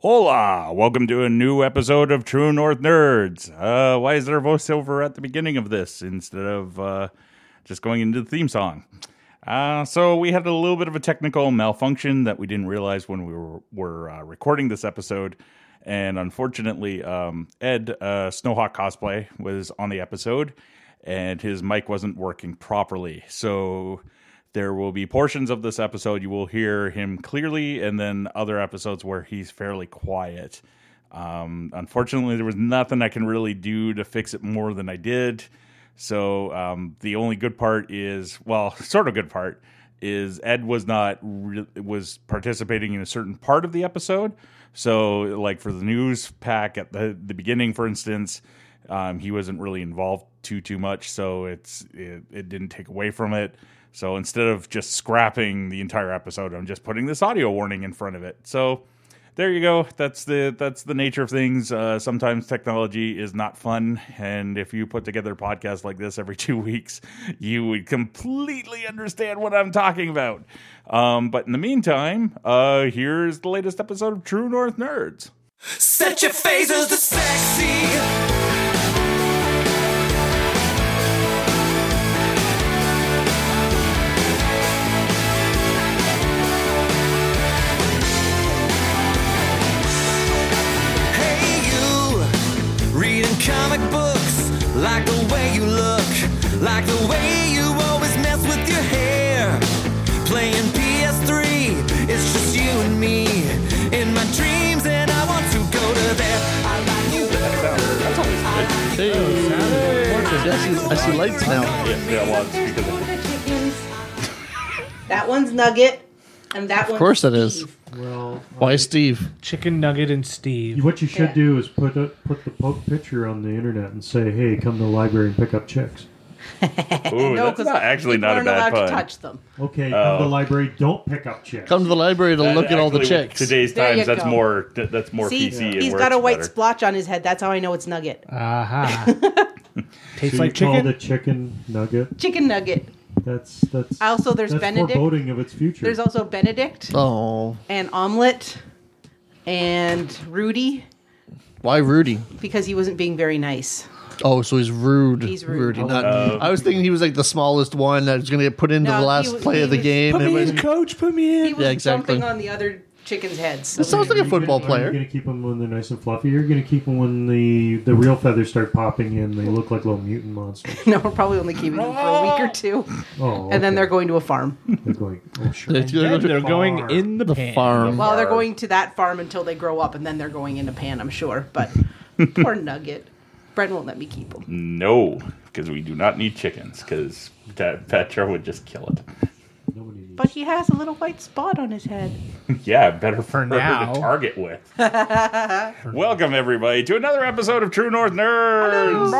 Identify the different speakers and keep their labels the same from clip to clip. Speaker 1: Hola! Welcome to a new episode of True North Nerds. Uh, why is there voiceover at the beginning of this instead of uh, just going into the theme song? Uh, so we had a little bit of a technical malfunction that we didn't realize when we were, were uh, recording this episode, and unfortunately, um, Ed uh, Snowhawk cosplay was on the episode, and his mic wasn't working properly. So there will be portions of this episode you will hear him clearly, and then other episodes where he's fairly quiet. Um, unfortunately, there was nothing I can really do to fix it more than I did. So um, the only good part is, well, sort of good part is Ed was not re- was participating in a certain part of the episode. So like for the news pack at the the beginning, for instance, um, he wasn't really involved too too much. So it's it, it didn't take away from it. So instead of just scrapping the entire episode, I'm just putting this audio warning in front of it. So there you go. That's the that's the nature of things. Uh, sometimes technology is not fun, and if you put together a podcast like this every two weeks, you would completely understand what I'm talking about. Um, but in the meantime, uh, here's the latest episode of True North Nerds.
Speaker 2: Set your phasers to sexy. Hey, you reading comic books. Like the way you look. Like the way you always mess with your hair. Playing PS3. It's just you and me. In my dreams, and I want to go to there. I like you.
Speaker 3: Hey, Portrait, I see, I see lights now.
Speaker 1: Yeah, well, it's because of-
Speaker 4: That one's Nugget, and that one.
Speaker 3: Of course it is.
Speaker 5: Well,
Speaker 3: Why Steve?
Speaker 6: Chicken Nugget and Steve.
Speaker 5: what you should
Speaker 4: Yeah.
Speaker 5: do is put a, put the Pope picture on the internet and say, "Hey, come to the library and pick up checks."
Speaker 1: Ooh,
Speaker 4: No,
Speaker 1: that's
Speaker 4: because
Speaker 1: not, actually not a
Speaker 4: aren't allowed
Speaker 1: bad pun.
Speaker 4: to touch them.
Speaker 5: Okay, come to the library. Don't pick up checks.
Speaker 3: Come to the library to
Speaker 6: Uh,
Speaker 1: That
Speaker 3: look at all the
Speaker 1: actually, with
Speaker 3: chicks.
Speaker 1: Today's
Speaker 4: There
Speaker 1: times
Speaker 4: you
Speaker 1: that's
Speaker 4: go.
Speaker 1: more th- that's more
Speaker 4: See,
Speaker 1: PC. It
Speaker 4: he's
Speaker 1: works
Speaker 4: got a white
Speaker 1: better.
Speaker 4: splotch on his head. That's how I know it's Nugget.
Speaker 6: Aha. Tastes
Speaker 5: Do you
Speaker 6: like
Speaker 5: call
Speaker 6: chicken.
Speaker 5: the chicken nugget?
Speaker 4: Chicken Nugget.
Speaker 5: That's that's.
Speaker 4: Also, there's
Speaker 5: that's
Speaker 4: Benedict.
Speaker 5: foreboding of its future.
Speaker 4: There's also Benedict
Speaker 3: Oh,
Speaker 4: and Omelette and Rudy
Speaker 3: why Rudy?
Speaker 4: because he wasn't being very nice.
Speaker 3: Oh, so he's rude.
Speaker 4: He's rude.
Speaker 3: Rudy, not.
Speaker 6: Oh.
Speaker 3: I was thinking he was like the smallest one that was going to get put into
Speaker 4: No,
Speaker 3: the
Speaker 4: he
Speaker 3: last
Speaker 4: was-
Speaker 3: play
Speaker 4: he
Speaker 3: of the
Speaker 4: was-
Speaker 3: game.
Speaker 6: Put
Speaker 3: and
Speaker 6: me
Speaker 3: was-
Speaker 6: in, coach. Put me
Speaker 4: He
Speaker 6: in.
Speaker 4: was
Speaker 3: Yeah, exactly.
Speaker 4: jumping on the other chickens' heads.
Speaker 3: it sounds like a football
Speaker 5: You're
Speaker 3: player.
Speaker 5: gonna keep them when they're nice and fluffy. You're gonna keep them when the the real feathers start popping in. They look like little mutant monsters.
Speaker 4: No, we're probably only keeping them for a week or two,
Speaker 5: Oh,
Speaker 4: and then
Speaker 5: okay.
Speaker 4: they're going to a farm.
Speaker 5: they're going. Oh sure.
Speaker 3: They're going to
Speaker 6: They're going in the,
Speaker 3: the
Speaker 6: pan.
Speaker 3: farm.
Speaker 4: Well, they're
Speaker 1: Farm.
Speaker 4: going to that farm until they grow up, and then they're going into Pan, I'm sure. But poor Nugget. Bren won't let me keep him.
Speaker 1: No, because we do not need chickens. Because Petra would just kill it.
Speaker 5: Nobody needs.
Speaker 4: But he has a little white spot on his head.
Speaker 1: Yeah, better for, her
Speaker 6: now.
Speaker 1: to target with. Welcome everybody to another episode of True North Nerds.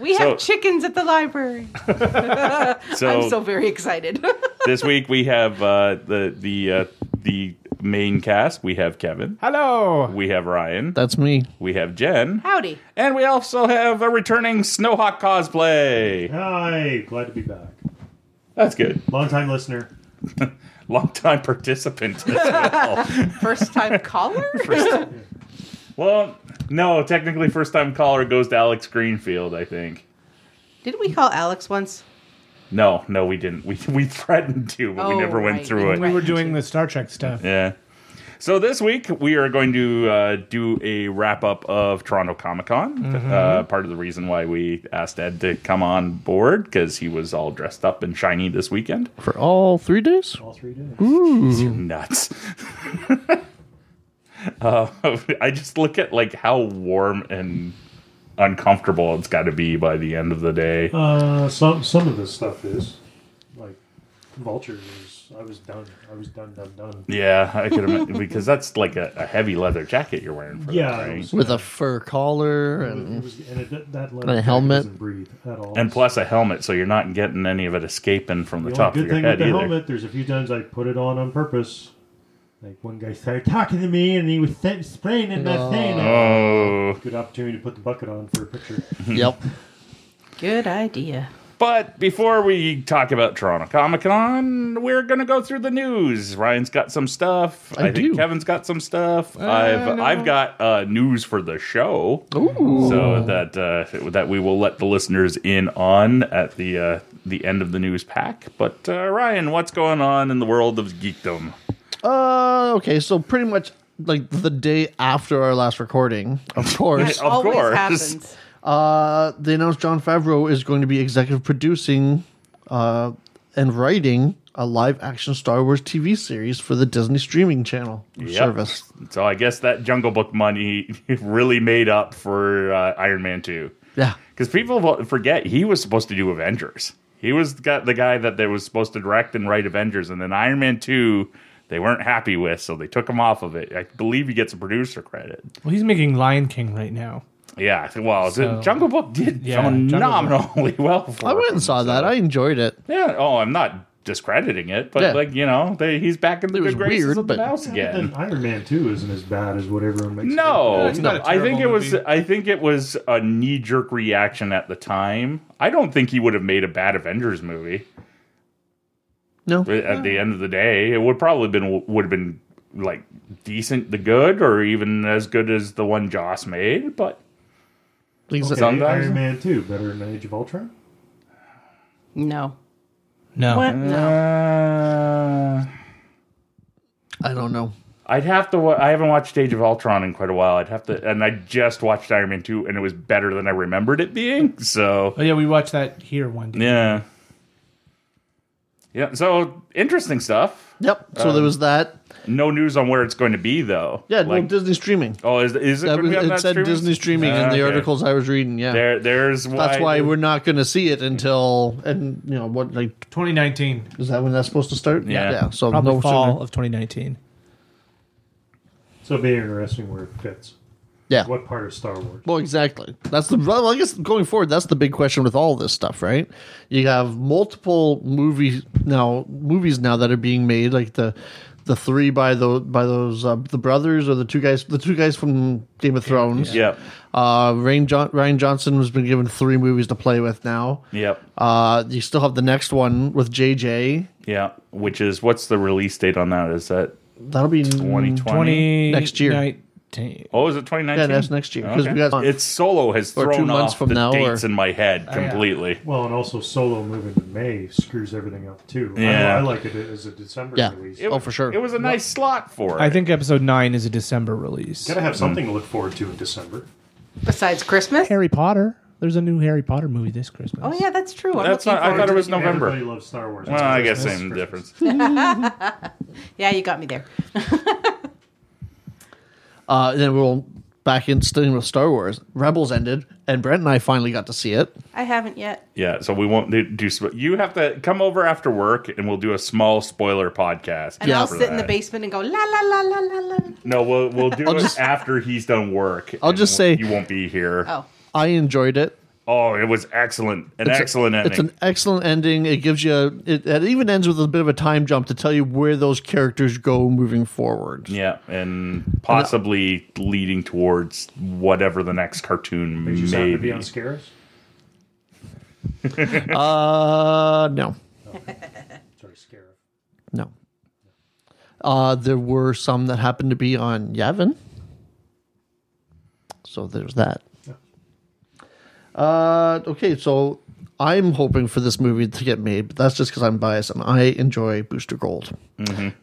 Speaker 4: We have
Speaker 1: So-
Speaker 4: chickens at the library. I'm so very excited.
Speaker 1: this week we have uh, the the uh, the main cast. We have Kevin.
Speaker 6: Hello.
Speaker 1: We have Ryan.
Speaker 3: That's me.
Speaker 1: We have Jen.
Speaker 4: Howdy.
Speaker 1: And we also have a returning Snowhawk cosplay.
Speaker 5: Hi, glad to be back.
Speaker 1: That's good.
Speaker 5: Long time listener.
Speaker 1: Long time participant as well.
Speaker 4: First time caller?
Speaker 1: First- well, no, technically first time caller goes to Alex Greenfield, I think.
Speaker 4: Didn't we call Alex once?
Speaker 1: No, no, we didn't. We we threatened to, but
Speaker 4: Oh,
Speaker 1: we never went
Speaker 4: right.
Speaker 1: through it.
Speaker 6: We were doing the Star Trek stuff.
Speaker 1: Yeah. So this week we are going to uh, do a wrap up of Toronto Comic Con.
Speaker 5: Mm-hmm.
Speaker 1: Uh, part of the reason why we asked Ed to come on board because he was all dressed up and shiny this weekend.
Speaker 3: For all three days?
Speaker 5: All three days.
Speaker 1: Nuts. uh, I just look at like how warm and uncomfortable it's got to be by the end of the day.
Speaker 5: Uh, some some of this stuff is like vultures. I was done. I was done. Done. Done.
Speaker 1: Yeah, I could imagine because that's like a, a heavy leather jacket you're wearing. For
Speaker 5: Yeah,
Speaker 1: that,
Speaker 5: it
Speaker 1: right?
Speaker 5: was,
Speaker 3: With a fur collar
Speaker 5: it was-
Speaker 3: and
Speaker 5: it was- and it, that leather
Speaker 3: a
Speaker 5: jacket
Speaker 3: helmet.
Speaker 5: doesn't breathe at all.
Speaker 1: and plus a helmet, so you're not getting any of it escaping from the,
Speaker 5: the
Speaker 1: top
Speaker 5: only
Speaker 1: of
Speaker 5: good
Speaker 1: your
Speaker 5: thing
Speaker 1: head
Speaker 5: with the
Speaker 1: either.
Speaker 5: helmet, there's a few times I put it on on purpose. Like one guy started talking to me, and he was th- spraying in that thing.
Speaker 1: Oh,
Speaker 6: Mm-hmm.
Speaker 5: Good opportunity to put the bucket on for a picture.
Speaker 3: yep.
Speaker 4: Good idea.
Speaker 1: But before we talk about Toronto Comic Con, we're gonna go through the news. Ryan's got some stuff.
Speaker 3: I
Speaker 1: think
Speaker 3: do. Uh,
Speaker 1: Kevin's got some stuff. I've I've got uh, news for the show, so that uh, that we will let the listeners in on at the uh, the end of the news pack. But uh, Ryan, what's going on in the world of geekdom?
Speaker 3: Uh, okay, so pretty much like the day after our last recording, of course,
Speaker 1: Of course.
Speaker 4: happens.
Speaker 3: uh, they announced John Favreau is going to be executive producing uh, and writing a live action Star Wars TV series for the Disney streaming channel service.
Speaker 1: So I guess that Jungle Book money really made up for uh, Iron Man Two.
Speaker 3: Yeah.
Speaker 1: because people vo- forget he was supposed to do Avengers. He was the guy, the guy that they was supposed to direct and write Avengers, and then Iron Man two they weren't happy with, so they took him off of it. I believe he gets a producer credit.
Speaker 6: Well, he's making Lion King right now.
Speaker 1: Yeah, well,
Speaker 6: So-
Speaker 1: Jungle Book did
Speaker 6: Yeah, Jungle Book.
Speaker 1: phenomenally well. For
Speaker 3: I went
Speaker 1: him,
Speaker 3: and saw
Speaker 1: so-
Speaker 3: that. I enjoyed it.
Speaker 1: yeah. Oh, I'm not discrediting it, but
Speaker 3: Yeah.
Speaker 1: like you know, they, he's back in the
Speaker 3: It was
Speaker 1: good graces
Speaker 3: weird,
Speaker 1: of the
Speaker 3: but-
Speaker 1: mouse again.
Speaker 5: Then Iron Man 2 isn't as bad as what everyone makes. it
Speaker 1: No,
Speaker 6: it's not
Speaker 1: no.
Speaker 6: a
Speaker 1: I think
Speaker 6: terrible
Speaker 1: it was.
Speaker 6: movie.
Speaker 1: I think it was a knee jerk reaction at the time. I don't think he would have made a bad Avengers movie.
Speaker 3: No.
Speaker 1: At the end of the day, it would probably been would have been like decent, the good, or even as good as the one Joss made. But
Speaker 3: Things
Speaker 5: Okay,
Speaker 3: that-
Speaker 1: Sometimes-
Speaker 5: Iron Man 2 better than Age of Ultron?
Speaker 4: No.
Speaker 6: No.
Speaker 4: What? No.
Speaker 1: uh,
Speaker 3: I don't know.
Speaker 1: I'd have to. wa- I haven't watched Age of Ultron in quite a while. I'd have to, and I just watched Iron Man two, and it was better than I remembered it being. So
Speaker 6: Oh yeah, we watched that here one day.
Speaker 1: Yeah. Yeah. So interesting stuff.
Speaker 3: Yep. So there was that.
Speaker 1: No news on where it's going to be though.
Speaker 3: Yeah,
Speaker 1: Um, Like,
Speaker 3: well, Disney streaming.
Speaker 1: oh, is, is it?
Speaker 3: That
Speaker 1: gonna
Speaker 3: was,
Speaker 1: be on
Speaker 3: it
Speaker 1: that
Speaker 3: said
Speaker 1: streaming?
Speaker 3: Disney streaming
Speaker 1: Ah,
Speaker 3: in the
Speaker 1: okay.
Speaker 3: articles I was reading. Yeah.
Speaker 1: There, there's why.
Speaker 3: That's why we're not going to see it until and you know what like
Speaker 6: 2019.
Speaker 3: is that when that's supposed to start?
Speaker 1: Yeah.
Speaker 3: so
Speaker 6: Probably
Speaker 3: no
Speaker 6: fall
Speaker 3: sooner.
Speaker 6: of 2019.
Speaker 5: So it'd be interesting where it fits.
Speaker 3: Yeah.
Speaker 5: What part of Star Wars?
Speaker 3: Well, exactly. That's the well. I guess going forward, that's the big question with all this stuff, right? You have multiple movies now, movies now that are being made, like the the three by the by those uh, the brothers or the two guys, the two guys from Game of Thrones.
Speaker 1: Yep.
Speaker 3: Uh, Ryan, John- Ryan Johnson has been given three movies to play with now.
Speaker 1: Yep.
Speaker 3: Uh, you still have the next one with JJ.
Speaker 1: yeah. Which is what's the release date on that? Is that
Speaker 3: That'll be
Speaker 1: 2020?
Speaker 6: 20
Speaker 3: Next year.
Speaker 6: 19.
Speaker 1: Oh, is it 2019?
Speaker 3: Yeah, that's next year, 'cause we got-
Speaker 1: it's solo has
Speaker 3: Or two
Speaker 1: thrown
Speaker 3: months
Speaker 1: off
Speaker 3: from
Speaker 1: the
Speaker 3: now, or- Oh,
Speaker 1: dates in my head completely.
Speaker 5: Well, and also Solo moving to May screws everything up too. I-
Speaker 1: Yeah.
Speaker 5: I, like it as a December
Speaker 3: Yeah.
Speaker 5: release.
Speaker 1: It-
Speaker 3: Oh, for sure.
Speaker 1: It was a nice slot for it.
Speaker 6: I think episode 9 is a December release.
Speaker 5: Gotta have
Speaker 1: Mm.
Speaker 5: something to look forward to in December.
Speaker 4: Besides Christmas?
Speaker 6: Harry Potter. There's a new Harry Potter movie this Christmas.
Speaker 4: Oh yeah, that's true. I'm
Speaker 1: That's
Speaker 4: looking
Speaker 1: not- I
Speaker 4: forward
Speaker 1: thought it
Speaker 4: to
Speaker 1: was
Speaker 4: the-
Speaker 1: November.
Speaker 5: Everybody loves Star Wars.
Speaker 1: Well, I guess
Speaker 5: Christmas.
Speaker 1: same difference.
Speaker 4: Yeah, you got me there.
Speaker 3: Uh, and then we'll back in staying with Star Wars. Rebels ended, and Brent and I finally got to see it.
Speaker 4: I haven't yet.
Speaker 1: Yeah, so we won't do. do spo- you have to come over after work, and we'll do a small spoiler podcast.
Speaker 4: And
Speaker 3: Yeah.
Speaker 4: I'll
Speaker 1: for
Speaker 4: sit in the
Speaker 1: that.
Speaker 4: basement and go la la la la la la.
Speaker 1: No, we'll we'll do it
Speaker 3: just-
Speaker 1: after he's done work.
Speaker 3: I'll
Speaker 1: and
Speaker 3: just
Speaker 1: we'll-
Speaker 3: say-
Speaker 1: you won't be here.
Speaker 4: Oh,
Speaker 3: I enjoyed it.
Speaker 1: Oh, it was excellent, an
Speaker 3: It's a-
Speaker 1: excellent ending.
Speaker 3: It's an excellent ending. It gives you a, it, it even ends with a bit of a time jump to tell you where those characters go moving forward.
Speaker 1: yeah, and possibly leading towards whatever the next cartoon
Speaker 5: You just happen to be
Speaker 1: maybe.
Speaker 5: on Scaris?
Speaker 3: Uh no.
Speaker 5: Sorry, Scarif.
Speaker 3: No. Uh there were some that happened to be on Yavin. So there's that. Uh okay, so I'm hoping for this movie to get made, but that's just because I'm biased and I enjoy Booster Gold.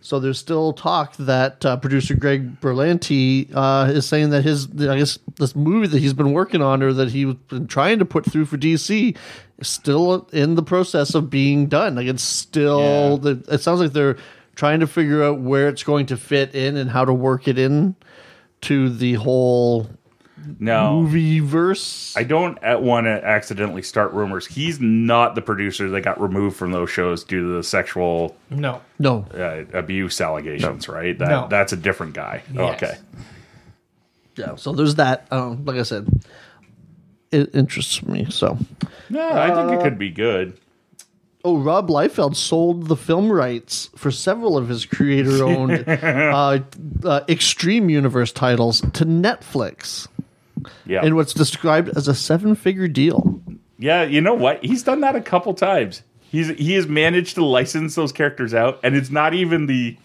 Speaker 3: So there's still talk that uh, producer Greg Berlanti uh, is saying that his, I guess, this movie that he's been working on or that he's been trying to put through for DC is still in the process of being done. Like it's still, the, it sounds like they're trying to figure out where it's going to fit in and how to work it in to the whole
Speaker 1: No,
Speaker 3: movie verse.
Speaker 1: I don't want to accidentally start rumors. He's not the producer that got removed from those shows due to the sexual
Speaker 6: No.
Speaker 3: No,
Speaker 1: uh, abuse allegations, right? That
Speaker 6: No.
Speaker 1: that's a different guy. Okay.
Speaker 3: yeah. So there's that. Um, like I said, it interests me. So
Speaker 1: No, I think it could be good.
Speaker 3: Oh, Rob Liefeld sold the film rights for several of his creator-owned uh, uh, Extreme Universe titles to Netflix
Speaker 1: Yeah. Oh.
Speaker 3: in what's described as a seven-figure deal.
Speaker 1: Yeah, you know what? He's done that a couple times. He's he has managed to license those characters out, and it's not even the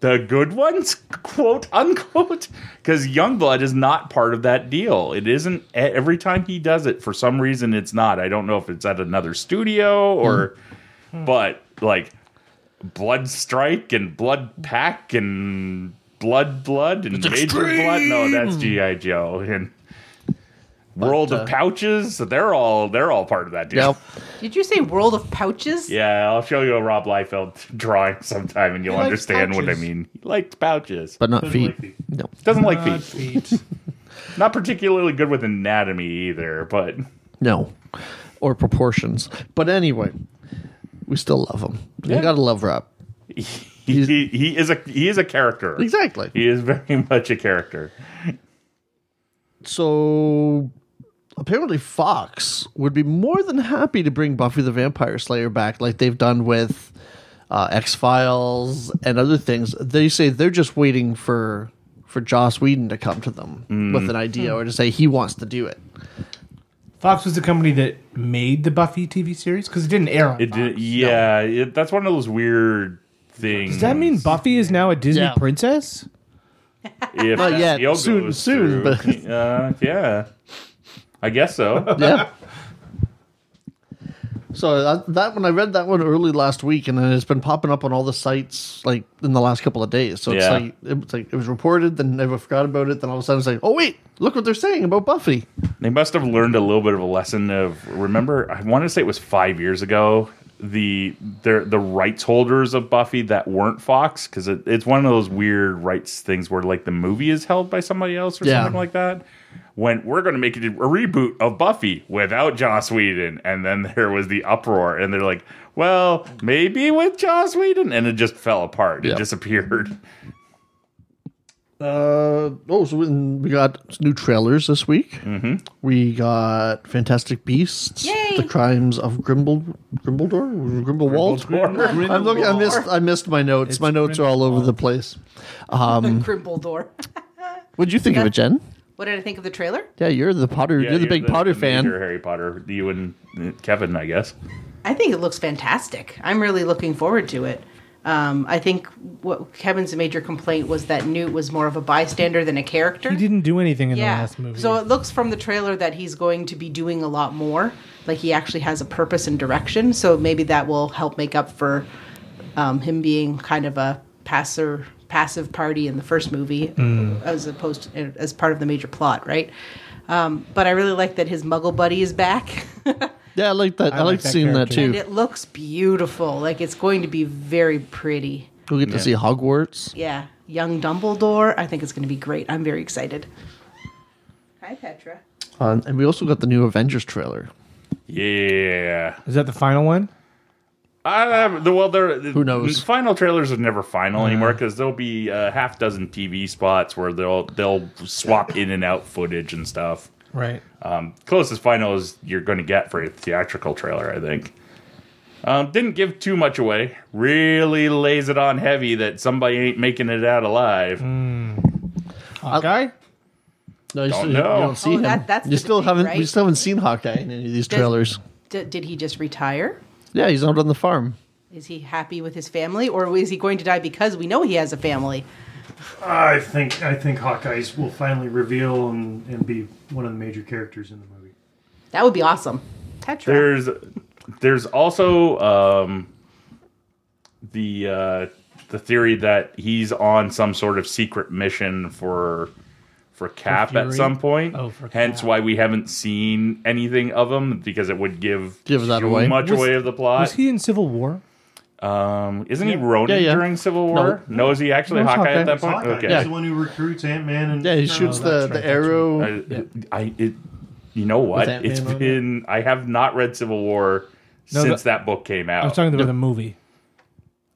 Speaker 1: the good ones, quote unquote, because Youngblood is not part of that deal. It isn't e- every time he does it for some reason. It's not. I don't know if it's at another studio or, Hmm. but like Blood Strike and Blood Pack and Blood Blood and Major Blood. No, that's GI Joe and. World
Speaker 3: uh,
Speaker 1: of Pouches, they're all they're all part of that deal.
Speaker 3: Yep.
Speaker 4: Did you say World of Pouches?
Speaker 1: Yeah, I'll show you a Rob Liefeld drawing sometime, and you'll
Speaker 5: likes
Speaker 1: understand what I
Speaker 5: pouches.
Speaker 1: mean. He likes pouches, but
Speaker 3: But not
Speaker 5: Doesn't
Speaker 3: feet.
Speaker 5: like feet.
Speaker 3: No.
Speaker 1: doesn't like
Speaker 6: Not
Speaker 1: feet.
Speaker 6: feet.
Speaker 1: Not particularly good with anatomy either, but
Speaker 3: No. Or proportions. But anyway, we still love him.
Speaker 1: Yeah.
Speaker 3: You got to love Rob.
Speaker 1: he, he, he is a he is a character.
Speaker 3: Exactly.
Speaker 1: He is very much a character.
Speaker 3: So apparently Fox would be more than happy to bring Buffy the Vampire Slayer back like they've done with uh, X-Files and other things. They say they're just waiting for for Joss Whedon to come to them with an idea or to say he wants to do it.
Speaker 6: Fox was the company that made the Buffy TV series because it didn't air on
Speaker 1: It
Speaker 6: Fox.
Speaker 1: did, yeah, it, that's one of those weird things.
Speaker 6: Does that mean Buffy is now a Disney
Speaker 3: Yeah.
Speaker 6: princess?
Speaker 1: if
Speaker 3: Not yet.
Speaker 1: deal
Speaker 3: Soon-
Speaker 1: goes
Speaker 3: soon,
Speaker 1: through, uh, yeah, I guess so.
Speaker 3: yeah. So that, that one, I read that one early last week, and then it's been popping up on all the sites like in the last couple of days. So it's
Speaker 1: Yeah.
Speaker 3: like it was like it was reported, then everyone forgot about it, then all of a sudden it's like, oh wait, look what they're saying about Buffy.
Speaker 1: They must have learned a little bit of a lesson of remember. I want to say it was five years ago. The their the rights holders of Buffy that weren't Fox because it, it's one of those weird rights things where like the movie is held by somebody else or
Speaker 3: Yeah.
Speaker 1: something like that. When we're going to make it a reboot of Buffy without Joss Whedon, and then there was the uproar, and they're like, "Well, maybe with Joss Whedon," and it just fell apart.
Speaker 3: Yeah.
Speaker 1: It disappeared.
Speaker 3: Uh, oh, so when we got new trailers this week. Mm-hmm. We got Fantastic Beasts,
Speaker 4: Yay!
Speaker 3: The Crimes of Grimble Grimbledor, Grimblewald. I'm looking. I missed. I missed my notes. my notes are all over the place.
Speaker 4: Grimbledor.
Speaker 3: What'd you think of it, Jen?
Speaker 4: What did I think of the trailer?
Speaker 3: Yeah, you're the Potter.
Speaker 1: Yeah,
Speaker 3: you're the big Potter fan.
Speaker 1: Major Harry Potter. You and uh, Kevin, I guess.
Speaker 4: I think it looks fantastic. I'm really looking forward to it. Um, I think what Kevin's major complaint was that Newt was more of a bystander than a character.
Speaker 6: He didn't do anything in the
Speaker 4: yeah.
Speaker 6: last movie.
Speaker 4: So it looks from the trailer that he's going to be doing a lot more. Like he actually has a purpose and direction. So maybe that will help make up for um, him being kind of a passer, passive party in the first movie,
Speaker 6: Mm.
Speaker 4: as opposed to, as part of the major plot, right? Um, but I really like that his Muggle buddy is back.
Speaker 3: Yeah, I like that. I,
Speaker 6: like
Speaker 3: like
Speaker 6: that
Speaker 3: seeing that
Speaker 6: character.
Speaker 3: too.
Speaker 4: And it looks beautiful. Like it's going to be very pretty.
Speaker 3: We'll get to see Hogwarts.
Speaker 4: Yeah. Young Dumbledore. I think it's going to be great. I'm very excited. Hi, Petra.
Speaker 3: Um, and we also got the new Avengers trailer.
Speaker 1: Yeah.
Speaker 6: is that the final one?
Speaker 1: I, I- the- well, there. Who
Speaker 3: knows?
Speaker 1: Final trailers are never final anymore because there'll be a half dozen TV spots where they'll they'll swap in and out footage and stuff.
Speaker 6: Right.
Speaker 1: Um, closest final is you're going to get for a theatrical trailer, I think. Um, didn't give too much away. Really lays it on heavy that somebody ain't making it out alive.
Speaker 6: Hawkeye?
Speaker 3: No, you,
Speaker 1: Don't
Speaker 3: still,
Speaker 1: know.
Speaker 3: you don't see
Speaker 4: Oh,
Speaker 3: him.
Speaker 4: that- that's
Speaker 3: you
Speaker 4: the
Speaker 3: still
Speaker 4: debate,
Speaker 3: haven't. We
Speaker 4: right?
Speaker 3: still haven't seen Hawkeye in any of these
Speaker 4: Does-
Speaker 3: trailers.
Speaker 4: D- did he just retire?
Speaker 3: Yeah, he's out on the farm.
Speaker 4: Is he happy with his family, or is he going to die because we know he has a family?
Speaker 5: I think I think Hawkeyes will finally reveal and, and be one of the major characters in the movie.
Speaker 4: That would be awesome. Petra.
Speaker 1: There's there's also um, the uh, the theory that he's on some sort of secret mission for for Cap at
Speaker 6: Fury?
Speaker 1: some point.
Speaker 6: Oh, for
Speaker 1: Hence
Speaker 6: Cap.
Speaker 1: why we haven't seen anything of him because it would give
Speaker 3: Give that
Speaker 1: too
Speaker 3: away.
Speaker 1: much
Speaker 6: Was-
Speaker 1: away of the
Speaker 6: Was
Speaker 1: plot.
Speaker 6: he in Civil War?
Speaker 1: um, isn't he Ronin
Speaker 3: Yeah, yeah.
Speaker 1: during Civil War? No, is he actually
Speaker 3: No, it's
Speaker 1: Hawkeye
Speaker 3: Hawkeye.
Speaker 1: at that
Speaker 3: It's
Speaker 1: point?
Speaker 5: Hawkeye
Speaker 1: Okay.
Speaker 5: is the one who recruits Ant Man and
Speaker 3: Yeah, he shoots the,
Speaker 6: that's
Speaker 3: the
Speaker 6: right, that's
Speaker 3: arrow.
Speaker 1: I, I it, you know what?
Speaker 3: Ant-Man
Speaker 1: It's
Speaker 3: on it.
Speaker 1: been I have not read Civil War
Speaker 6: No,
Speaker 1: since
Speaker 6: the-
Speaker 1: that book came out.
Speaker 6: I was talking about the movie.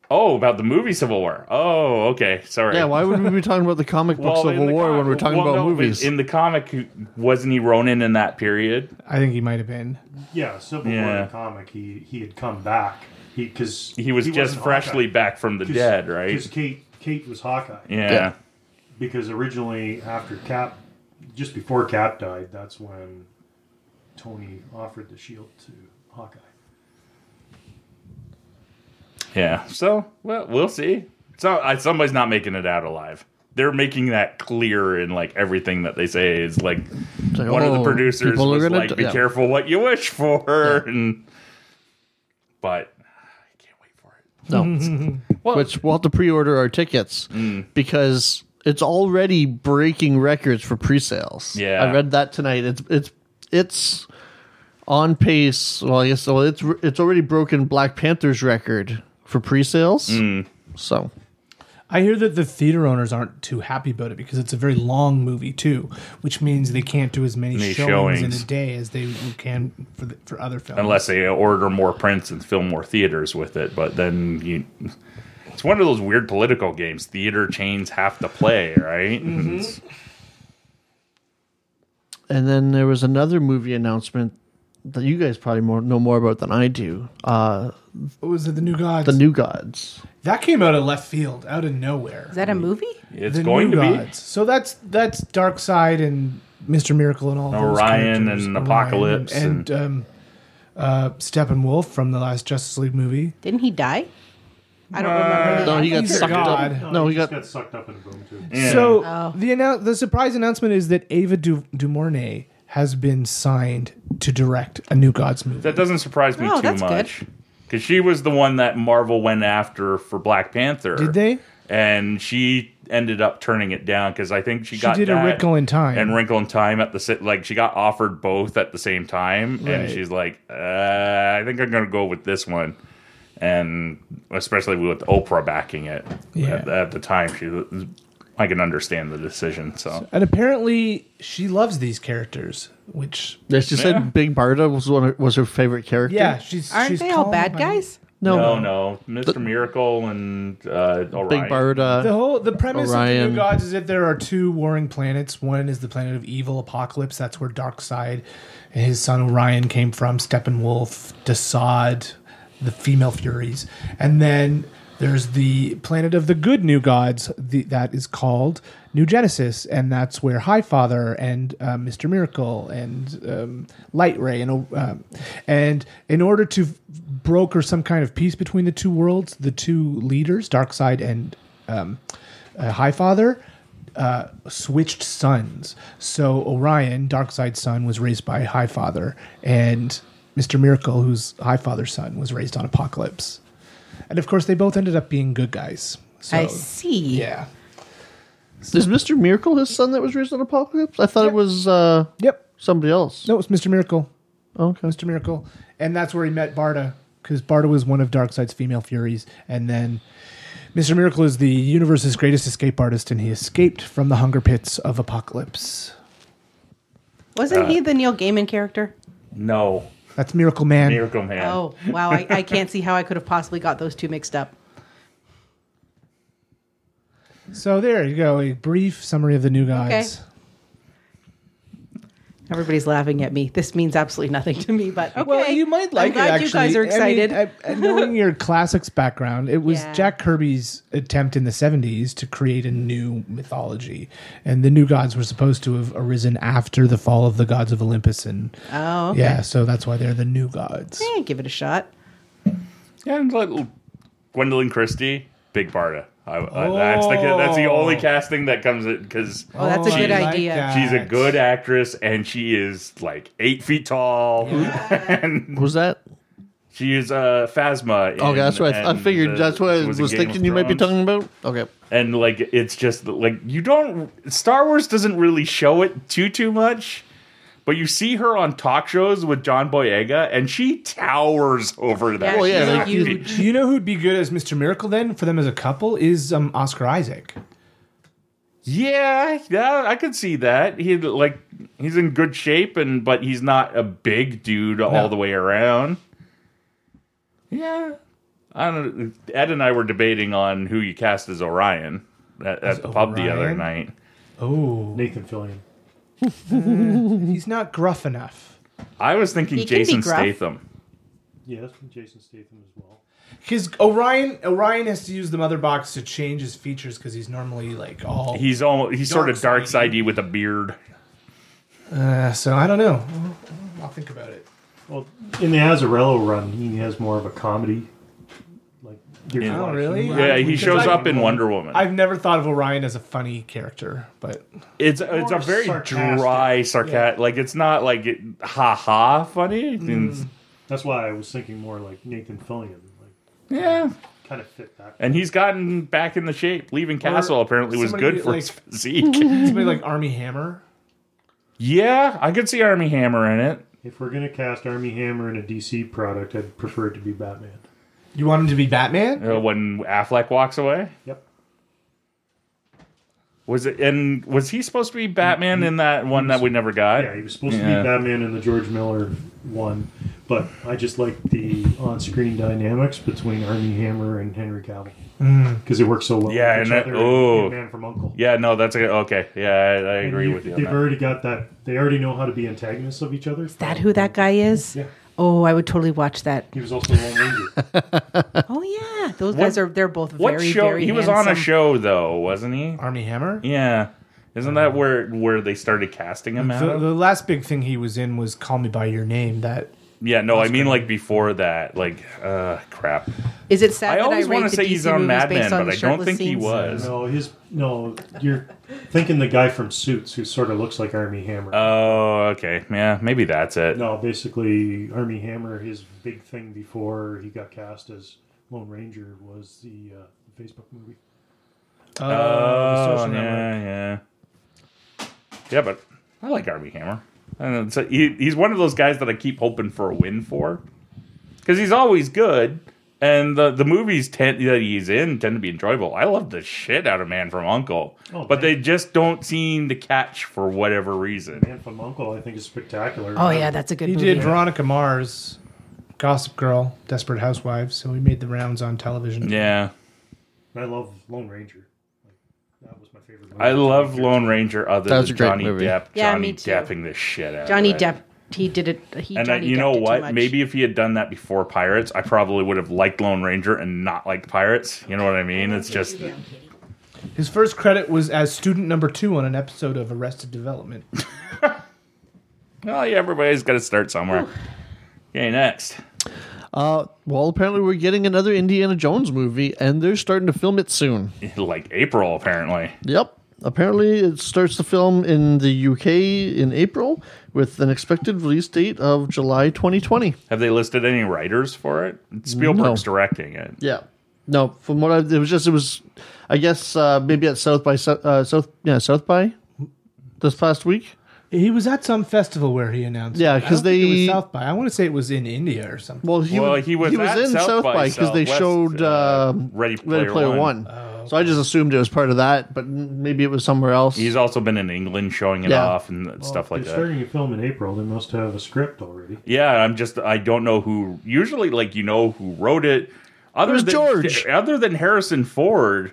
Speaker 1: Oh, about the movie Civil War. Oh, okay. Sorry.
Speaker 3: Yeah, why would we be talking about the comic book
Speaker 1: Well, in
Speaker 3: Civil
Speaker 1: the
Speaker 3: War
Speaker 1: com-
Speaker 3: when we're talking
Speaker 1: well,
Speaker 3: about
Speaker 1: no,
Speaker 3: movies?
Speaker 1: In the comic, wasn't he Ronin in that period?
Speaker 6: I think he might have been.
Speaker 5: yeah Civil War
Speaker 1: Yeah.
Speaker 5: in the comic. He he had come back. He because
Speaker 1: He was just freshly back from the dead,
Speaker 5: Because
Speaker 1: right?
Speaker 5: Kate Kate was Hawkeye.
Speaker 1: Yeah.
Speaker 3: Yeah.
Speaker 5: Because originally after Cap, just before Cap died, that's when Tony offered the shield to Hawkeye.
Speaker 1: Yeah. So, well, we'll see. So, I, somebody's not making it out alive. They're making that clear in like everything that they say is like
Speaker 3: Like,
Speaker 1: one of the
Speaker 3: oh,
Speaker 1: producers
Speaker 3: people are
Speaker 1: was
Speaker 3: gonna
Speaker 1: like,
Speaker 3: d-
Speaker 1: "Be
Speaker 3: yeah.
Speaker 1: careful what you wish for," and but I can't wait for it.
Speaker 3: No. Which we'll have to pre order our tickets
Speaker 1: Mm.
Speaker 3: because it's already breaking records for pre sales.
Speaker 1: Yeah.
Speaker 3: I read that tonight. It's it's it's on pace. Well, I guess well, it's it's already broken Black Panther's record for pre sales.
Speaker 1: Mm.
Speaker 3: So
Speaker 6: I hear that the theater owners aren't too happy about it because it's a very long movie too, which means they can't do as many,
Speaker 1: Many
Speaker 6: showings,
Speaker 1: showings.
Speaker 6: in a day as they can for the, for other films.
Speaker 1: Unless they order more prints and film more theaters with it, but then you. It's one of those weird political games theater chains have to play, right?
Speaker 4: Mm-hmm.
Speaker 1: It's-
Speaker 3: and then there was another movie announcement that you guys probably more know more about than I do. Uh,
Speaker 6: what was it? The New Gods.
Speaker 3: the New Gods.
Speaker 6: that came out of left field, out of nowhere.
Speaker 4: Is that a movie?
Speaker 1: It's
Speaker 6: the
Speaker 1: going
Speaker 6: New
Speaker 1: to be
Speaker 6: Gods. So that's that's Dark Side and Mister Miracle and all those
Speaker 1: Orion
Speaker 6: characters.
Speaker 1: and
Speaker 6: Orion
Speaker 1: Apocalypse
Speaker 6: and, um, uh, Steppenwolf from the last Justice League movie.
Speaker 4: Didn't he die? I don't remember.
Speaker 3: No, he got
Speaker 6: He's a
Speaker 3: sucked
Speaker 6: god.
Speaker 3: up. No, he
Speaker 5: just
Speaker 3: got.
Speaker 5: got sucked up in a boom tube.
Speaker 6: So
Speaker 4: Oh.
Speaker 6: the annou- the surprise announcement is that Ava du- DuMornay has been signed to direct a New Gods movie.
Speaker 1: That doesn't surprise me
Speaker 4: Oh,
Speaker 1: too
Speaker 4: that's good.
Speaker 1: much. Because she was the one that Marvel went after for Black Panther.
Speaker 6: Did they?
Speaker 1: And she ended up turning it down because I think she, got
Speaker 6: did a
Speaker 1: that
Speaker 6: Wrinkle in Time.
Speaker 1: and Wrinkle in Time at the si- like she got offered both at the same time, and
Speaker 6: Right.
Speaker 1: she's like, uh, I think I'm gonna go with this one. And especially with Oprah backing it
Speaker 6: Yeah.
Speaker 1: at, at the time, she I can understand the decision. So
Speaker 6: And apparently she loves these characters, which
Speaker 3: Yeah, she said
Speaker 1: Yeah.
Speaker 3: Big Barda was one of, was her favorite character.
Speaker 6: yeah, she's
Speaker 4: Aren't
Speaker 6: she's
Speaker 4: they all
Speaker 6: calm
Speaker 4: bad
Speaker 6: by-
Speaker 4: guys?
Speaker 3: no,
Speaker 1: no, no, Mr. Miracle and uh, Orion.
Speaker 3: Big Barda.
Speaker 6: The whole the premise of the
Speaker 3: Orion.
Speaker 6: New Gods is that there are two warring planets. One is the planet of evil, Apocalypse. That's where Darkseid and his son Orion came from. Steppenwolf, Desaad, the female Furies, and then there's the planet of the good New Gods. The, that is called New Genesis, and that's where Highfather and uh, Mister Miracle and um, Light Ray and um, and in order to broker some kind of peace between the two worlds, the two leaders, Darkseid and um, uh, Highfather uh, switched sons. So Orion, Darkseid's son, was raised by Highfather, and Mr. Miracle, who's Highfather's son, was raised on Apocalypse. And of course, they both ended up being good guys. So,
Speaker 4: I see.
Speaker 6: Yeah.
Speaker 3: Is Mr. Miracle his son that was raised on Apocalypse? I thought it was uh,
Speaker 6: Yep.
Speaker 3: somebody else.
Speaker 6: No, it's Mr. Miracle.
Speaker 3: Okay.
Speaker 6: Mr. Miracle. And that's where he met Barda, because Barda was one of Darkseid's female furies. And then Mr. Miracle is the universe's greatest escape artist, and he escaped from the hunger pits of Apocalypse.
Speaker 4: Wasn't
Speaker 6: Uh,
Speaker 4: he the Neil Gaiman character?
Speaker 1: No,
Speaker 6: That's Miracle Man.
Speaker 1: Miracle Man.
Speaker 4: Oh, wow. I, I can't see how I could have possibly got those two mixed up.
Speaker 6: So there you go, a brief summary of the new gods.
Speaker 4: Everybody's laughing at me. This means absolutely nothing to me, but okay.
Speaker 6: Well, you might like
Speaker 4: I'm glad
Speaker 6: it. Actually,
Speaker 4: you guys are excited.
Speaker 6: I mean, I- I- knowing your classics background, it was
Speaker 4: Yeah.
Speaker 6: Jack Kirby's attempt in the '70s to create a new mythology, and the new gods were supposed to have arisen after the fall of the gods of Olympus, and
Speaker 4: oh, okay.
Speaker 6: yeah, so that's why they're the new gods.
Speaker 4: Eh, give it a shot.
Speaker 1: And like Gwendolyn Christie, Big Barda. I, I- that's the that's the only casting that comes because
Speaker 4: Oh, that's a
Speaker 1: Oh,
Speaker 4: good
Speaker 1: I
Speaker 6: like
Speaker 4: idea.
Speaker 6: that.
Speaker 1: she's a good actress and she is like eight feet tall. and
Speaker 3: Was that?
Speaker 1: she is uh, Phasma. In,
Speaker 3: Oh, Okay, that's what I, I
Speaker 1: and
Speaker 3: figured.
Speaker 1: the-
Speaker 3: that's what I was,
Speaker 1: in Game
Speaker 3: thinking
Speaker 1: of
Speaker 3: you might be
Speaker 1: Thrones.
Speaker 3: talking about. Okay.
Speaker 1: And like it's just like you don't Star Wars doesn't really show it too too much. But you see her on talk shows with John Boyega, and she towers over that.
Speaker 3: Well, Oh, yeah,
Speaker 4: she's
Speaker 3: like you-
Speaker 4: huge.
Speaker 6: You know who'd be good as Mr. Miracle then for them as a couple is um, Oscar Isaac.
Speaker 1: Yeah, yeah, I could see that. He like he's in good shape, and but he's not a big dude all the way around. Yeah, I don't. Ed and I were debating on who you cast as Orion at, at the pub the other
Speaker 6: Orion?
Speaker 1: night.
Speaker 6: Oh,
Speaker 5: Nathan Fillion.
Speaker 6: he's not gruff enough.
Speaker 1: I was thinking
Speaker 4: He can be
Speaker 1: Jason
Speaker 4: gruff.
Speaker 1: Statham.
Speaker 5: Yeah, that's from Jason Statham as well.
Speaker 6: Because Orion, Orion has to use the mother box to change his features because he's normally like all.
Speaker 1: He's almost he's sort of dark
Speaker 6: Darkseid.
Speaker 1: sidey with a beard.
Speaker 6: Uh, so I don't know. I'll think about it.
Speaker 5: Well, in the Azarello run, he has more of a comedy. Like, there's
Speaker 1: Yeah.
Speaker 5: a lot
Speaker 6: Oh,
Speaker 5: of
Speaker 6: really?
Speaker 5: humor.
Speaker 1: Yeah, he shows up in Wonder Woman.
Speaker 6: I've never thought of Orion as a funny character, but
Speaker 1: it's it's a very
Speaker 5: sarcastic.
Speaker 1: dry sarcastic. Like it's not like it, ha ha funny.
Speaker 6: Mm.
Speaker 1: It's-
Speaker 5: That's why I was thinking more like Nathan Fillion, like
Speaker 1: yeah,
Speaker 5: kind of fit back.
Speaker 1: and he's gotten back in the shape. Leaving Castle apparently was
Speaker 6: somebody
Speaker 1: good for
Speaker 6: like-
Speaker 1: his physique.
Speaker 6: somebody like Army Hammer.
Speaker 1: yeah, I could see Army Hammer in it.
Speaker 5: if we're gonna cast Army Hammer in a DC product, I'd prefer it to be Batman.
Speaker 6: You want him to be Batman?
Speaker 1: Uh, when Affleck walks away.
Speaker 5: Yep.
Speaker 1: Was it and was he supposed to be Batman in that one that we never got?
Speaker 5: Yeah, he was supposed
Speaker 1: Yeah.
Speaker 5: to be Batman in the George Miller one, but I just like the on-screen dynamics between Army Hammer and Henry Cavill because they work so well.
Speaker 1: Yeah, and
Speaker 5: with each
Speaker 1: that-
Speaker 5: other
Speaker 1: oh.
Speaker 5: in Man from Uncle.
Speaker 1: Yeah, no, that's a, okay. Yeah, I, I agree with you. on
Speaker 5: They've
Speaker 1: that.
Speaker 5: already got that. They already know how to be antagonists of each other.
Speaker 4: that who that guy is?
Speaker 5: Yeah.
Speaker 4: Oh, I would totally watch that.
Speaker 5: He was also Lone Ranger.
Speaker 4: Oh yeah, those guys are they're both
Speaker 1: What
Speaker 4: very
Speaker 1: show?
Speaker 4: very
Speaker 1: He was on a
Speaker 4: handsome.
Speaker 1: show though, wasn't he?
Speaker 6: Army Hammer?
Speaker 1: Yeah. Isn't that where where they started casting him out?
Speaker 6: The,
Speaker 1: of?
Speaker 6: the last big thing he was in was Call Me by Your Name. That
Speaker 1: Yeah, no, I mean like before that, like uh crap.
Speaker 4: Is it sad
Speaker 1: I
Speaker 4: that
Speaker 1: always
Speaker 4: I want
Speaker 1: wanna
Speaker 4: to
Speaker 1: say he's on Mad Men, but I don't think he was.
Speaker 5: no, his no. You're thinking the guy from Suits who sort of looks like Army Hammer.
Speaker 1: Oh, okay. Yeah, maybe that's it.
Speaker 5: no, basically Army Hammer. His big thing before he got cast as Lone Ranger was the uh, Facebook movie.
Speaker 6: uh,
Speaker 1: oh,
Speaker 6: the social network.
Speaker 1: yeah, yeah. Yeah, but I like Army Hammer. And so he, he's one of those guys that I keep hoping for a win for. Cuz he's always good. And the, the movies tend, that he's in tend to be enjoyable. I love the shit out of Man from Uncle,
Speaker 5: Oh,
Speaker 1: but
Speaker 5: man.
Speaker 1: they just don't seem to catch for whatever reason.
Speaker 5: Man from Uncle, I think, is spectacular.
Speaker 4: Oh yeah, that's a good
Speaker 6: He
Speaker 4: movie.
Speaker 6: did Veronica Mars, Gossip Girl, Desperate Housewives. So he made the rounds on television.
Speaker 1: Yeah,
Speaker 5: I love Lone Ranger. Like, that was my favorite. Movie.
Speaker 1: I love Lone Ranger. Other
Speaker 3: That was
Speaker 1: than
Speaker 3: a great
Speaker 1: Johnny
Speaker 3: movie.
Speaker 1: Depp,
Speaker 4: Yeah,
Speaker 1: Johnny
Speaker 4: me too.
Speaker 1: Depping the shit out.
Speaker 4: Johnny
Speaker 1: of it.
Speaker 4: Depp. He did it. He
Speaker 1: And I,
Speaker 4: Johnny
Speaker 1: you
Speaker 4: Depped
Speaker 1: know
Speaker 4: it too
Speaker 1: what?
Speaker 4: much.
Speaker 1: Maybe if he had done that before Pirates, I probably would have liked Lone Ranger and not liked Pirates. You know what I mean? It's just
Speaker 6: His first credit was as student number two on an episode of Arrested Development.
Speaker 1: oh yeah, everybody's got to start somewhere. Okay, next.
Speaker 3: Uh, well, apparently we're getting another Indiana Jones movie, and they're starting to film it soon.
Speaker 1: Like April, apparently.
Speaker 3: Yep. Apparently, it starts the film in the UK in April with an expected release date of July 2020.
Speaker 1: Have they listed any writers for it? Spielberg's directing it.
Speaker 3: Yeah. No, from what I, it was just, it was, I guess, uh, maybe at South by, Sou- uh, South, yeah, South by this past week.
Speaker 6: he was at some festival where he announced. it.
Speaker 3: Yeah,
Speaker 6: I don't
Speaker 3: 'cause
Speaker 6: think it was
Speaker 3: they-
Speaker 6: South by. I want to say it was in India or something.
Speaker 3: Well, he,
Speaker 1: Well,
Speaker 3: was-
Speaker 1: he was at South by
Speaker 3: because they
Speaker 1: Southwest,
Speaker 3: showed
Speaker 1: uh,
Speaker 3: um
Speaker 1: Ready
Speaker 3: Ready
Speaker 1: Player
Speaker 3: Player
Speaker 1: One.
Speaker 3: One. So I just assumed it was part of that, but n- maybe it was somewhere else.
Speaker 1: He's also been in England showing it
Speaker 3: Yeah.
Speaker 1: off and stuff like
Speaker 5: They're
Speaker 1: that.
Speaker 5: starting a film in April. They must have a script already.
Speaker 1: Yeah, I'm just I don't know who. Usually, like you know who wrote it. Other
Speaker 3: was
Speaker 1: than
Speaker 3: George.
Speaker 1: other than Harrison Ford,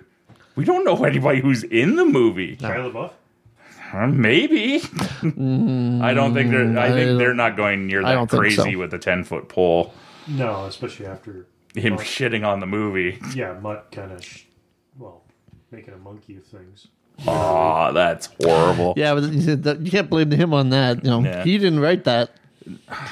Speaker 1: we don't know anybody who's in the movie.
Speaker 5: Shia LaBeouf.
Speaker 1: Uh, maybe. I don't think they're. I think
Speaker 3: Mm, I
Speaker 1: they're not going near that
Speaker 3: don't think
Speaker 1: crazy
Speaker 3: so.
Speaker 1: with the ten foot pole.
Speaker 5: No, especially after
Speaker 1: Him shitting on the movie.
Speaker 5: yeah, Mutt kind of sh- well making a monkey of things.
Speaker 1: Aw, that's horrible.
Speaker 3: Yeah, but you said that- you can't blame him on that. You know,
Speaker 1: Yeah.
Speaker 3: he didn't write that.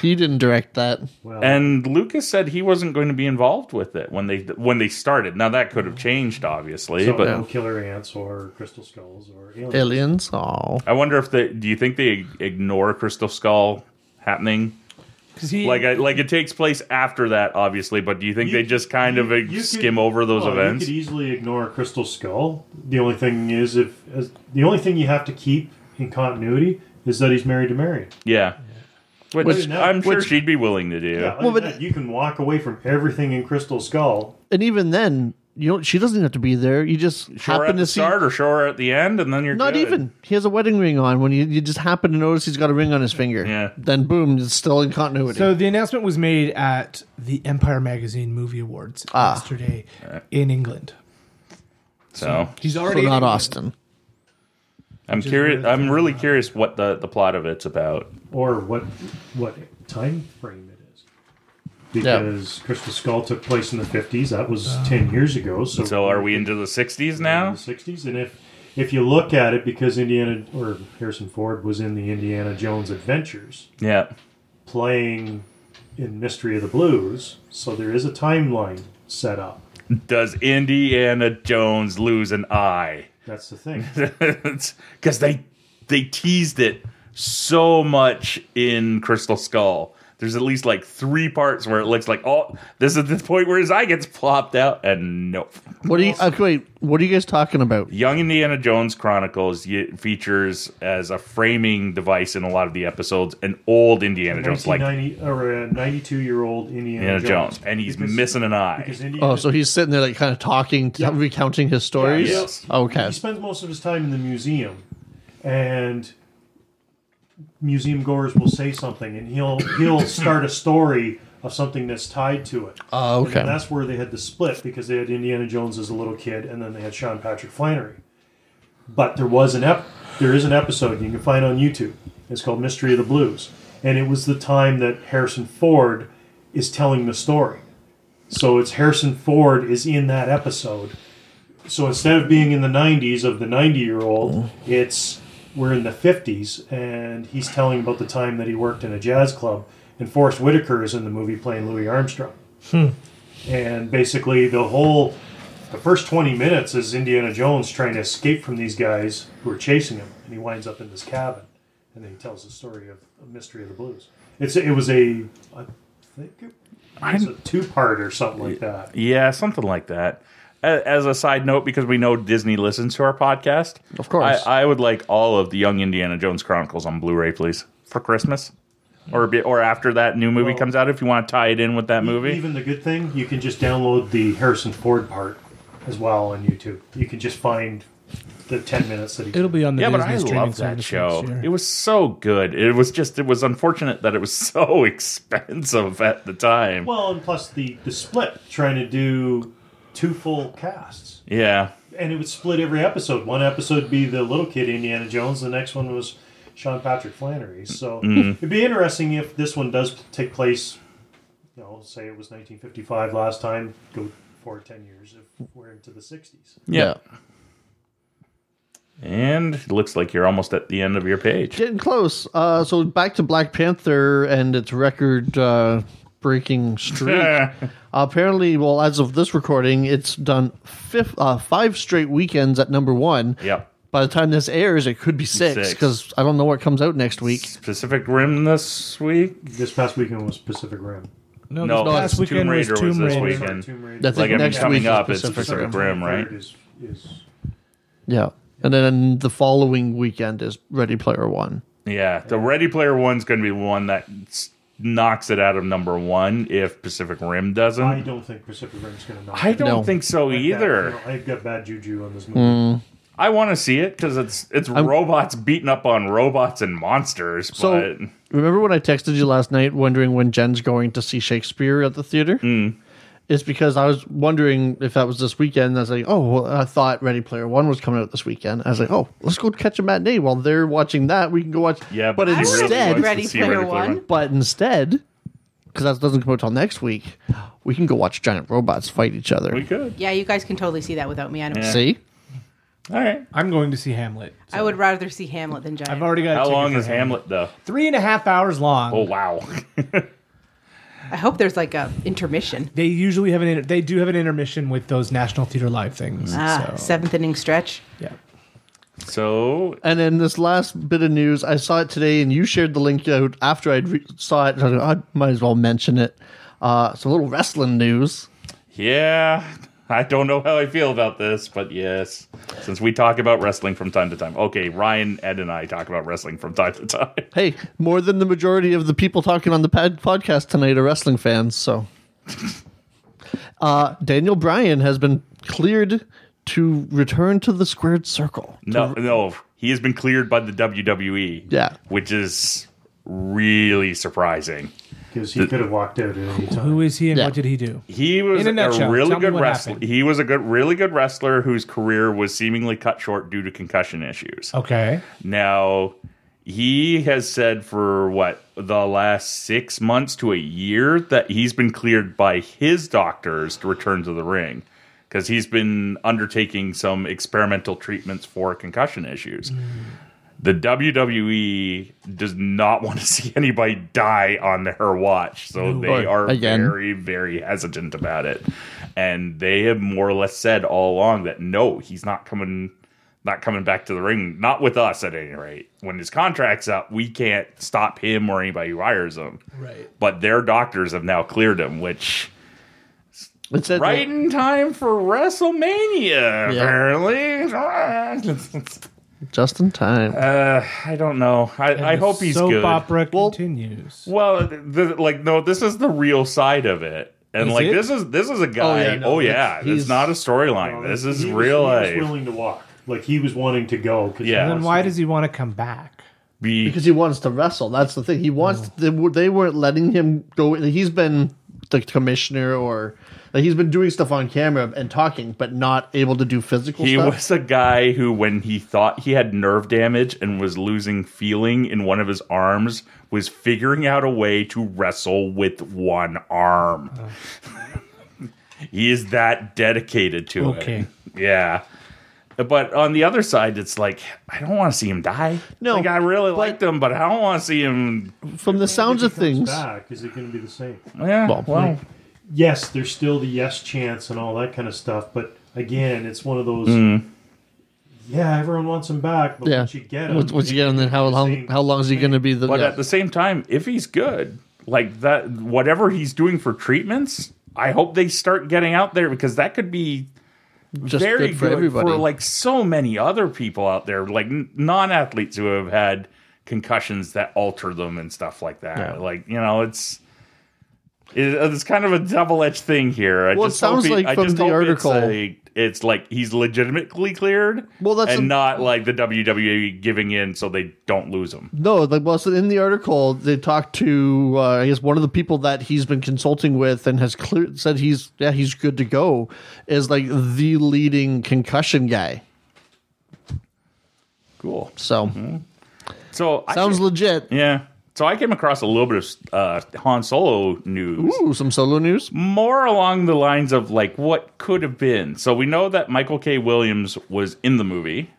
Speaker 3: He didn't direct that.
Speaker 5: Well,
Speaker 1: And Lucas said he wasn't going to be involved with it when they when they started. Now that could have changed, obviously,
Speaker 5: so
Speaker 1: but
Speaker 5: no killer ants or crystal skulls or aliens.
Speaker 3: Aliens. Oh,
Speaker 1: I wonder if they do you think they ignore Crystal Skull happening?
Speaker 6: 'Cause he-
Speaker 1: Like, I, like it takes place after that, obviously. But do you think
Speaker 5: You-
Speaker 1: they just kind of
Speaker 5: you could-
Speaker 1: skim over those
Speaker 5: well,
Speaker 1: events?
Speaker 5: You could e easily ignore Crystal Skull. The only thing is, if as, the only thing you have to keep in continuity is that he's married to Marion.
Speaker 1: yeah, which,
Speaker 5: Which-
Speaker 1: I'm sure
Speaker 3: which-
Speaker 1: she'd be willing to do.
Speaker 5: Yeah, other
Speaker 3: Well,
Speaker 5: than
Speaker 3: but-
Speaker 5: that, you can walk away from everything in Crystal Skull.
Speaker 3: and even then, you know, she doesn't have to be there. You just
Speaker 1: Show her at
Speaker 3: happen
Speaker 1: the
Speaker 3: to see.
Speaker 1: start or show her at the end, and then you're
Speaker 3: Not
Speaker 1: good.
Speaker 3: even. He has a wedding ring on. When you, you just happen to notice he's got a ring on his finger,
Speaker 1: Yeah.
Speaker 3: Then boom, it's still in continuity.
Speaker 6: So the announcement was made at the Empire Magazine Movie Awards
Speaker 3: Ah.
Speaker 6: yesterday in England.
Speaker 1: So
Speaker 6: He's
Speaker 3: so
Speaker 6: already
Speaker 3: not
Speaker 6: in England.
Speaker 3: Austin.
Speaker 1: I'm
Speaker 6: is
Speaker 1: curious.
Speaker 6: where the
Speaker 1: I'm
Speaker 6: film
Speaker 1: really curious what the the plot of it's about.
Speaker 5: or what what time frame it is. Because Crystal Skull took place in the fifties, that was ten years ago. So,
Speaker 1: So are we into the 60s now?
Speaker 5: the sixties? And if if you look at it, because Indiana or Harrison Ford was in the Indiana Jones Adventures,
Speaker 1: Yeah.
Speaker 5: playing in Mystery of the Blues, so there is a timeline set up.
Speaker 1: Does Indiana Jones lose an eye?
Speaker 5: That's the thing.
Speaker 1: because they they teased it so much in Crystal Skull. There's at least like three parts where it looks like oh, this is the point where his eye gets plopped out, and nope.
Speaker 3: What are you? Okay, wait. What are you guys talking about?
Speaker 1: Young Indiana Jones Chronicles ye- features as a framing device in a lot of the episodes an old Indiana Jones, like
Speaker 5: 1990 or a 92 year old Indiana,
Speaker 1: Indiana
Speaker 5: Jones.
Speaker 1: Jones, and he's
Speaker 5: Because-
Speaker 1: missing an eye.
Speaker 5: Because Indiana,
Speaker 3: Oh, so he's sitting there like kind of talking, t- recounting his stories.
Speaker 1: Yes.
Speaker 3: Okay.
Speaker 5: he spends most of his time in the museum, and museum goers will say something, and he'll he'll start a story of something that's tied to it.
Speaker 3: Oh,
Speaker 5: And
Speaker 3: okay.
Speaker 5: that's where they had the split because they had Indiana Jones as a little kid, and then they had Sean Patrick Flannery. But there was an ep- there is an episode you can find on YouTube. It's called Mystery of the Blues, and it was the time that Harrison Ford is telling the story. So it's Harrison Ford is in that episode. So instead of being in the 90s of the 90 year old, it's we're in the 50s, and he's telling about the time that he worked in a jazz club. And Forrest Whitaker is in the movie playing Louis Armstrong and basically the whole the first 20 minutes is indiana jones trying to escape from these guys who are chasing him and he winds up in this cabin and then he tells the story of a mystery of the blues it's it was a i think it was a two-part or something like that
Speaker 1: Yeah, something like that. A- As a side note, because we know Disney listens to our podcast,
Speaker 3: Of course.
Speaker 1: I, I would like all of the Young Indiana Jones Chronicles on Blu-ray, please, for Christmas, or be- or after that new movie
Speaker 5: Well-
Speaker 1: comes out. If you want to tie it in with that movie,
Speaker 5: even the good thing you can just download the harrison ford part as well on youtube you can just find the 10 minutes that he
Speaker 6: It'll be on the
Speaker 1: yeah, but
Speaker 6: Disney
Speaker 1: I
Speaker 6: streaming
Speaker 1: love that
Speaker 6: service
Speaker 1: show.
Speaker 6: next year.
Speaker 1: It was so good. It was just it was unfortunate that it was so expensive at the time.
Speaker 5: well and plus the the split trying to do two full casts
Speaker 1: yeah,
Speaker 5: and it would split every episode. One episode would be the little kid Indiana Jones, the next one was Sean Patrick Flannery. So it'd be interesting if this one does take place. You know, say it was 1955 last time. Go for 10 years if we're into the 60s.
Speaker 1: yeah. And it looks like you're almost at the end of your page.
Speaker 3: Getting close. Uh, so back to Black Panther and its record uh, breaking streak. Apparently, well, as of this recording, it's done fifth, uh, five straight weekends at number one.
Speaker 1: yep.
Speaker 3: By the time this airs, it could be six
Speaker 1: Six.
Speaker 3: because I don't know what comes out next week.
Speaker 1: Pacific Rim this week.
Speaker 5: This past weekend was Pacific Rim.
Speaker 6: No,
Speaker 1: No,
Speaker 6: this past
Speaker 1: Tomb
Speaker 6: weekend
Speaker 1: Raider was
Speaker 6: was Tomb
Speaker 1: this
Speaker 6: Raider.
Speaker 1: weekend.
Speaker 5: Sorry, Tomb Raider.
Speaker 3: That's
Speaker 1: Like,
Speaker 3: like
Speaker 1: I mean,
Speaker 3: next
Speaker 1: coming
Speaker 3: week
Speaker 1: up,
Speaker 3: is
Speaker 1: it's
Speaker 3: Pacific
Speaker 1: Pacific Rim,
Speaker 3: Rim.
Speaker 1: right?
Speaker 5: Third Is, is
Speaker 3: Yeah, and then the following weekend is Ready Player One.
Speaker 1: Yeah, the Ready Player One's going to be one that s- knocks it out of number one if Pacific Rim doesn't.
Speaker 5: I
Speaker 1: I,
Speaker 5: don't think Pacific Rim's going to knock. it.
Speaker 1: don't
Speaker 3: No.
Speaker 1: think so
Speaker 5: I've got-
Speaker 1: either.
Speaker 5: you know, I've got bad juju on this
Speaker 3: Hmm.
Speaker 5: movie.
Speaker 1: I want to see it because it's it's robots beating up on robots and monsters.
Speaker 3: So
Speaker 1: but
Speaker 3: remember when I texted you last night wondering when Jen's going to see Shakespeare at the theater? Mm. It's because I was wondering if that was this weekend. I was like, oh, well, I thought Ready Player One was coming out this weekend. I was like, oh, let's go catch a matinee while they're watching that. We can go watch.
Speaker 1: yeah,
Speaker 3: but,
Speaker 1: he really
Speaker 3: instead,
Speaker 1: wants to
Speaker 4: Ready
Speaker 1: see
Speaker 4: Player One?
Speaker 3: but instead, because that doesn't come out till next week, we can go watch giant robots fight each other.
Speaker 1: We could.
Speaker 4: Yeah, you guys can totally see that without me. I don't.
Speaker 1: Yeah.
Speaker 3: See,
Speaker 1: All right.
Speaker 6: I'm going to see Hamlet.
Speaker 4: I would rather see Hamlet than Giant.
Speaker 6: I've already got. a
Speaker 1: How
Speaker 6: ticket
Speaker 1: long
Speaker 6: for
Speaker 1: is Hamlet though?
Speaker 6: Three and a half hours long.
Speaker 1: Oh wow.
Speaker 4: I hope there's like a intermission.
Speaker 6: They usually have an. Inter- they do have an intermission with those National Theater Live things.
Speaker 4: Ah,
Speaker 6: so,
Speaker 4: seventh inning stretch.
Speaker 6: yeah.
Speaker 1: so
Speaker 3: And then this last bit of news, I saw it today, and you shared the link out after I re- saw it. and I, was like, "Oh, I might as well mention it. Uh, some little wrestling news.
Speaker 1: yeah, I don't know how I feel about this, but yes, since we talk about wrestling from time to time. Okay, Ryan, Ed, and I talk about wrestling from time to time.
Speaker 3: Hey, more than the majority of the people talking on the pad- podcast tonight are wrestling fans. So, uh, Daniel Bryan has been cleared to return to the squared circle.
Speaker 1: No, no, he has been cleared by the WWE.
Speaker 3: Yeah.
Speaker 1: which is really surprising.
Speaker 5: Because he could have walked out at any time.
Speaker 6: Who is he and
Speaker 3: Yeah.
Speaker 6: what did he do?
Speaker 1: He was
Speaker 6: In a
Speaker 1: a,
Speaker 6: nutshell,
Speaker 1: really
Speaker 6: tell me
Speaker 1: good
Speaker 6: what
Speaker 1: wrestler.
Speaker 6: happened.
Speaker 1: He was a good, really good wrestler whose career was seemingly cut short due to concussion issues.
Speaker 6: Okay.
Speaker 1: Now, he has said for what the last six months to a year that he's been cleared by his doctors to return to the ring because he's been undertaking some experimental treatments for concussion issues. the WWE does not want to see anybody die on their watch, so they
Speaker 3: Right.
Speaker 1: are
Speaker 3: Again.
Speaker 1: very, very hesitant about it. And they have more or less said all along that no, he's not coming, not coming back to the ring, not with us at any rate. When his contract's up, we can't stop him or anybody who hires him.
Speaker 6: Right.
Speaker 1: But their doctors have now cleared him, which
Speaker 3: It said
Speaker 1: right
Speaker 3: that-
Speaker 1: in time for WrestleMania,
Speaker 3: Yeah.
Speaker 1: apparently.
Speaker 3: just in time.
Speaker 1: Uh, I don't know. I, I
Speaker 6: The
Speaker 1: hope he's
Speaker 6: soap
Speaker 1: good.
Speaker 6: opera
Speaker 3: Well-
Speaker 6: continues.
Speaker 1: Well, the, like no, this is the real side of it, and
Speaker 6: Is
Speaker 1: like
Speaker 6: it?
Speaker 1: this is this is a guy. Oh
Speaker 3: yeah,
Speaker 1: yeah,
Speaker 3: no,
Speaker 1: it's,
Speaker 3: it's- he's-
Speaker 1: not a storyline. this is real
Speaker 5: was, Oh, He was
Speaker 1: life.
Speaker 5: willing to walk. Like he was wanting to go. 'cause he
Speaker 1: Yeah.
Speaker 6: then
Speaker 5: wants
Speaker 6: why
Speaker 5: to-
Speaker 6: does he want to come back?
Speaker 1: Be-
Speaker 3: because he wants to wrestle. That's the thing. He wants. They, were- they weren't letting him go. He's been the commissioner, or like, he's been doing stuff on camera and talking, but not able to do physical.
Speaker 1: he
Speaker 3: stuff.
Speaker 1: was a guy who, when he thought he had nerve damage and was losing feeling in one of his arms, was figuring out a way to wrestle with one arm.
Speaker 3: Oh.
Speaker 1: he is that dedicated to
Speaker 6: Okay.
Speaker 1: it. Yeah. But on the other side, it's like I don't want to see him die.
Speaker 3: No,
Speaker 1: like I really
Speaker 3: but-
Speaker 1: liked him, but I don't want to see him.
Speaker 3: from the sounds of
Speaker 5: If he
Speaker 3: things.
Speaker 5: comes Back, is it going to be the same?
Speaker 1: Yeah,
Speaker 3: Well,
Speaker 1: well,
Speaker 5: yes, there's still the yes chance and all that kind of stuff. But again, it's one of those.
Speaker 1: Hmm.
Speaker 5: Yeah, everyone wants him back, but
Speaker 3: Yeah.
Speaker 5: once you get him,
Speaker 3: Once- once you get him, then how long? How long is he going to be the?
Speaker 1: But
Speaker 3: yeah.
Speaker 1: at the same time, if he's good, like that, whatever he's doing for treatments, I hope they start getting out there because that could be
Speaker 3: just
Speaker 1: very
Speaker 3: good for everybody.
Speaker 1: like so many other people out there, like n- non-athletes who have had concussions that alter them and stuff like that.
Speaker 3: Yeah.
Speaker 1: Like you know, it's it, it's kind of a double-edged thing here. I
Speaker 3: Well, it
Speaker 1: just hope
Speaker 3: sounds
Speaker 1: he-
Speaker 3: like
Speaker 1: I
Speaker 3: from
Speaker 1: just
Speaker 3: the
Speaker 1: hope it's
Speaker 3: article-
Speaker 1: a- it's like he's legitimately cleared,
Speaker 3: Well, that's
Speaker 1: and
Speaker 3: a-
Speaker 1: not like the WWE giving in so they don't lose him.
Speaker 3: No, like well, so in the article, they talked to uh, I guess one of the people that he's been consulting with and has clear, said he's yeah he's good to go is like the leading concussion guy.
Speaker 1: Cool.
Speaker 3: So
Speaker 1: So Mm-hmm. I
Speaker 3: sounds
Speaker 1: ca-
Speaker 3: legit.
Speaker 1: yeah. So I came across a little bit of uh, Han Solo news,
Speaker 3: Ooh, some solo news.
Speaker 1: more along the lines of like what could have been. So we know that Michael K. Williams was in the movie.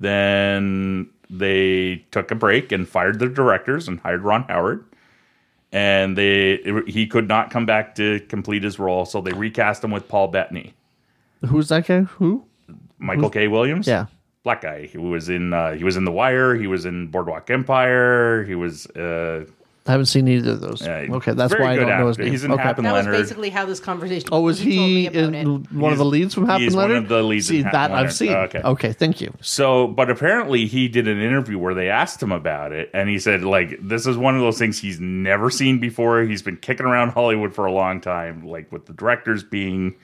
Speaker 1: Then they took a break and fired the directors and hired Ron Howard. And they he could not come back to complete his role, so they recast him with Paul Bettany,
Speaker 3: Who's that guy? Who?
Speaker 1: Michael K. Williams.
Speaker 3: Yeah.
Speaker 1: black guy. He was in uh, he was in The Wire. He was in Boardwalk Empire. He was uh,
Speaker 3: I haven't seen either of those.
Speaker 1: Yeah,
Speaker 3: okay, that's
Speaker 1: very
Speaker 3: why I
Speaker 1: good
Speaker 3: don't know his
Speaker 1: actor.
Speaker 3: name.
Speaker 1: He's in
Speaker 3: okay.
Speaker 1: Happen-
Speaker 4: That
Speaker 1: Leonard.
Speaker 4: was basically how this conversation.
Speaker 3: Oh, was he,
Speaker 4: told me
Speaker 3: in
Speaker 4: about it.
Speaker 3: one of the leads from Happen
Speaker 1: he's one
Speaker 3: Leonard?
Speaker 1: of the leads
Speaker 3: See
Speaker 1: in Happen
Speaker 3: that
Speaker 1: Leonard.
Speaker 3: I've seen.
Speaker 1: Oh, okay.
Speaker 3: okay. thank you.
Speaker 1: So, but apparently he did an interview where they asked him about it, and he said, like, this is one of those things he's never seen before. He's been kicking around Hollywood for a long time, like with the directors being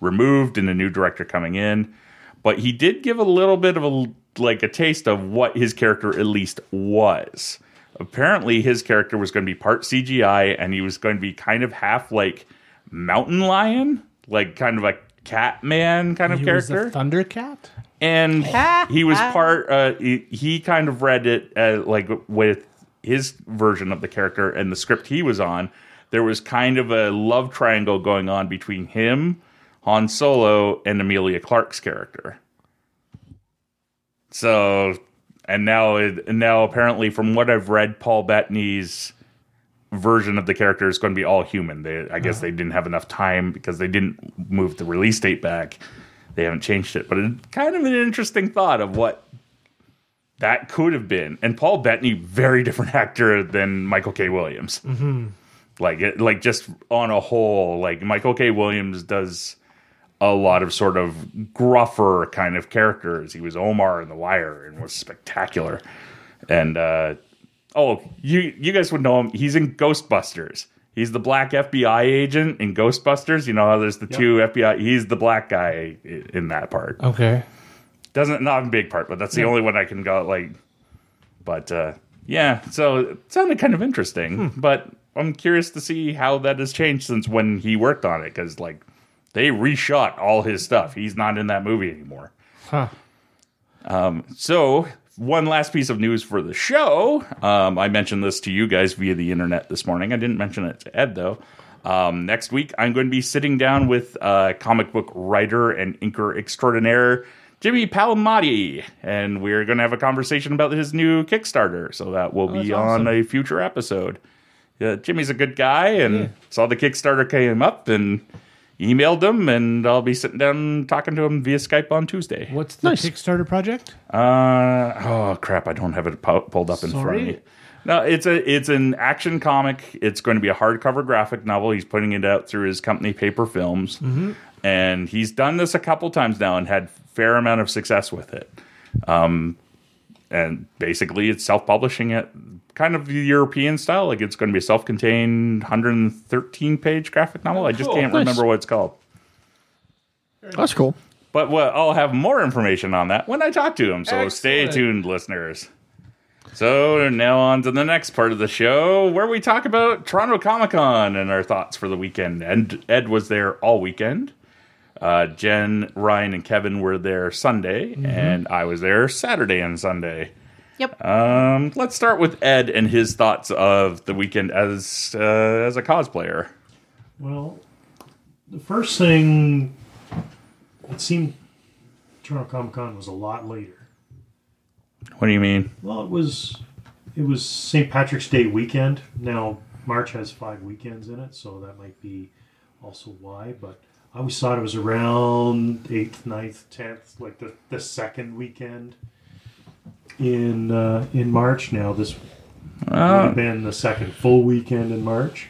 Speaker 1: removed and a new director coming in. But he did give a little bit of a like a taste of what his character at least was. Apparently, his character was going to be part CGI, and he was going to be kind of half like mountain lion, like kind of a cat man kind of
Speaker 6: He was
Speaker 1: character
Speaker 6: a Thundercat.
Speaker 1: and he was part uh, he, he kind of read it uh, like with his version of the character and the script he was on there was kind of a love triangle going on between him han solo and amelia clark's character so and now it, and now apparently from what i've read paul bettany's version of the character is going to be all human they, i guess they didn't have enough time because they didn't move the release date back they haven't changed it, but it's kind of an interesting thought of what that could have been. And Paul Bettany, very different actor than Michael K. Williams. Mm-hmm. Like, it, like just on a whole, like Michael K. Williams does a lot of sort of gruffer kind of characters. He was Omar in The Wire and was spectacular. And uh, oh, you you guys would know him. He's in Ghostbusters. He's the black FBI agent in Ghostbusters. You know how there's the two FBI. He's the black guy i- in that part.
Speaker 6: Okay.
Speaker 1: Doesn't not a big part, but that's the only one I can go like. But uh, yeah, so it sounded kind of interesting. But I'm curious to see how that has changed since when he worked on it because like they reshot all his stuff. He's not in that movie anymore.
Speaker 6: Huh.
Speaker 1: So, one last piece of news for the show. Um, I mentioned this to you guys via the internet this morning. I didn't mention it to Ed, though. Um, next week, I'm going to be sitting down with uh, comic book writer and inker extraordinaire Jimmy Palmati, and we're going to have a conversation about his new Kickstarter. So that will be on a future episode. Yeah, Jimmy's a good guy, and saw the Kickstarter came up and emailed him, and I'll be sitting down talking to him via Skype on Tuesday.
Speaker 6: What's the
Speaker 3: Nice.
Speaker 6: Kickstarter project?
Speaker 1: Uh, oh crap! I don't have it pu- pulled up in front of me.
Speaker 6: Sorry.
Speaker 1: No, it's a it's an action comic. It's going to be a hardcover graphic novel. He's putting it out through his company, Paper Films, and he's done this a couple times now and had fair amount of success with it. Um, and basically, it's self publishing it, kind of the European style. Like it's going to be a self contained, hundred and thirteen page graphic novel. I just
Speaker 6: cool.
Speaker 1: can't
Speaker 3: Nice.
Speaker 1: remember what it's called.
Speaker 3: That's cool.
Speaker 1: But what, I'll have more information on that when I talk to him. So stay
Speaker 6: Excellent.
Speaker 1: tuned, listeners. So now on to the next part of the show where we talk about Toronto Comic Con and our thoughts for the weekend. And Ed was there all weekend. Uh, Jen, Ryan, and Kevin were there Sunday, and I was there Saturday and Sunday.
Speaker 4: Yep.
Speaker 1: Um, let's start with Ed and his thoughts of the weekend as uh, as a cosplayer.
Speaker 5: Well, the first thing it seemed Toronto Comic Con was a lot later.
Speaker 1: What do you mean?
Speaker 5: Well, it was it was St. Patrick's Day weekend. Now March has five weekends in it, so that might be also why. But I always thought it was around eighth, 9th, tenth, like the, the second weekend in uh, in March. Now this
Speaker 1: Uh,
Speaker 5: would
Speaker 1: Ah.
Speaker 5: have been the second full weekend in March,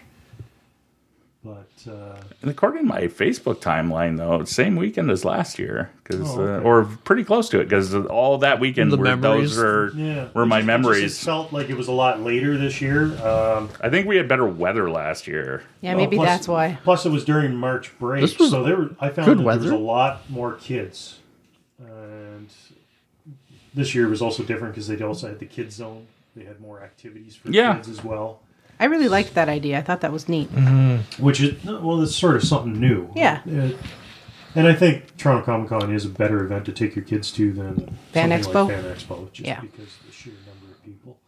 Speaker 5: but. Uh,
Speaker 1: According to my Facebook timeline, though, same weekend as last year, because
Speaker 5: Oh, okay.
Speaker 1: uh, or pretty close to it, because all that weekend
Speaker 3: The
Speaker 1: were,
Speaker 3: memories.
Speaker 1: those are
Speaker 5: Yeah,
Speaker 1: were
Speaker 5: It
Speaker 1: my
Speaker 5: just- it just
Speaker 1: memories.
Speaker 5: felt like it was a lot later this year. Um,
Speaker 1: I think we had better weather last year.
Speaker 4: Yeah,
Speaker 5: well,
Speaker 4: maybe
Speaker 5: uh, plus-
Speaker 4: that's why.
Speaker 5: Plus, it was during March break,
Speaker 3: This was
Speaker 5: so there were, I found
Speaker 3: good
Speaker 5: that there was
Speaker 3: weather.
Speaker 5: a lot more kids, and this year was also different because they also had the kids zone. They had more activities for
Speaker 1: Yeah.
Speaker 5: kids as well,
Speaker 4: I really liked that idea. I thought that was neat.
Speaker 5: which is no, well, it's sort of something new.
Speaker 4: Yeah.
Speaker 5: Uh, and I think Toronto Comic Con is a better event to take your kids to than
Speaker 4: Fan
Speaker 5: something like
Speaker 4: Expo?
Speaker 5: Fan Expo, just
Speaker 4: Yeah.
Speaker 5: because of the sheer number of people.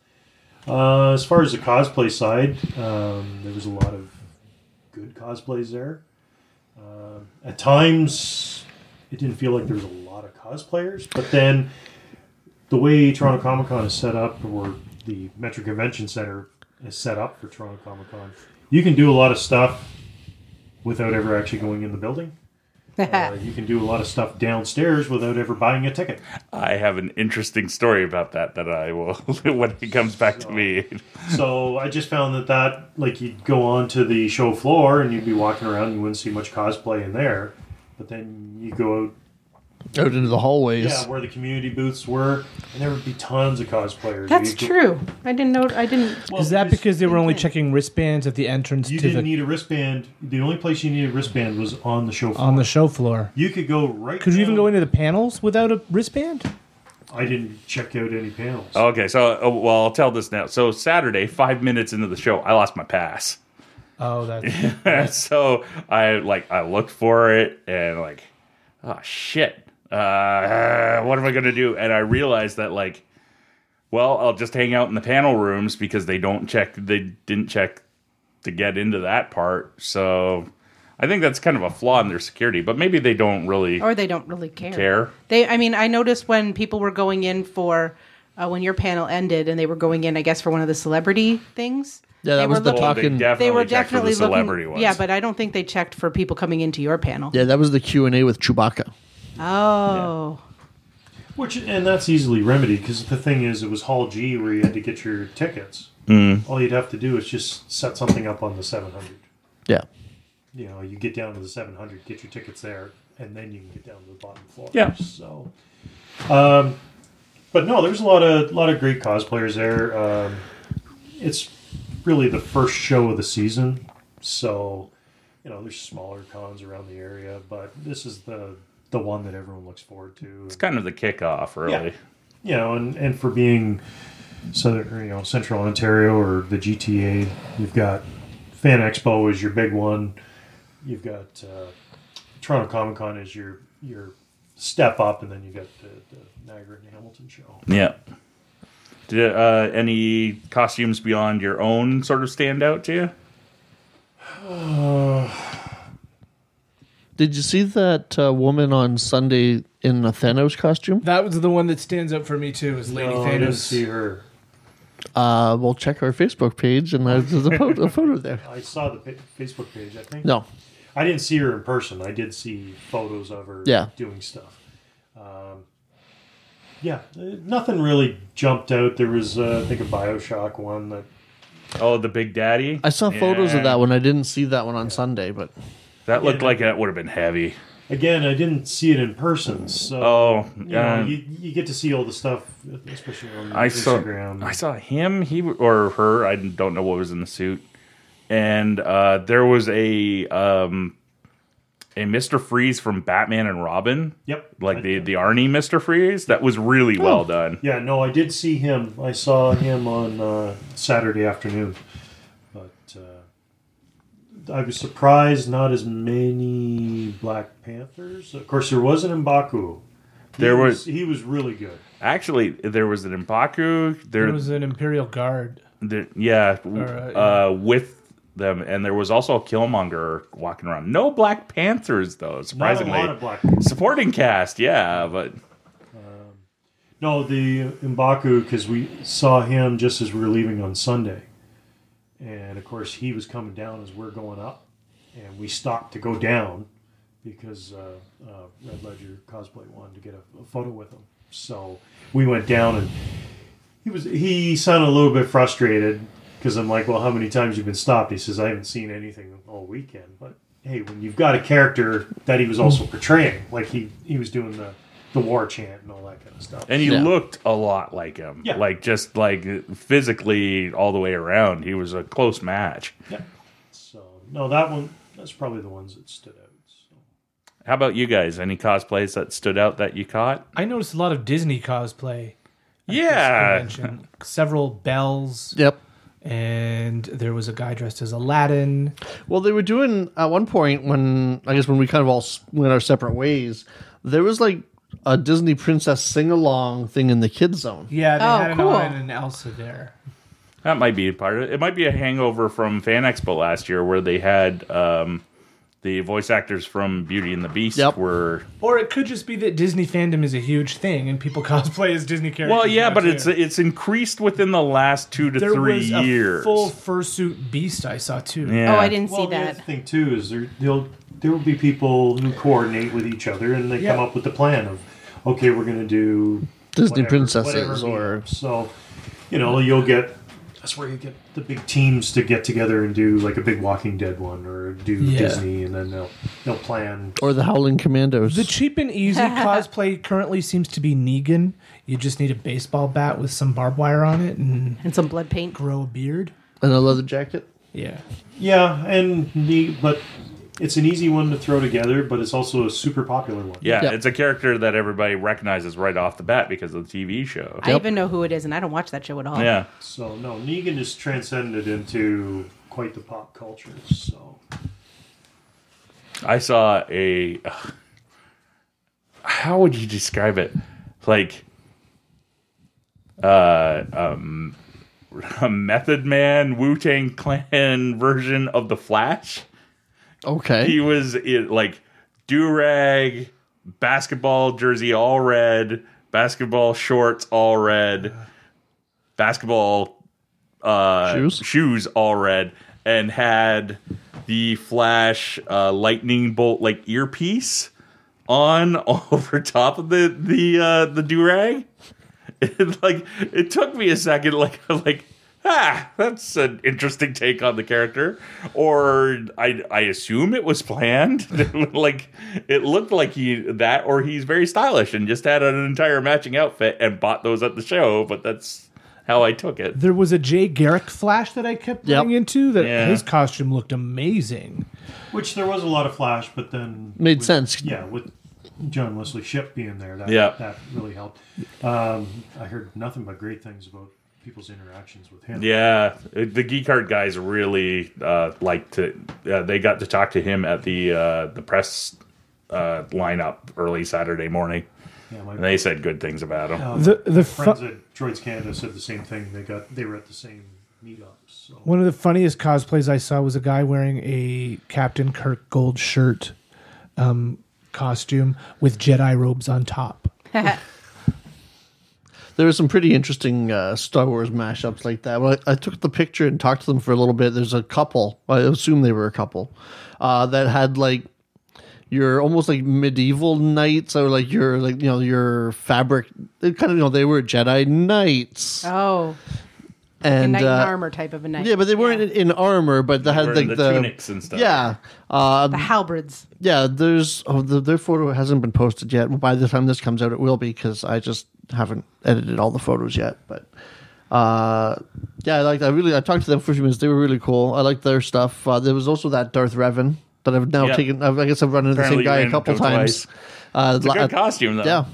Speaker 5: Uh, as far as the cosplay side, um, there was a lot of good cosplays there. Um at times, it didn't feel like there was a lot of cosplayers, but then the way Toronto Comic Con is set up, or the Metro Convention Center is set up for Toronto Comic Con, you can do a lot of stuff without ever actually going in the building. Uh, you can do a lot of stuff downstairs without ever buying a ticket.
Speaker 1: I have an interesting story about that that I will when it comes back to me.
Speaker 5: so I just found that that like you'd go on to the show floor and you'd be walking around and you wouldn't see much cosplay in there, but then you go out
Speaker 3: Out into the hallways.
Speaker 5: yeah where the community booths were and there would be tons of cosplayers.
Speaker 4: That's
Speaker 5: You'd go-
Speaker 4: true. I didn't know. I didn't.
Speaker 1: Oh,
Speaker 5: Well,
Speaker 6: Is that
Speaker 5: it's-
Speaker 6: because they were only checking wristbands at the entrance
Speaker 5: you
Speaker 6: to
Speaker 5: didn't
Speaker 6: the
Speaker 5: need a wristband? The only place you needed a wristband was on the show floor.
Speaker 6: on the show floor?
Speaker 5: you could go right.
Speaker 6: Could you even
Speaker 5: down-
Speaker 6: go into the panels without a wristband?
Speaker 5: I didn't check out any panels.
Speaker 6: Oh.
Speaker 1: Okay, so uh, well, I'll tell this now. So Saturday, five minutes into the show, I lost my pass.
Speaker 6: Oh, that's
Speaker 1: so I like I looked for it and like, oh shit, uh, what am I gonna do? And I realized that like, well, I'll just hang out in the panel rooms because they don't check. They didn't check to get into that part. So I think that's kind of a flaw in their security. But maybe they don't really
Speaker 4: Or they don't really care.
Speaker 1: care.
Speaker 4: They. I mean, I noticed when people were going in for. Uh, when your panel ended and they were going in, I guess for one of the celebrity things.
Speaker 3: Yeah, that
Speaker 4: they
Speaker 3: was
Speaker 4: were
Speaker 3: the
Speaker 4: looking-
Speaker 3: talk-
Speaker 1: they
Speaker 3: Fucking-
Speaker 1: definitely
Speaker 4: They were
Speaker 1: checked for
Speaker 4: definitely
Speaker 1: the celebrity
Speaker 4: looking.
Speaker 1: ones.
Speaker 4: Yeah, but I don't think they checked for people coming into your panel.
Speaker 3: Yeah, that was the Q and A with Chewbacca.
Speaker 4: Oh,
Speaker 5: Which and that's easily remedied because the thing is, it was Hall G where you had to get your tickets.
Speaker 6: Mm.
Speaker 5: All you'd have to do is just set something up on the 700.
Speaker 3: Yeah,
Speaker 5: You know, you get down to the 700, get your tickets there, and then you can get down to the bottom floor.
Speaker 1: Yeah.
Speaker 5: So, um, but no, there's a lot of lot of great cosplayers there. Um, it's really the first show of the season, so you know there's smaller cons around the area, but this is the the one that everyone looks forward to.
Speaker 1: it's kind of the kickoff, really.
Speaker 5: Yeah. you know, and, and for being southern, you know, central Ontario or the GTA, you've got Fan Expo is your big one. You've got uh, Toronto Comic Con is your your step up, and then you got the, the Niagara and Hamilton show.
Speaker 1: Yeah. Did uh, any costumes beyond your own sort of stand out to you?
Speaker 3: the Did you see that uh, woman on Sunday in a Thanos costume?
Speaker 6: That was the one that stands out for me too. Is Lady
Speaker 5: No, I didn't see
Speaker 6: Thanos?
Speaker 5: her.
Speaker 3: Uh, we'll check our Facebook page, and there's a photo, a photo there.
Speaker 5: I saw the pa- Facebook page. I think
Speaker 3: No,
Speaker 5: I didn't see her in person. I did see photos of her
Speaker 3: Yeah.
Speaker 5: doing stuff. Um, yeah, uh, nothing really jumped out. There was, uh, I think, a Bioshock one that
Speaker 1: Oh, the Big Daddy.
Speaker 3: I saw photos
Speaker 1: Yeah.
Speaker 3: of that one. I didn't see that one on Sunday, but
Speaker 1: That looked like that would have been heavy.
Speaker 5: Again, I didn't see it in person, so
Speaker 1: Oh,
Speaker 5: you, know,
Speaker 1: yeah.
Speaker 5: you, you get to see all the stuff, especially on
Speaker 1: I saw.
Speaker 5: Instagram.
Speaker 1: I saw him. He or her. I don't know what was in the suit. And uh, there was a um, a Mister Freeze from Batman and Robin.
Speaker 5: Yep.
Speaker 1: Like the the Arnie Mister Freeze. That was really
Speaker 3: Oh.
Speaker 1: well done.
Speaker 5: Yeah, no, I did see him. I saw him on uh, Saturday afternoon, but uh, I was surprised not as many Black Panthers. Of course, there was an Mbaku. He
Speaker 1: There was-
Speaker 5: he was really good.
Speaker 1: Actually, there was an Impaku. There,
Speaker 6: It was an Imperial Guard.
Speaker 1: there- yeah, w-
Speaker 6: Alright,
Speaker 1: uh, with them, and there was also a Killmonger walking around. No Black Panthers though,
Speaker 5: Not a
Speaker 1: surprisingly.
Speaker 5: lot of Black. Panthers.
Speaker 1: Supporting cast, yeah, but
Speaker 5: No, the Mbaku because we saw him just as we were leaving on Sunday, and of course he was coming down as we're going up, and we stopped to go down because uh, uh, Red Ledger Cosplay wanted to get a, a photo with him. So we went down, and he was he sounded a little bit frustrated because I'm like, well, how many times you've been stopped? He says, I haven't seen anything all weekend. But hey, when you've got a character that he was also portraying, like he he was doing the the war chant and all that kind of stuff.
Speaker 1: and he
Speaker 3: Yeah.
Speaker 1: looked a lot like him.
Speaker 5: Yeah.
Speaker 1: Like just like physically all the way around. He was a close match.
Speaker 5: So no, that one that's probably the ones that stood out. So.
Speaker 1: How about you guys? Any cosplays that stood out that you caught?
Speaker 6: I noticed a lot of Disney cosplay.
Speaker 1: yeah.
Speaker 6: convention. Several bells,
Speaker 3: yep.
Speaker 6: and there was a guy dressed as Aladdin.
Speaker 3: Well, they were doing at one point when I guess when we kind of all s- went our separate ways, there was like a Disney princess sing along thing in the kids zone.
Speaker 6: Yeah, they
Speaker 4: Oh,
Speaker 6: had an
Speaker 4: cool.
Speaker 6: Aladdin and Elsa there.
Speaker 1: That might be a part of it. It might be a hangover from Fan Expo last year where they had um the voice actors from Beauty and the Beast
Speaker 3: Yep.
Speaker 1: were
Speaker 6: Or it could just be that Disney fandom is a huge thing and people cosplay as Disney characters.
Speaker 1: Well, yeah,
Speaker 6: now,
Speaker 1: but
Speaker 6: too.
Speaker 1: it's it's increased within the last two to
Speaker 6: there
Speaker 1: three
Speaker 6: was
Speaker 1: years.
Speaker 6: a full fursuit beast I saw too.
Speaker 1: yeah.
Speaker 4: Oh, I didn't
Speaker 5: Well,
Speaker 4: see
Speaker 5: the
Speaker 4: that.
Speaker 5: other thing too is there there'll, there will be people who coordinate with each other and they
Speaker 6: Yeah.
Speaker 5: come up with the plan of okay, we're going to do
Speaker 3: Disney
Speaker 5: whatever-
Speaker 3: princesses
Speaker 5: whatever
Speaker 3: or
Speaker 5: meetup. so you know you'll get. That's where you get the big teams to get together and do like a big Walking Dead one or do
Speaker 6: Yeah.
Speaker 5: Disney, and then they'll they'll plan.
Speaker 3: or the Howling Commandos.
Speaker 6: The cheap and easy cosplay currently seems to be Negan. You just need a baseball bat with some barbed wire on it and
Speaker 4: And some blood paint.
Speaker 6: grow a beard.
Speaker 3: and a leather jacket.
Speaker 6: Yeah.
Speaker 5: Yeah, and the but it's an easy one to throw together, but it's also a super popular one.
Speaker 1: Yeah,
Speaker 3: Yeah.
Speaker 1: it's a character that everybody recognizes right off the bat because of the TV show.
Speaker 4: I even know who it is, and I don't watch that show at all.
Speaker 1: yeah.
Speaker 5: So no, Negan is transcended into quite the pop culture. So
Speaker 1: I saw a how would you describe it? Like uh um a Method Man Wu Tang Clan version of the Flash.
Speaker 3: Okay.
Speaker 1: He was it, like do rag, basketball jersey all red, basketball shorts all red, basketball uh,
Speaker 3: Shoes?
Speaker 1: all red, and had the flash uh, lightning bolt like earpiece on over top of the the uh, the do rag. It, like it took me a second, like I'm like ah, that's an interesting take on the character, or I I assume it was planned. like it looked like he that, or he's very stylish and just had an entire matching outfit and bought those at the show. But that's how I took it.
Speaker 6: There was a Jay Garrick flash that I kept
Speaker 3: Yep.
Speaker 6: running into that
Speaker 1: Yeah.
Speaker 6: his costume looked amazing.
Speaker 5: which there was a lot of flash, but then
Speaker 3: Made
Speaker 5: with-
Speaker 3: sense.
Speaker 5: Yeah, with John Leslie Ship being there, that
Speaker 1: Yeah.
Speaker 5: that really helped. Um, I heard nothing but great things about people's interactions with him.
Speaker 1: Yeah, the Geek Art guys really uh, liked to. Uh, they got to talk to him at the uh, the press uh, lineup early Saturday morning,
Speaker 5: yeah
Speaker 1: and
Speaker 5: my
Speaker 1: they said good things about him.
Speaker 3: Oh.
Speaker 5: uh,
Speaker 6: The the
Speaker 5: friends
Speaker 6: fu-
Speaker 5: at Droids Canada said the same thing. They got they were at the same meetups. So
Speaker 6: one of the funniest cosplays I saw was a guy wearing a Captain Kirk gold shirt um, costume with Jedi robes on top.
Speaker 3: There were some pretty interesting uh, Star Wars mashups like that. Well, I, I took the picture and talked to them for a little bit. There's a couple. I assume they were a couple uh, that had like your almost like medieval knights or like your like you know your fabric. It kind of you know they were Jedi knights
Speaker 4: Oh, a
Speaker 3: and
Speaker 4: knight
Speaker 3: uh,
Speaker 4: in armor type of a knight.
Speaker 3: yeah, but they weren't in, in armor, but they had
Speaker 1: Or
Speaker 3: like
Speaker 1: the,
Speaker 3: the,
Speaker 1: tunics and stuff.
Speaker 3: yeah. Uh,
Speaker 4: the halberds.
Speaker 3: yeah, there's oh, the, their photo hasn't been posted yet. By the time this comes out, it will be because I just haven't edited all the photos yet. But uh, yeah, I liked. I really I talked to them for a few minutes. They were really cool. I liked their stuff. Uh, there was also that Darth Revan that I've now
Speaker 1: Yeah.
Speaker 3: taken. I've, I guess I've run into
Speaker 1: Apparently you
Speaker 3: the same guy
Speaker 1: ran
Speaker 3: a couple
Speaker 1: into him
Speaker 3: times.
Speaker 1: twice.
Speaker 3: Uh,
Speaker 1: It's a
Speaker 3: la-
Speaker 1: good costume though.
Speaker 3: yeah,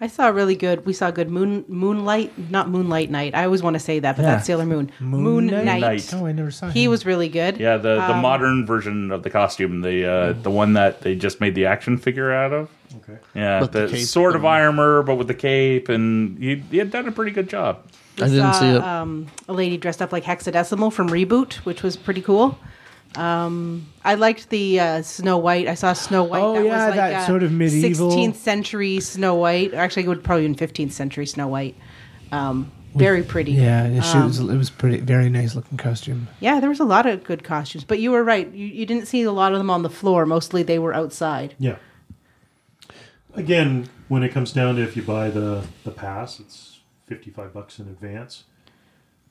Speaker 4: I saw a really good. We saw a good moon moonlight, not moonlight night. I always want to say that, but
Speaker 1: Yeah.
Speaker 4: that's Sailor Moon. Moon,
Speaker 6: Knight?
Speaker 4: Knight.
Speaker 1: Knight.
Speaker 6: Oh, I never saw
Speaker 4: He
Speaker 6: him.
Speaker 4: was really good. Um,
Speaker 1: Yeah, the, the modern version of the costume, the uh, the one that they just made the action figure out of.
Speaker 5: Okay.
Speaker 1: Yeah,
Speaker 3: With the
Speaker 1: the,
Speaker 3: cape
Speaker 1: sort of
Speaker 3: and-
Speaker 1: armor, but with the cape, and he, he had done a pretty good job.
Speaker 3: I didn't see it.
Speaker 4: Um, a lady dressed up like Hexadecimal from Reboot, which was pretty cool. Um, I liked the uh, Snow White. I saw Snow White.
Speaker 6: Oh, yeah, that
Speaker 4: a
Speaker 6: sort of medieval-
Speaker 4: 16th uh, century Snow White. Or actually, it would probably been 15th century Snow White. Um, very pretty.
Speaker 6: Yeah, it was,
Speaker 4: Um,
Speaker 6: it was pretty, very nice looking costume.
Speaker 4: Yeah, there was a lot of good costumes, but you were right. You, you didn't see a lot of them on the floor. Mostly they were outside.
Speaker 5: Yeah. Again, when it comes down to if you buy the the pass, it's fifty five bucks in advance,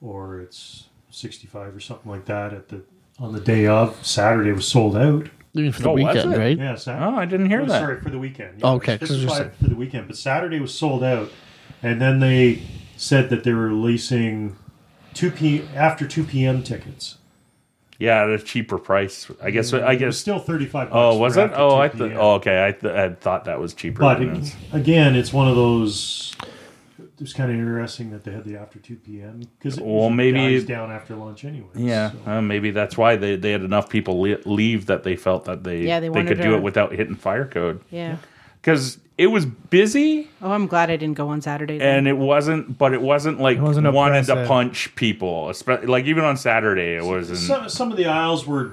Speaker 5: or it's sixty five or something like that at the on the day of. Saturday was sold out.
Speaker 3: even for the
Speaker 1: Oh, was
Speaker 3: weekend,
Speaker 1: it?
Speaker 3: right?
Speaker 5: Yeah, Saturday.
Speaker 1: Oh, I didn't hear
Speaker 5: Oh,
Speaker 1: that.
Speaker 5: Sorry for the weekend. Yeah,
Speaker 3: Okay,
Speaker 5: this
Speaker 3: 'cause
Speaker 5: is
Speaker 3: you're
Speaker 5: why-
Speaker 3: saying-
Speaker 5: for the weekend, but Saturday was sold out, and then they said that they were releasing two p after two p.m. tickets.
Speaker 1: Yeah, at a cheaper price. I guess. I
Speaker 5: It was
Speaker 1: guess.
Speaker 5: still thirty five.
Speaker 1: Oh, was it? Oh, I th- oh, okay. I, th- I thought that was cheaper.
Speaker 5: But
Speaker 1: than it
Speaker 5: ag-
Speaker 1: is.
Speaker 5: again, it's one of those. It was kind of interesting that they had the after two p.m. because it
Speaker 1: Well,
Speaker 5: usually
Speaker 1: maybe-
Speaker 5: dies down after lunch anyway.
Speaker 1: yeah,
Speaker 5: so-
Speaker 1: uh, maybe that's why they, they had enough people le- leave that they felt that they
Speaker 4: Yeah, they wanted
Speaker 1: could do
Speaker 4: to-
Speaker 1: it without hitting fire code
Speaker 4: Yeah.
Speaker 1: because it was busy
Speaker 4: Oh, I'm glad I didn't go on Saturday. then.
Speaker 1: and it wasn't, but it wasn't like
Speaker 6: wasn't
Speaker 1: wanted to
Speaker 6: oppressive.
Speaker 1: punch people. Espe- Like even on Saturday, it wasn't.
Speaker 5: some some of the aisles were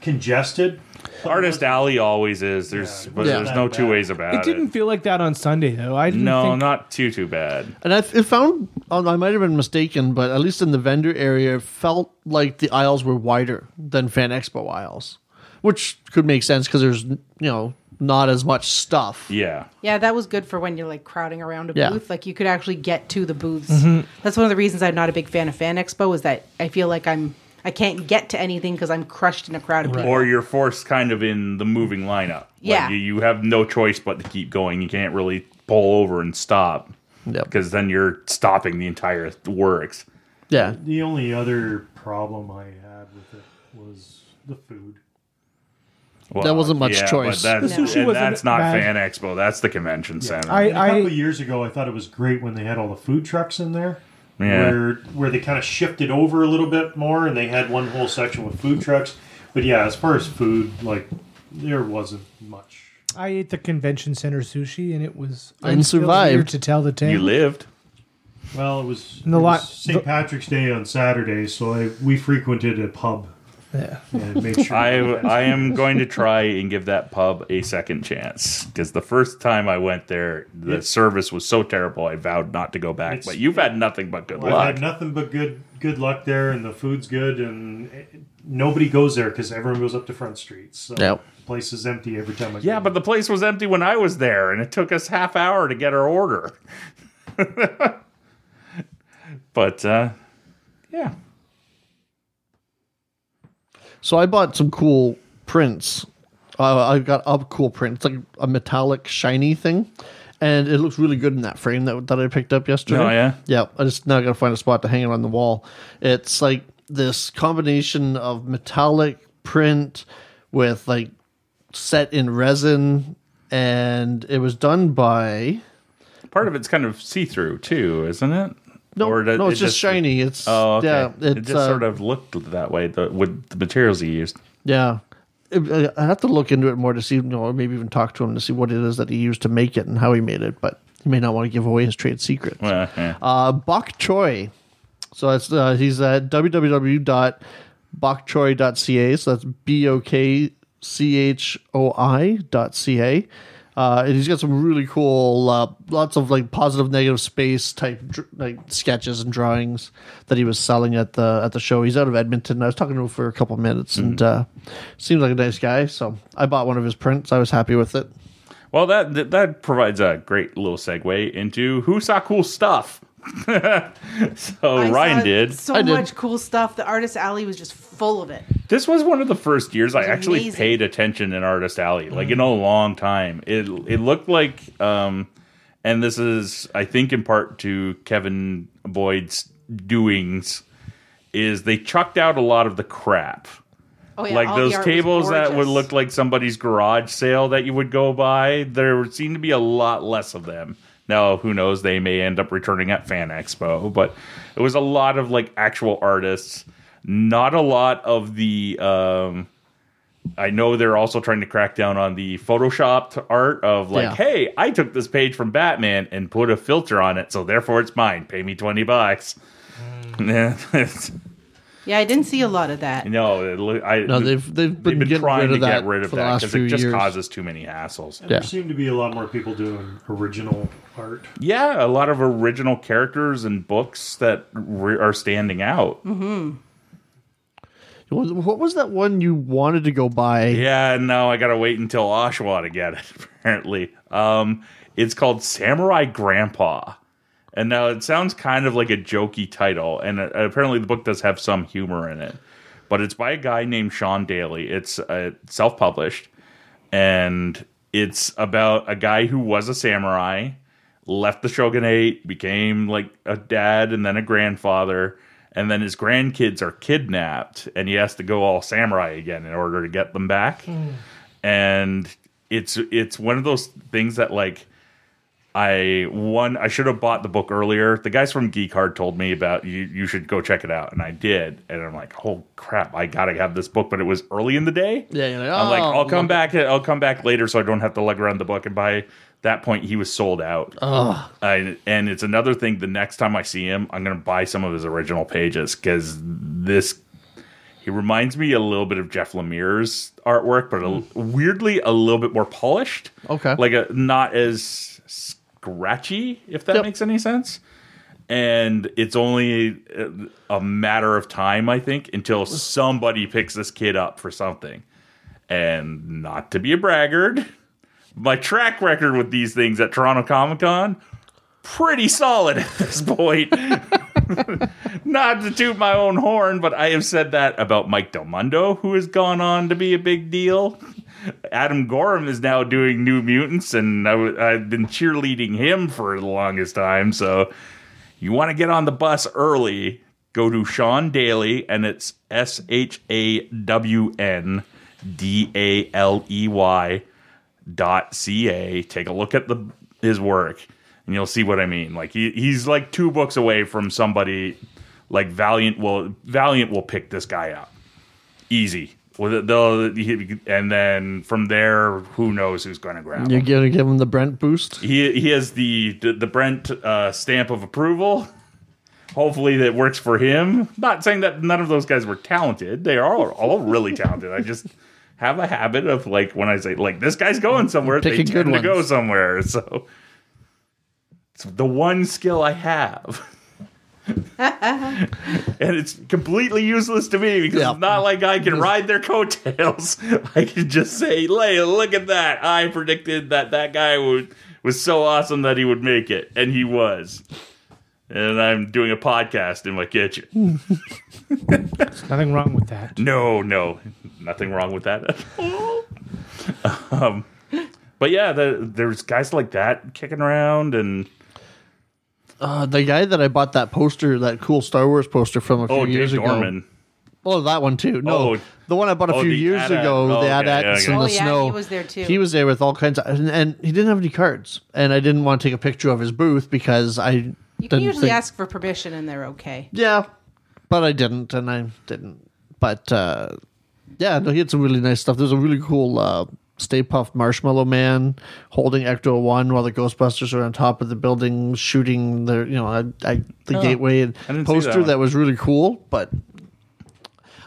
Speaker 5: congested.
Speaker 1: Artist Alley always is. There's
Speaker 5: Yeah, it
Speaker 1: but
Speaker 5: wasn't
Speaker 1: there's
Speaker 5: that
Speaker 1: no two
Speaker 5: bad.
Speaker 1: ways about
Speaker 6: It
Speaker 1: it.
Speaker 6: didn't feel like that on Sunday though. I didn't
Speaker 1: no,
Speaker 6: think
Speaker 1: not too too bad.
Speaker 3: And I it found oh, I might have been mistaken, but at least in the vendor area, it felt like the aisles were wider than Fan Expo aisles, which could make sense because there's you know not as much stuff.
Speaker 1: Yeah,
Speaker 4: Yeah, that was good for when you're like crowding around a
Speaker 3: Yeah.
Speaker 4: booth. Like you could actually get to the booths.
Speaker 1: Mm-hmm.
Speaker 4: That's one of the reasons I'm not a big fan of Fan Expo is that I feel like I'm I can't get to anything because I'm crushed in a crowd of people.
Speaker 1: or you're forced kind of in the moving lineup.
Speaker 4: Yeah.
Speaker 1: like you, you have no choice but to keep going. You can't really pull over and stop
Speaker 3: Yep.
Speaker 1: because then you're stopping the entire works.
Speaker 3: Yeah,
Speaker 5: The only other problem I had with it was the food.
Speaker 1: Well,
Speaker 3: That wasn't much choice.
Speaker 1: But that's,
Speaker 4: The
Speaker 6: sushi
Speaker 1: and
Speaker 6: wasn't
Speaker 1: that's not
Speaker 6: bad.
Speaker 1: Fan Expo. That's the convention center.
Speaker 6: I,
Speaker 5: A couple
Speaker 6: I
Speaker 5: years ago, I thought it was great when they had all the food trucks in there.
Speaker 1: Yeah.
Speaker 5: Where where they kind of shifted over a little bit more, and they had one whole section with food trucks. But yeah, as far as food, like there wasn't much.
Speaker 6: I ate the convention center sushi and it was
Speaker 3: And
Speaker 6: I'm still
Speaker 3: survived.
Speaker 6: here to tell the tale.
Speaker 1: you lived.
Speaker 5: Well, it was,
Speaker 6: And the
Speaker 5: it
Speaker 6: lot-
Speaker 5: was St.
Speaker 6: the-
Speaker 5: Patrick's Day on Saturday, so I, we frequented a pub
Speaker 6: Yeah.
Speaker 5: and made sure.
Speaker 1: I I am going to try and give that pub a second chance because the first time I went there, the
Speaker 5: It's-
Speaker 1: service was so terrible. I vowed not to go back.
Speaker 5: It's-
Speaker 1: But you've had nothing but good
Speaker 5: I've
Speaker 1: luck.
Speaker 5: had nothing but good good luck there, and the food's good, and eh, nobody goes there because everyone goes up to Front Street. So
Speaker 3: Yep.
Speaker 5: the place is empty every time I go.
Speaker 1: Yeah,
Speaker 5: there.
Speaker 1: but the place was empty when I was there, and it took us half hour to get our order. but uh, yeah,
Speaker 3: So I bought some cool prints. Uh, I got a cool print. It's like a metallic shiny thing, and it looks really good in that frame that that I picked up yesterday.
Speaker 1: Oh, yeah?
Speaker 3: yeah. I just now got to find a spot to hang it on the wall. It's like this combination of metallic print with like set in resin, and it was done by
Speaker 1: part of it's kind of see through too, isn't it?
Speaker 3: no,
Speaker 1: that-
Speaker 3: no,
Speaker 1: it
Speaker 3: it's just, shiny. It's
Speaker 1: Oh, okay.
Speaker 3: yeah, it's,
Speaker 1: it just
Speaker 3: uh,
Speaker 1: sort of looked that way the, with the materials he used.
Speaker 3: Yeah. I I have to look into it more to see, you know, or maybe even talk to him to see what it is that he used to make it and how he made it, but he may not want to give away his trade secrets.
Speaker 1: Uh, yeah.
Speaker 3: Uh, Bok Choi. So that's uh, he's at www.bokchoy.ca. So that's B O K C-H-O-I dot C-A. Uh, and he's got some really cool, uh, lots of like positive, negative space type dr- like sketches and drawings that he was selling at the at the show. He's out of Edmonton. I was talking to him for a couple minutes,
Speaker 1: Hmm.
Speaker 3: and uh, seems like a nice guy. So I bought one of his prints. I was happy with it.
Speaker 1: Well, that, that that provides a great little segue into who saw cool stuff. so
Speaker 4: I
Speaker 1: Ryan
Speaker 4: saw
Speaker 1: did.
Speaker 4: so
Speaker 3: I did.
Speaker 4: much cool stuff. The artist alley was just full of it.
Speaker 1: This was one of the first years I actually
Speaker 4: amazing. Mm.
Speaker 1: paid attention in Artist Alley, like in a long time. It it looked like, um, and this is I think in part to Kevin Boyd's doings, is they chucked out a lot of the crap.
Speaker 4: Oh yeah,
Speaker 1: like
Speaker 4: all the
Speaker 1: those
Speaker 4: art was
Speaker 1: tables that would
Speaker 4: gorgeous.
Speaker 1: look like somebody's garage sale that you would go by there seemed to be a lot less of them now who knows they may end up returning at fan expo but it was a lot of like actual artists not a lot of the um I know they're also trying to crack down on the photoshopped art of like,
Speaker 3: Yeah.
Speaker 1: hey, I took this page from Batman and put a filter on it, so therefore it's mine. Pay me twenty bucks.
Speaker 4: Yeah, I didn't see a lot of that.
Speaker 1: no, it, loo- I
Speaker 3: No, they've they've been,
Speaker 1: they've been
Speaker 3: getting
Speaker 1: trying
Speaker 3: rid
Speaker 1: to
Speaker 3: of that
Speaker 1: get rid of
Speaker 3: for the
Speaker 1: that
Speaker 3: last
Speaker 1: because
Speaker 3: few
Speaker 1: it just
Speaker 3: years.
Speaker 1: causes too many hassles.
Speaker 3: Yeah.
Speaker 5: There seem to be a lot more people doing original art.
Speaker 1: Yeah, a lot of original characters and books that re- are standing out.
Speaker 3: Mm-hmm. What what was that one you wanted to go buy?
Speaker 1: Yeah, no, I gotta wait until Oshawa to get it. Apparently, um, it's called Samurai Grandpa, and now it sounds kind of like a jokey title, and uh, apparently the book does have some humor in it. But it's by a guy named Sean Daly. It's uh, self-published, and it's about a guy who was a samurai, left the shogunate, became like a dad and then a grandfather, and then his grandkids are kidnapped, and he has to go all samurai again in order to get them back.
Speaker 3: Hmm.
Speaker 1: And it's it's one of those things that like I one I should have bought the book earlier. The guys from Geek Hard told me about you you should go check it out and I did. And I'm like, "Oh crap, I got to have this book, but it was early in the day."
Speaker 3: Yeah, you're like,
Speaker 1: I'm like,
Speaker 3: "Oh,
Speaker 1: "I'll come
Speaker 3: look
Speaker 1: back I'll come back later so I don't have to lug around the book." And by that point, he was sold out.
Speaker 3: Oh,
Speaker 1: I, and it's another thing the next time I see him, I'm going to buy some of his original pages cuz this he reminds me a little bit of Jeff Lemire's artwork, but a, weirdly a little bit more polished.
Speaker 3: Hmm. Okay.
Speaker 1: like a, not as scratchy, if that
Speaker 3: Yep.
Speaker 1: makes any sense. And it's only uh, a matter of time, I think, until somebody picks this kid up for something. And not to be a braggart, my track record with these things at Toronto Comic Con pretty solid at this point. Not to toot my own horn, but I have said that about Mike Del Mundo, who has gone on to be a big deal. Adam Gorham is now doing New Mutants, and I w- I've been cheerleading him for the longest time. So, you want to get on the bus early, go to Sean Daly, and it's S H A W N D A L E Y dot ca take a look at the his work and you'll see what i mean like he, he's like two books away from somebody like valiant will valiant will pick this guy up easy with it they'll he- and then from there who knows who's going to grab
Speaker 3: You're
Speaker 1: him.
Speaker 3: gonna give him the Brent boost.
Speaker 1: he he has the the, the brent uh, stamp of approval hopefully that works for him not saying that none of those guys were talented they are all, all really talented i just have a habit of like when i say like this guy's going somewhere they
Speaker 3: Picking
Speaker 1: tend
Speaker 3: good
Speaker 1: to go
Speaker 3: ones.
Speaker 1: somewhere so it's the one skill i have and it's completely useless to me because
Speaker 3: Yeah.
Speaker 1: it's not like I can ride their coattails. I can just say, "Lay, look at that! I predicted that that guy would was so awesome that he would make it, and he was." And I'm doing a podcast in my kitchen.
Speaker 6: There's nothing wrong with that.
Speaker 1: No, no, nothing wrong with that. um, but yeah, the, there's guys like that kicking around, and
Speaker 3: Uh, the guy that I bought that poster, that cool Star Wars poster from a few
Speaker 1: oh,
Speaker 3: years
Speaker 1: Dave
Speaker 3: ago.
Speaker 1: Dorman.
Speaker 3: Oh, that one too. No,
Speaker 1: Oh.
Speaker 3: the one I bought a
Speaker 1: Oh,
Speaker 3: few
Speaker 1: the
Speaker 3: years
Speaker 1: Ad-Ad.
Speaker 3: ago.
Speaker 1: Oh,
Speaker 3: the
Speaker 1: okay,
Speaker 3: Ad
Speaker 1: yeah,
Speaker 3: Adats
Speaker 1: okay.
Speaker 3: in
Speaker 1: Oh,
Speaker 3: the
Speaker 4: yeah,
Speaker 3: snow.
Speaker 4: he was there, too.
Speaker 3: He was there with all kinds of, and, and he didn't have any cards. And I didn't want to take a picture of his booth because I
Speaker 4: You
Speaker 3: didn't
Speaker 4: can usually
Speaker 3: think-
Speaker 4: ask for permission and they're okay.
Speaker 3: Yeah, but I didn't, and I didn't. But uh, yeah, no, he had some really nice stuff. There's a really cool uh, Stay Puft Marshmallow Man holding Ecto One while the Ghostbusters are on top of the building shooting the you know I, I, the gateway and
Speaker 1: Oh. I didn't see
Speaker 3: poster
Speaker 1: that one.
Speaker 3: that was really cool. But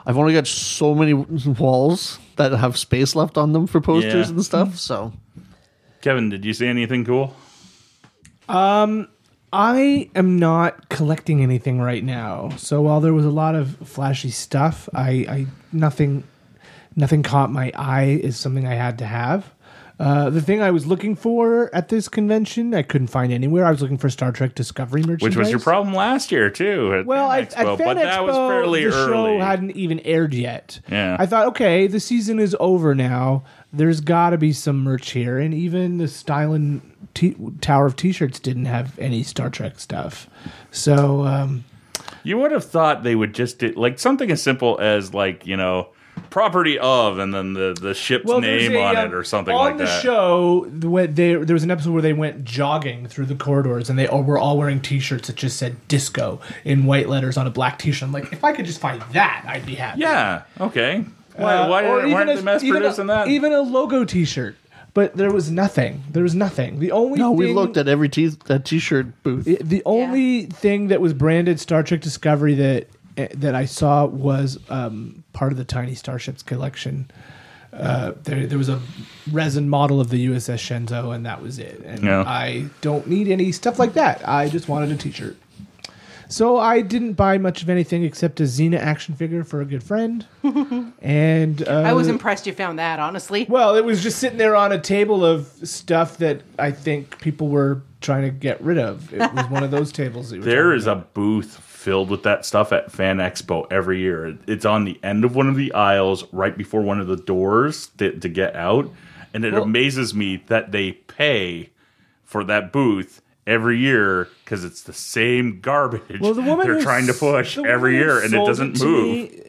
Speaker 3: I've only got so many walls that have space left on them for posters
Speaker 1: Yeah.
Speaker 3: and stuff. So
Speaker 1: Kevin, did you see anything cool?
Speaker 6: I am not collecting anything right now. So while there was a lot of flashy stuff, I, I nothing nothing caught my eye is something I had to have. Uh, the thing I was looking for at this convention, I couldn't find anywhere. I was looking for Star Trek Discovery merchandise,
Speaker 1: Which was your problem last year too. At
Speaker 6: Well,
Speaker 1: Fan
Speaker 6: I, at Fan
Speaker 1: but that was
Speaker 6: Expo,
Speaker 1: fairly
Speaker 6: the
Speaker 1: early.
Speaker 6: show hadn't even aired yet.
Speaker 1: Yeah.
Speaker 6: I thought, okay, the season is over now. There's got to be some merch here, and even the Styling t- Tower of T-shirts didn't have any Star Trek stuff. So, um,
Speaker 1: You would have thought they would just do, like something as simple as like you know property of and then the the ship's
Speaker 6: well, there's
Speaker 1: name
Speaker 6: a,
Speaker 1: on
Speaker 6: um,
Speaker 1: it or something
Speaker 6: on
Speaker 1: like
Speaker 6: the
Speaker 1: that.
Speaker 6: show, the way they, there was an episode where they went jogging through the corridors, and they all, were all wearing T-shirts that just said "disco" in white letters on a black T-shirt. I'm like, if I could just find that, I'd be happy.
Speaker 1: Yeah. Okay. Why,
Speaker 6: Uh,
Speaker 1: why
Speaker 6: or
Speaker 1: why aren't
Speaker 6: even
Speaker 1: they
Speaker 6: a-
Speaker 1: mass
Speaker 6: even a-
Speaker 1: producing that?
Speaker 6: Even a logo T-shirt, but there was nothing. There was nothing. The only
Speaker 3: no, we
Speaker 6: thing-
Speaker 3: Oh, looked at every t- that T-shirt booth.
Speaker 6: the only thing that was branded Star Trek Discovery that eh, that I saw was um, part of the Tiny Starships collection. Uh, there, there was a resin model of the USS Shenzo, and that was it. And
Speaker 1: Yeah.
Speaker 6: I don't need any stuff like that. I just wanted a T-shirt. So I didn't buy much of anything except a Xena action figure for a good friend, and uh,
Speaker 4: I was impressed you found that, honestly.
Speaker 6: well, it was just sitting there on a table of stuff that I think people were trying to get rid of. It was one of those tables. That you were
Speaker 1: There
Speaker 6: talking
Speaker 1: is
Speaker 6: about.
Speaker 1: a booth filled with that stuff at Fan Expo every year. It's on the end of one of the aisles, right before one of the doors to, to get out. And it amazes me that they pay for that booth every year because it's the same garbage
Speaker 6: Well, the woman
Speaker 1: they're
Speaker 6: who
Speaker 1: trying to
Speaker 6: s-
Speaker 1: push
Speaker 6: the
Speaker 1: every
Speaker 6: woman who
Speaker 1: year, and it
Speaker 6: sold
Speaker 1: doesn't
Speaker 6: to
Speaker 1: move.
Speaker 6: me,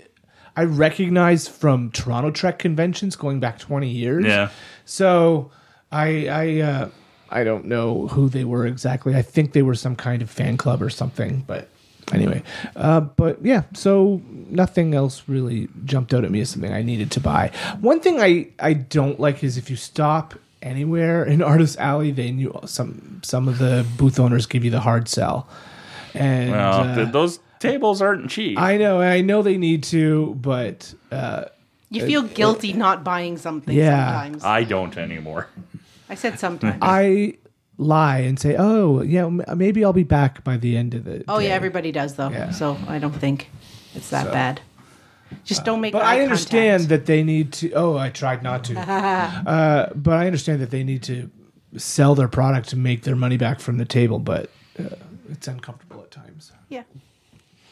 Speaker 6: I recognize from Toronto Trek conventions going back twenty years.
Speaker 1: Yeah.
Speaker 6: So I I uh, I don't know who they were exactly. I think they were some kind of fan club or something. But anyway, uh, but yeah. So nothing else really jumped out at me as something I needed to buy. One thing I I don't like is if you stop. Anywhere in Artist Alley, they knew some some of the booth owners give you the hard sell, and
Speaker 1: Well,
Speaker 6: uh,
Speaker 1: th- those tables aren't cheap.
Speaker 6: I know, I know they need to, but uh,
Speaker 4: You feel guilty not buying something
Speaker 6: Yeah.
Speaker 4: sometimes.
Speaker 1: I don't anymore.
Speaker 4: I said sometimes.
Speaker 6: I lie and say, "Oh, yeah, m- maybe I'll be back by the end of it."
Speaker 4: oh, yeah, everybody does, though.
Speaker 6: Yeah.
Speaker 4: So I don't think it's that bad. Just don't make
Speaker 6: But
Speaker 4: eye
Speaker 6: I understand
Speaker 4: contact.
Speaker 6: that they need to. Oh, I tried not to. uh, but I understand that they need to sell their product to make their money back from the table. But uh, it's uncomfortable at times.
Speaker 4: Yeah.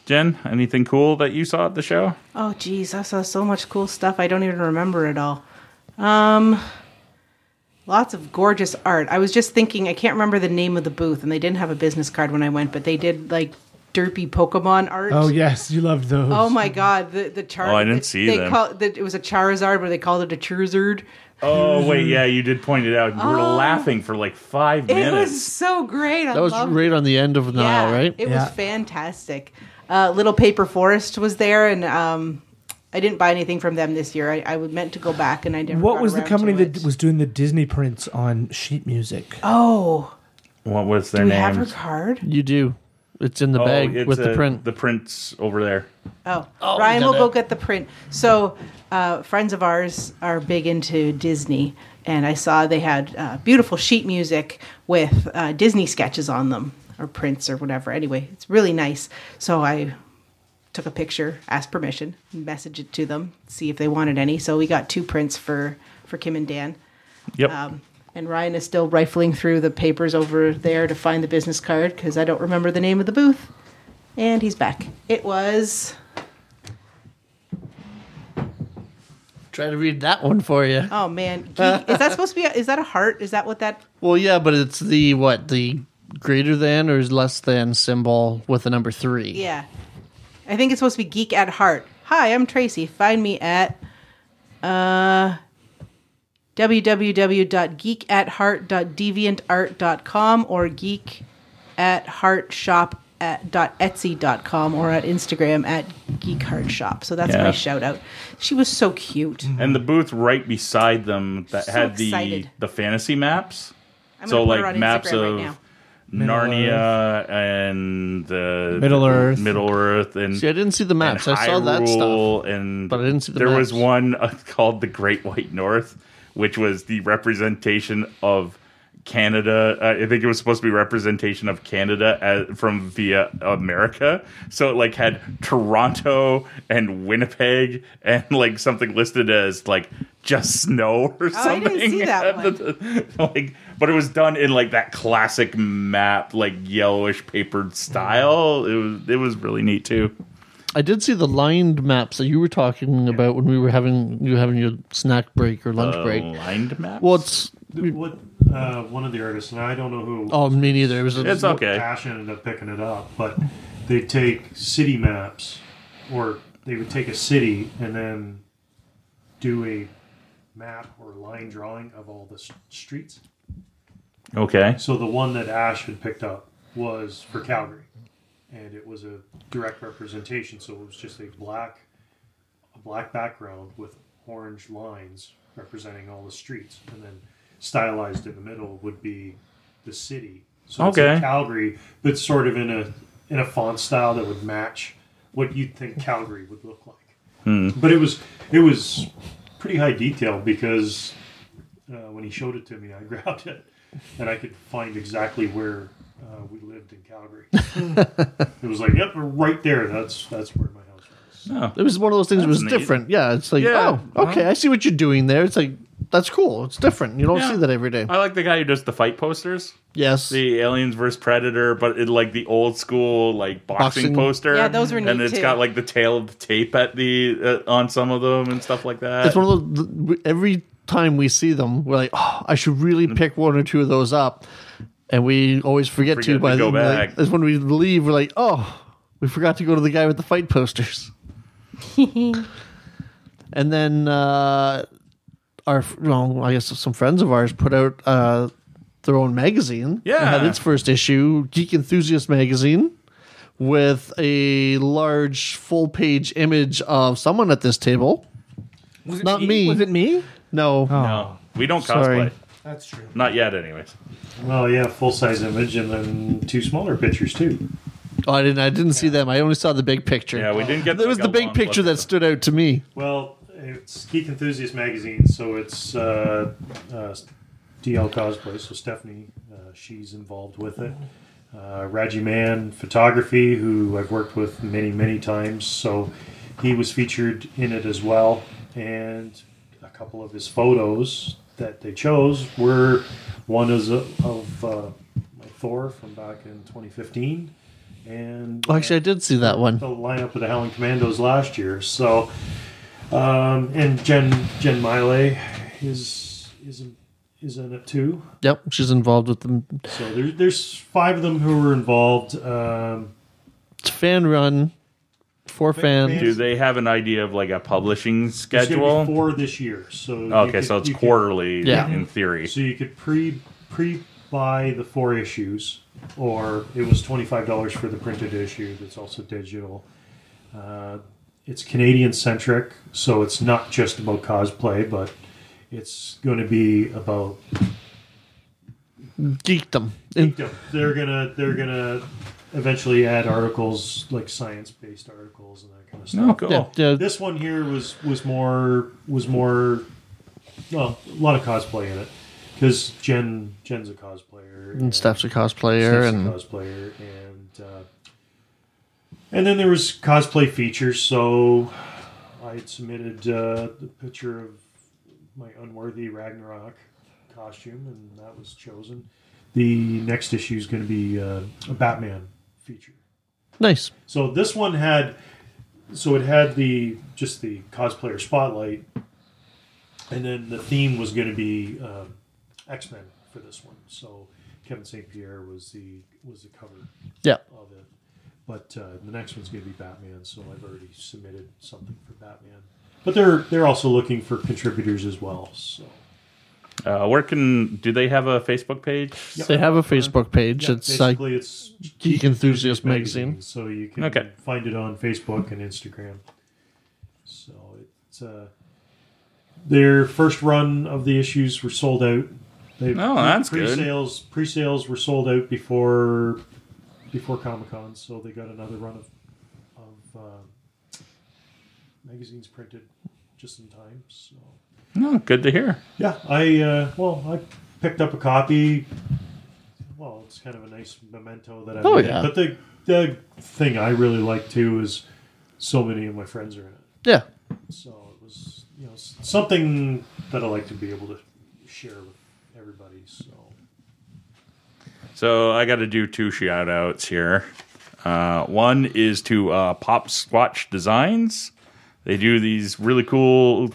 Speaker 1: Jen, anything cool that you saw at the show?
Speaker 4: Oh, geez, I saw so much cool stuff. I don't even remember it all. Um, lots of gorgeous art. I was just thinking, I can't remember the name of the booth, and they didn't have a business card when I went, but they did like derpy Pokemon art.
Speaker 6: Oh yes, you loved those.
Speaker 4: Oh my God! The the char.
Speaker 1: Oh, I didn't
Speaker 4: they-
Speaker 1: see
Speaker 4: they
Speaker 1: them.
Speaker 4: Call, the, it was a Charizard, where they called it a Charizard.
Speaker 1: Oh, wait, yeah, you did point it out. You were
Speaker 6: Um,
Speaker 1: laughing for like five
Speaker 4: It
Speaker 1: minutes.
Speaker 4: was so great. I
Speaker 3: that was
Speaker 4: loved
Speaker 3: right on the end of an aisle, right?
Speaker 4: It
Speaker 6: Yeah.
Speaker 4: was fantastic. Uh, Little Paper Forest was there, and um, I didn't buy anything from them this year. I, I meant to go back, and I never.
Speaker 6: What
Speaker 4: got
Speaker 6: was the
Speaker 4: around
Speaker 6: company
Speaker 4: to
Speaker 6: that
Speaker 4: it.
Speaker 6: was doing the Disney prints on sheet music?
Speaker 4: Oh,
Speaker 1: What was their
Speaker 4: do we
Speaker 1: name? Oh,
Speaker 4: have her card?
Speaker 3: You do. It's in the bag with the print.
Speaker 1: The print's over there.
Speaker 4: Oh, Ryan
Speaker 3: we
Speaker 4: will
Speaker 3: got
Speaker 4: go
Speaker 3: it.
Speaker 4: get the print. So, uh, friends of ours are big into Disney, and I saw they had uh, beautiful sheet music with uh, Disney sketches on them or prints or whatever. Anyway, it's really nice. So I took a picture, asked permission, messaged it to them, see if they wanted any. So we got two prints for for Kim and Dan.
Speaker 1: Yep.
Speaker 4: Um, and Ryan is still rifling through the papers over there to find the business card because I don't remember the name of the booth. And he's back. It was
Speaker 3: Try to read that one for you.
Speaker 4: Oh man, Geek- is that supposed to be? A, is that a heart? Is that what that?
Speaker 3: Well, yeah, but it's the what the greater than or is less than symbol with the number three.
Speaker 4: Yeah, I think it's supposed to be geek at heart. Hi, I'm Tracy. Find me at uh, www.geekatheart.deviantart.com or geek at heart shop at dot etsy dot com or at Instagram at geek heart shop. So that's
Speaker 1: Yeah.
Speaker 4: my shout out. She was so cute.
Speaker 1: and the booth right beside them that
Speaker 4: So
Speaker 1: had the
Speaker 4: excited.
Speaker 1: the fantasy maps.
Speaker 4: I'm
Speaker 1: so
Speaker 4: gonna put
Speaker 1: like
Speaker 4: her on
Speaker 1: maps
Speaker 4: Instagram
Speaker 1: of
Speaker 4: right now.
Speaker 6: Middle
Speaker 1: Narnia and the
Speaker 6: Middle Earth.
Speaker 1: Middle Earth, and
Speaker 3: See, I didn't see the maps. I saw that stuff.
Speaker 1: Hyrule and
Speaker 3: but I didn't see the
Speaker 1: There was
Speaker 3: maps.
Speaker 1: one uh, called the Great White North, which was the representation of Canada. Uh, I think it was supposed to be representation of Canada as, from via America. So it like had Toronto and Winnipeg and like something listed as like just snow or
Speaker 4: Oh, I
Speaker 1: something.
Speaker 4: didn't see that
Speaker 1: like, but it was done in like that classic map, like yellowish papered style. It was it was really neat too.
Speaker 3: I did see the lined maps that you were talking about when we were having you having your snack break or lunch break.
Speaker 1: Lined maps.
Speaker 3: Well, it's
Speaker 5: What uh, one of the artists, and I don't know who.
Speaker 3: oh me neither. It was a,
Speaker 1: it's okay.
Speaker 5: Ash ended up picking it up, but they take city maps, or they would take a city and then do a map or line drawing of all the s- streets.
Speaker 1: Okay.
Speaker 5: So the one that Ash had picked up was for Calgary, and it was a direct representation. So it was just a black, a black background with orange lines representing all the streets, and then stylized in the middle would be the city. So it's
Speaker 1: Okay.
Speaker 5: like Calgary, but sort of in a in a font style that would match what you'd think Calgary would look like.
Speaker 1: Hmm.
Speaker 5: But it was it was pretty high detail because uh, when he showed it to me, I grabbed it and I could find exactly where uh, we lived in Calgary. it was like, yep, we're right there. That's that's where my house was.
Speaker 3: it was one of those things. that was
Speaker 1: neat.
Speaker 3: different. Yeah, it's like
Speaker 1: Yeah. uh-huh.
Speaker 3: oh okay, I see what you're doing there. It's like that's cool. It's different. You don't
Speaker 1: Yeah.
Speaker 3: see that every day.
Speaker 1: I like the guy who does the fight posters,
Speaker 3: yes,
Speaker 1: the Aliens vs Predator, but it, like the old school like boxing,
Speaker 3: Boxing.
Speaker 1: poster.
Speaker 4: Yeah, those were
Speaker 1: And
Speaker 4: neat,
Speaker 1: it's
Speaker 4: too.
Speaker 1: got like the tail of the tape at the uh, on some of them and stuff like that.
Speaker 3: it's one of those every time we see them we're like oh i should really
Speaker 1: Mm.
Speaker 3: pick one or two of those up and we always forget,
Speaker 1: Forget
Speaker 3: to
Speaker 1: to
Speaker 3: by
Speaker 1: go
Speaker 3: the like,
Speaker 1: back.
Speaker 3: that's when we leave we're like oh we forgot to go to the guy with the fight posters and then uh our well, i guess some friends of ours put out uh their own magazine It had
Speaker 1: Yeah.
Speaker 3: its first issue geek enthusiast magazine with a large full page image of someone at this table
Speaker 6: Was it
Speaker 3: Not me.
Speaker 6: Was it me?
Speaker 3: no
Speaker 1: no, we don't
Speaker 3: Sorry.
Speaker 1: cosplay.
Speaker 6: That's true.
Speaker 1: Not yet, anyways.
Speaker 5: Well, Oh, yeah, full size image and then two smaller pictures too.
Speaker 3: Oh, I didn't. I didn't see them. I only saw the big picture.
Speaker 1: Yeah, we didn't get.
Speaker 3: it was
Speaker 1: like,
Speaker 3: the
Speaker 1: a
Speaker 3: big
Speaker 1: long
Speaker 3: picture that
Speaker 1: look.
Speaker 3: stood out to me.
Speaker 5: Well, it's Geek Enthusiast magazine, so it's uh, uh, DL Cosplay. So Stephanie, uh, she's involved with it. Uh, Raji Mann Photography, who I've worked with many, many times, so he was featured in it as well. And a couple of his photos that they chose were one is of, of uh, my Thor from back in 2015, and
Speaker 3: Oh, actually, I did see that one.
Speaker 5: the lineup of the Howling Commandos last year. So, um, and Jen Jen Miley is is is in it too.
Speaker 3: Yep, she's involved with them.
Speaker 5: So there's there's five of them who were involved. Um,
Speaker 3: It's fan run for fans.
Speaker 5: fan-
Speaker 1: Do they have an idea of like a publishing
Speaker 5: there's gonna be
Speaker 1: schedule?
Speaker 5: four this year. So you
Speaker 1: Okay,
Speaker 5: could-
Speaker 1: so it's
Speaker 5: you could-
Speaker 1: quarterly
Speaker 3: Yeah.
Speaker 1: in theory.
Speaker 5: so you could pre pre buy the four issues, or it was twenty five dollars for the printed issue. That's also digital. Uh, it's Canadian centric, so it's not just about cosplay, but it's going to be about
Speaker 3: Geeked them. And
Speaker 5: Yeah, they're gonna they're gonna eventually add articles like science based articles and that kind of stuff.
Speaker 1: No, cool.
Speaker 3: yeah, yeah,
Speaker 5: This one here was was more was more well a lot of cosplay in it because Jen Jen's a cosplayer
Speaker 3: and Steph's a
Speaker 5: Steph's
Speaker 3: cosplayer,
Speaker 5: a
Speaker 3: and
Speaker 5: cosplayer and uh, and then there was cosplay features. So I had submitted uh, the picture of my unworthy Ragnarok costume, and that was chosen. The next issue is going to be uh, a Batman feature.
Speaker 3: nice.
Speaker 5: So this one had, so it had the just the cosplayer spotlight, and then the theme was going to be um, X Men for this one. So Kevin St Pierre was the was the cover
Speaker 3: Yeah,
Speaker 5: of it, but uh, the next one's going to be Batman. So I've already submitted something for Batman, but they're they're also looking for contributors as well. So
Speaker 1: Uh, where can do they have a Facebook page?
Speaker 3: they have a Facebook page.
Speaker 5: Yeah,
Speaker 3: it's like
Speaker 5: basically it's
Speaker 3: Geek Enthusiast magazine.
Speaker 5: so you can
Speaker 1: Okay.
Speaker 5: find it on Facebook and Instagram. So it's uh, their first run of the issues were sold out. They,
Speaker 1: Oh, that's good.
Speaker 5: pre-sales, Pre-sales were sold out before before Comic Con, so they got another run of of uh, magazines printed just in time. So
Speaker 1: No, good to hear.
Speaker 5: yeah, I uh, well, I picked up a copy. Well, it's kind of a nice memento that I.
Speaker 3: Oh,
Speaker 5: made it.
Speaker 3: yeah.
Speaker 5: But the the thing I really like too is so many of my friends are in it,
Speaker 3: Yeah.
Speaker 5: so it was you know s- something that I like to be able to share with everybody. So.
Speaker 1: So I got to do two shout outs here. Uh, one is to uh, Pop Squatch Designs. They do these really cool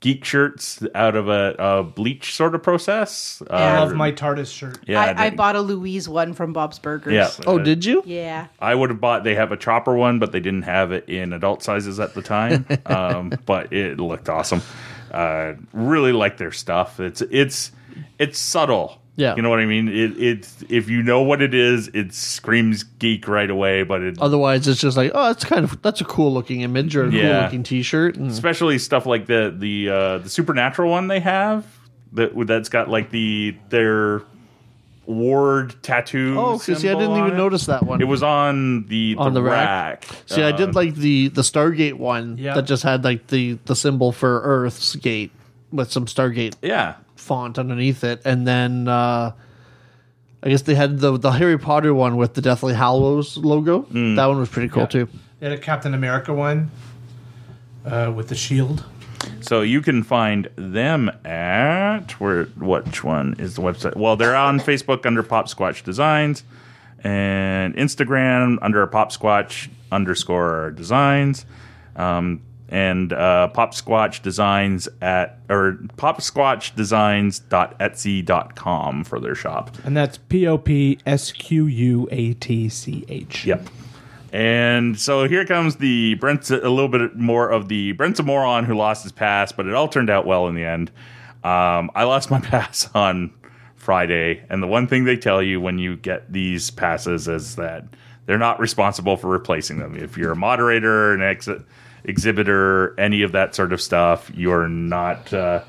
Speaker 1: geek shirts out of a, a bleach sort of process.
Speaker 6: I
Speaker 1: Uh,
Speaker 6: love my TARDIS shirt.
Speaker 1: yeah,
Speaker 4: I, I
Speaker 1: they-
Speaker 4: bought a Louise one from Bob's Burgers.
Speaker 1: Yeah.
Speaker 3: Oh, did you?
Speaker 4: Yeah.
Speaker 1: I would have bought. They have a chopper one, but they didn't have it in adult sizes at the time. um, but it looked awesome. Uh, really like their stuff. It's it's it's subtle.
Speaker 3: Yeah.
Speaker 1: you know what I mean. It it's if you know what it is, it screams geek right away. But it
Speaker 3: Otherwise, it's just like, oh, that's kind of that's a cool looking image or a
Speaker 1: Yeah.
Speaker 3: cool looking T-shirt. And,
Speaker 1: especially stuff like the the uh, the supernatural one they have that that's got like the their ward tattoo.
Speaker 3: oh, 'cause see, I didn't
Speaker 1: symbol on
Speaker 3: even
Speaker 1: it.
Speaker 3: notice that one.
Speaker 1: It was on the,
Speaker 3: On
Speaker 1: the,
Speaker 3: the
Speaker 1: rack.
Speaker 3: rack? See, I
Speaker 1: Uh,
Speaker 3: did like the the Stargate one
Speaker 6: Yeah.
Speaker 3: that just had like the the symbol for Earth's gate with some Stargate
Speaker 1: Yeah,
Speaker 3: font underneath it, and then uh, I guess they had the the Harry Potter one with the Deathly Hallows logo. That one was pretty cool too.
Speaker 6: They had a Captain America one uh, with the shield.
Speaker 1: So you can find them at where? Which one is the website? Well, they're on Facebook under Pop Squatch Designs and Instagram under Pop Squatch underscore Designs. Um, and uh, Pop Squatch Designs at or Pop Squatch Designs.etsy.com for their shop.
Speaker 6: And that's P O P S Q U A T C H.
Speaker 1: Yep. And so here comes the Brent's a little bit more of the Brent's a moron who lost his pass, but it all turned out well in the end. Um, I lost my pass on Friday, and the one thing they tell you when you get these passes is that they're not responsible for replacing them. If you're a moderator, an ex- exhibitor, any of that sort of stuff, you're not uh,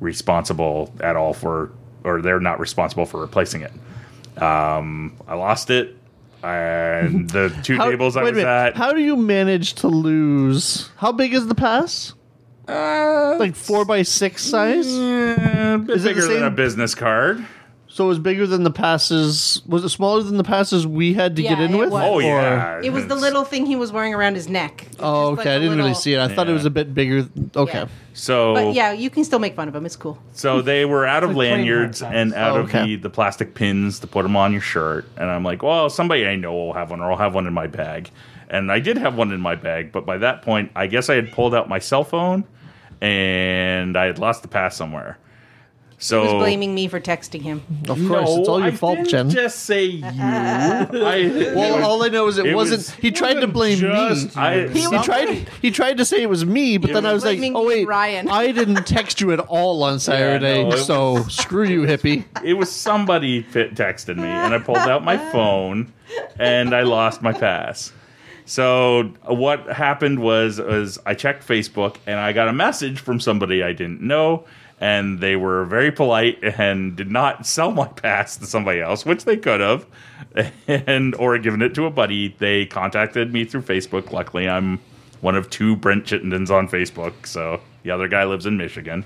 Speaker 1: responsible at all for, or they're not responsible for replacing it. Um, I lost it, and the two
Speaker 3: How-
Speaker 1: tables I
Speaker 3: wait a
Speaker 1: was
Speaker 3: minute,
Speaker 1: at.
Speaker 3: How do you manage to lose? How big is the pass?
Speaker 1: uh,
Speaker 3: Like four by six size?
Speaker 1: yeah, a bit
Speaker 3: Is it the
Speaker 1: bigger than a
Speaker 3: same-
Speaker 1: business card.
Speaker 3: So it was bigger than the passes. Was it smaller than the passes we had to
Speaker 4: Yeah,
Speaker 3: get in
Speaker 4: it
Speaker 3: with?
Speaker 4: was.
Speaker 1: Oh
Speaker 3: Or-
Speaker 1: yeah,
Speaker 4: It was the
Speaker 1: It's-
Speaker 4: little thing he was wearing around his neck. It's
Speaker 3: Oh, okay.
Speaker 4: just like
Speaker 3: I
Speaker 4: a
Speaker 3: didn't really
Speaker 4: little-
Speaker 3: see it. Oh. I thought it
Speaker 1: Yeah.
Speaker 3: was a bit bigger. Okay.
Speaker 4: Yeah.
Speaker 1: So
Speaker 4: But yeah, you can still make fun of him. It's cool.
Speaker 1: So they were out of
Speaker 6: like playing
Speaker 1: lanyards
Speaker 6: hard
Speaker 1: and
Speaker 6: times.
Speaker 1: out
Speaker 3: Oh,
Speaker 1: of
Speaker 3: okay.
Speaker 1: the, the plastic pins to put them on your shirt. And I'm like, well, somebody I know will have one, or I'll have one in my bag. And I did have one in my bag, but by that point, I guess I had pulled out my cell phone and I had lost the pass somewhere. So
Speaker 4: He
Speaker 3: Oh.
Speaker 4: was blaming me for texting him.
Speaker 3: Of course. it's all
Speaker 1: No,
Speaker 3: your
Speaker 1: I
Speaker 3: fault,
Speaker 1: didn't
Speaker 3: Jen.
Speaker 1: Just say you. I,
Speaker 3: well, all I know is it,
Speaker 1: it
Speaker 3: wasn't.
Speaker 1: was-
Speaker 3: he tried to blame me.
Speaker 1: just I,
Speaker 4: He
Speaker 3: He
Speaker 4: was-
Speaker 3: tried. He tried to say it was me, but then I was like,
Speaker 4: blaming
Speaker 3: "Oh wait,
Speaker 4: Ryan."
Speaker 3: I didn't text you at all on Saturday,
Speaker 1: no, it
Speaker 3: so screw you, hippie."
Speaker 1: it was somebody fit texted me and I pulled out my phone and I lost my pass. So what happened was was I checked Facebook and I got a message from somebody I didn't know and they were very polite and did not sell my pass to somebody else, which they could have and or given it to a buddy. They contacted me through Facebook. Luckily, I'm one of two Brent Chittendens on Facebook, so the other guy lives in Michigan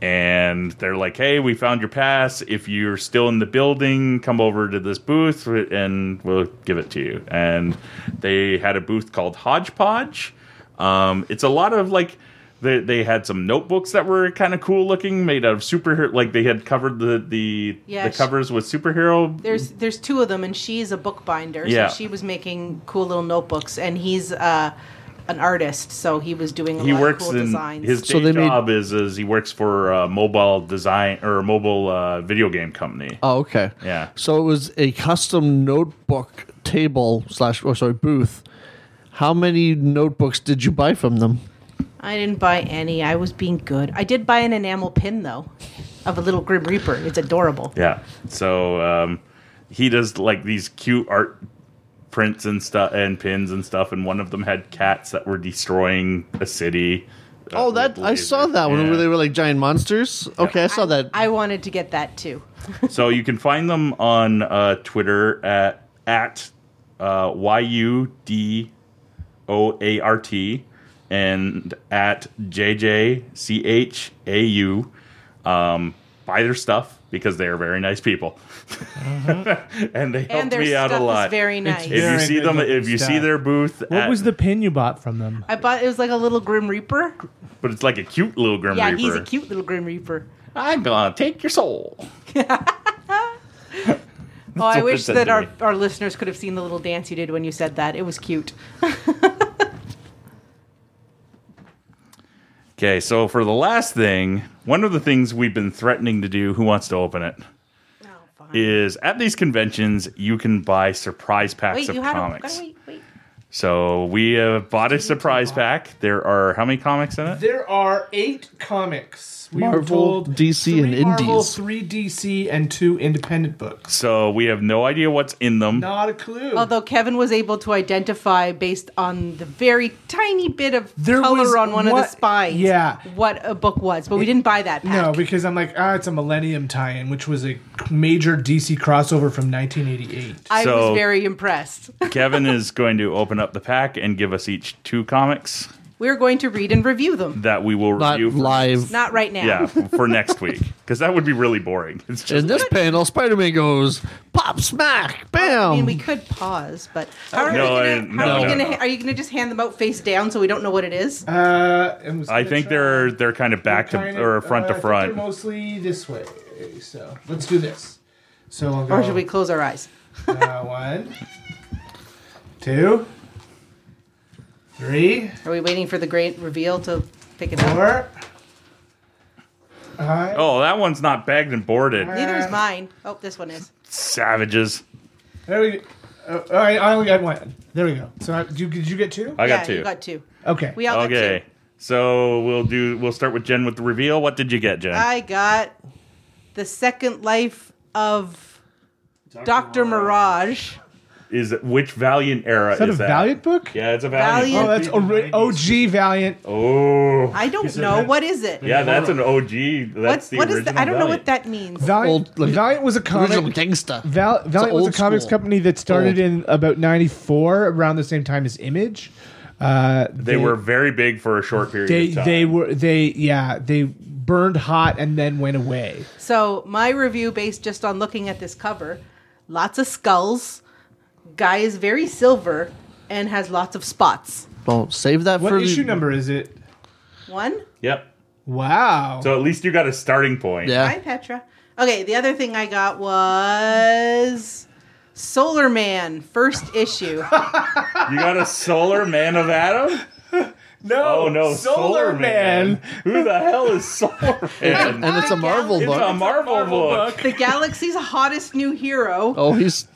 Speaker 1: and they're like, "Hey, we found your pass. If you're still in the building, come over to this booth and we'll give it to you." And they had a booth called Hodgepodge. Um, it's a lot of like they, they had some notebooks that were kind of cool looking, made out of superhero. Like they had covered the the,
Speaker 4: Yeah,
Speaker 1: the
Speaker 4: she-
Speaker 1: covers with superhero.
Speaker 4: There's there's two of them, and she's a bookbinder.
Speaker 1: Yeah.
Speaker 4: So she was making cool little notebooks, and he's uh, an artist, so he was doing a
Speaker 1: He
Speaker 4: lot
Speaker 1: works
Speaker 4: of cool
Speaker 1: in
Speaker 4: designs.
Speaker 1: his day
Speaker 3: So they made-
Speaker 1: job is is he works for a mobile design or a mobile uh, video game company.
Speaker 3: Oh, okay.
Speaker 1: Yeah.
Speaker 3: So it was a custom notebook table slash, oh, sorry, booth. How many notebooks did you buy from them?
Speaker 4: I didn't buy any. I was being good. I did buy an enamel pin though, of a little Grim Reaper. It's adorable.
Speaker 1: Yeah. So um, he does like these cute art prints and stuff and pins and stuff, and one of them had cats that were destroying a city.
Speaker 3: Oh, that I saw that one where they were like giant monsters. Okay, I saw that.
Speaker 4: I wanted to get that too.
Speaker 1: So you can find them on uh, Twitter at at uh, y u d o a r t and at j j c h a u. Um, buy their stuff because they are very nice people, and they
Speaker 4: And
Speaker 1: helped
Speaker 4: their
Speaker 1: me out
Speaker 4: stuff
Speaker 1: a lot.
Speaker 4: is very nice.
Speaker 1: if
Speaker 6: It's
Speaker 1: you
Speaker 6: Very
Speaker 1: see
Speaker 6: good
Speaker 1: them,
Speaker 6: looking
Speaker 1: if you see
Speaker 6: stuff.
Speaker 1: their booth,
Speaker 6: What
Speaker 1: at-
Speaker 6: was the pin you bought from them?
Speaker 4: I bought it was like a little Grim Reaper.
Speaker 1: But it's like a cute little Grim
Speaker 4: yeah,
Speaker 1: Reaper.
Speaker 4: he's a cute little Grim Reaper.
Speaker 1: I'm gonna take your soul.
Speaker 4: Oh, I
Speaker 1: what it
Speaker 4: wish
Speaker 1: said
Speaker 4: that
Speaker 1: to
Speaker 4: our,
Speaker 1: me.
Speaker 4: our listeners could have seen the little dance you did when you said that. It was cute.
Speaker 1: Okay, so for the last thing, one of the things we've been threatening to do, who wants to open it? Is at these conventions you can buy surprise packs
Speaker 4: Wait,
Speaker 1: of
Speaker 4: you had
Speaker 1: comics.
Speaker 4: a wait, wait.
Speaker 1: So we uh, bought a surprise pack. There are how many comics in it?
Speaker 6: There are eight comics. We
Speaker 3: Marvel, DC,
Speaker 6: three
Speaker 3: and
Speaker 6: Marvel,
Speaker 3: indies.
Speaker 6: three DC, and two independent books.
Speaker 1: So we have no idea what's in them.
Speaker 6: Not a clue.
Speaker 4: Although Kevin was able to identify based on the very tiny bit of
Speaker 6: There was
Speaker 4: color on one of
Speaker 6: what-
Speaker 4: the spines,
Speaker 6: yeah.
Speaker 4: what a book was, but we didn't buy that. Pack.
Speaker 6: no, because I'm like, ah, it's a Millennium tie-in, which was a major DC crossover from 1988.
Speaker 4: I
Speaker 1: So-
Speaker 4: was very impressed.
Speaker 1: Kevin is going to open up the pack and give us each two comics
Speaker 4: we are going to read and review them.
Speaker 1: that we will
Speaker 3: Not
Speaker 1: review. for-
Speaker 3: live.
Speaker 4: Not right now.
Speaker 1: Yeah, for next week because that would be really boring. It's just
Speaker 3: In this panel, Spider Man goes pop smack
Speaker 4: I
Speaker 3: bam.
Speaker 4: mean, we could pause, but how are
Speaker 1: No,
Speaker 4: we
Speaker 1: I-
Speaker 4: gonna? how are,
Speaker 1: no,
Speaker 4: we
Speaker 1: no,
Speaker 4: gonna
Speaker 1: no.
Speaker 4: are you gonna just hand them out face down so we don't know what it is?
Speaker 6: Uh, it was
Speaker 1: I think they're they're kind of back
Speaker 6: Kind
Speaker 1: to
Speaker 6: of-
Speaker 1: or front
Speaker 6: uh,
Speaker 1: to
Speaker 6: I think
Speaker 1: front.
Speaker 6: they're mostly this way. So let's do this. So I'll go.
Speaker 4: or should we close our eyes?
Speaker 6: uh, one, two, three,
Speaker 4: Are we waiting for the great reveal to pick it up?
Speaker 6: four. Uh,
Speaker 1: Oh, that one's not bagged and boarded.
Speaker 4: Neither is mine. Oh, this one is.
Speaker 1: Savages.
Speaker 6: There we. Uh, all right, I only got one. There we go. So I, did, you, did you get two?
Speaker 1: I
Speaker 4: yeah,
Speaker 1: got two.
Speaker 4: You got two.
Speaker 6: Okay.
Speaker 4: We all got
Speaker 1: okay.
Speaker 4: two.
Speaker 1: So we'll do we'll start with Jen with the reveal. What did you get, Jen?
Speaker 4: I got the second life of Doctor Mirage.
Speaker 1: is it, which Valiant era is
Speaker 6: is that a
Speaker 1: that?
Speaker 6: Valiant book?
Speaker 1: Yeah, it's a Valiant.
Speaker 6: Oh, that's ori- OG Valiant.
Speaker 1: Oh.
Speaker 4: I don't
Speaker 5: said
Speaker 4: know
Speaker 5: that-
Speaker 4: what is it.
Speaker 1: Yeah, that's an OG. That's
Speaker 4: What's
Speaker 1: the
Speaker 4: what
Speaker 1: original
Speaker 4: is that? I don't know what
Speaker 1: Valiant.
Speaker 4: that means.
Speaker 6: Valiant,
Speaker 3: Old- like-
Speaker 6: Valiant was a
Speaker 3: Original
Speaker 6: comic.
Speaker 3: gangsta.
Speaker 6: Val- Valiant was a
Speaker 3: old
Speaker 6: comics
Speaker 3: school.
Speaker 6: company that started
Speaker 3: Old.
Speaker 6: in about '94, around the same time as Image. Uh,
Speaker 1: They were very big for a short period
Speaker 6: They
Speaker 1: of time.
Speaker 6: they were they yeah they burned hot and then went away.
Speaker 4: So my review, based just on looking at this cover, lots of skulls. Guy is very silver and has lots of spots.
Speaker 3: Well, save that
Speaker 6: What
Speaker 3: for
Speaker 6: issue number is it?
Speaker 4: One.
Speaker 1: Yep.
Speaker 6: Wow.
Speaker 1: So at least you got a starting point.
Speaker 4: Hi,
Speaker 3: Yeah,
Speaker 4: Petra. Okay, the other thing I got was Solar Man, first issue.
Speaker 1: You got a Solar Man of Adam?
Speaker 6: no,
Speaker 1: Oh no, Solar, Man. Who the hell is Solar Man?
Speaker 3: and it's a Marvel
Speaker 1: It's um, a
Speaker 3: book.
Speaker 1: Marvel, book.
Speaker 4: the galaxy's hottest new hero
Speaker 3: Oh, he's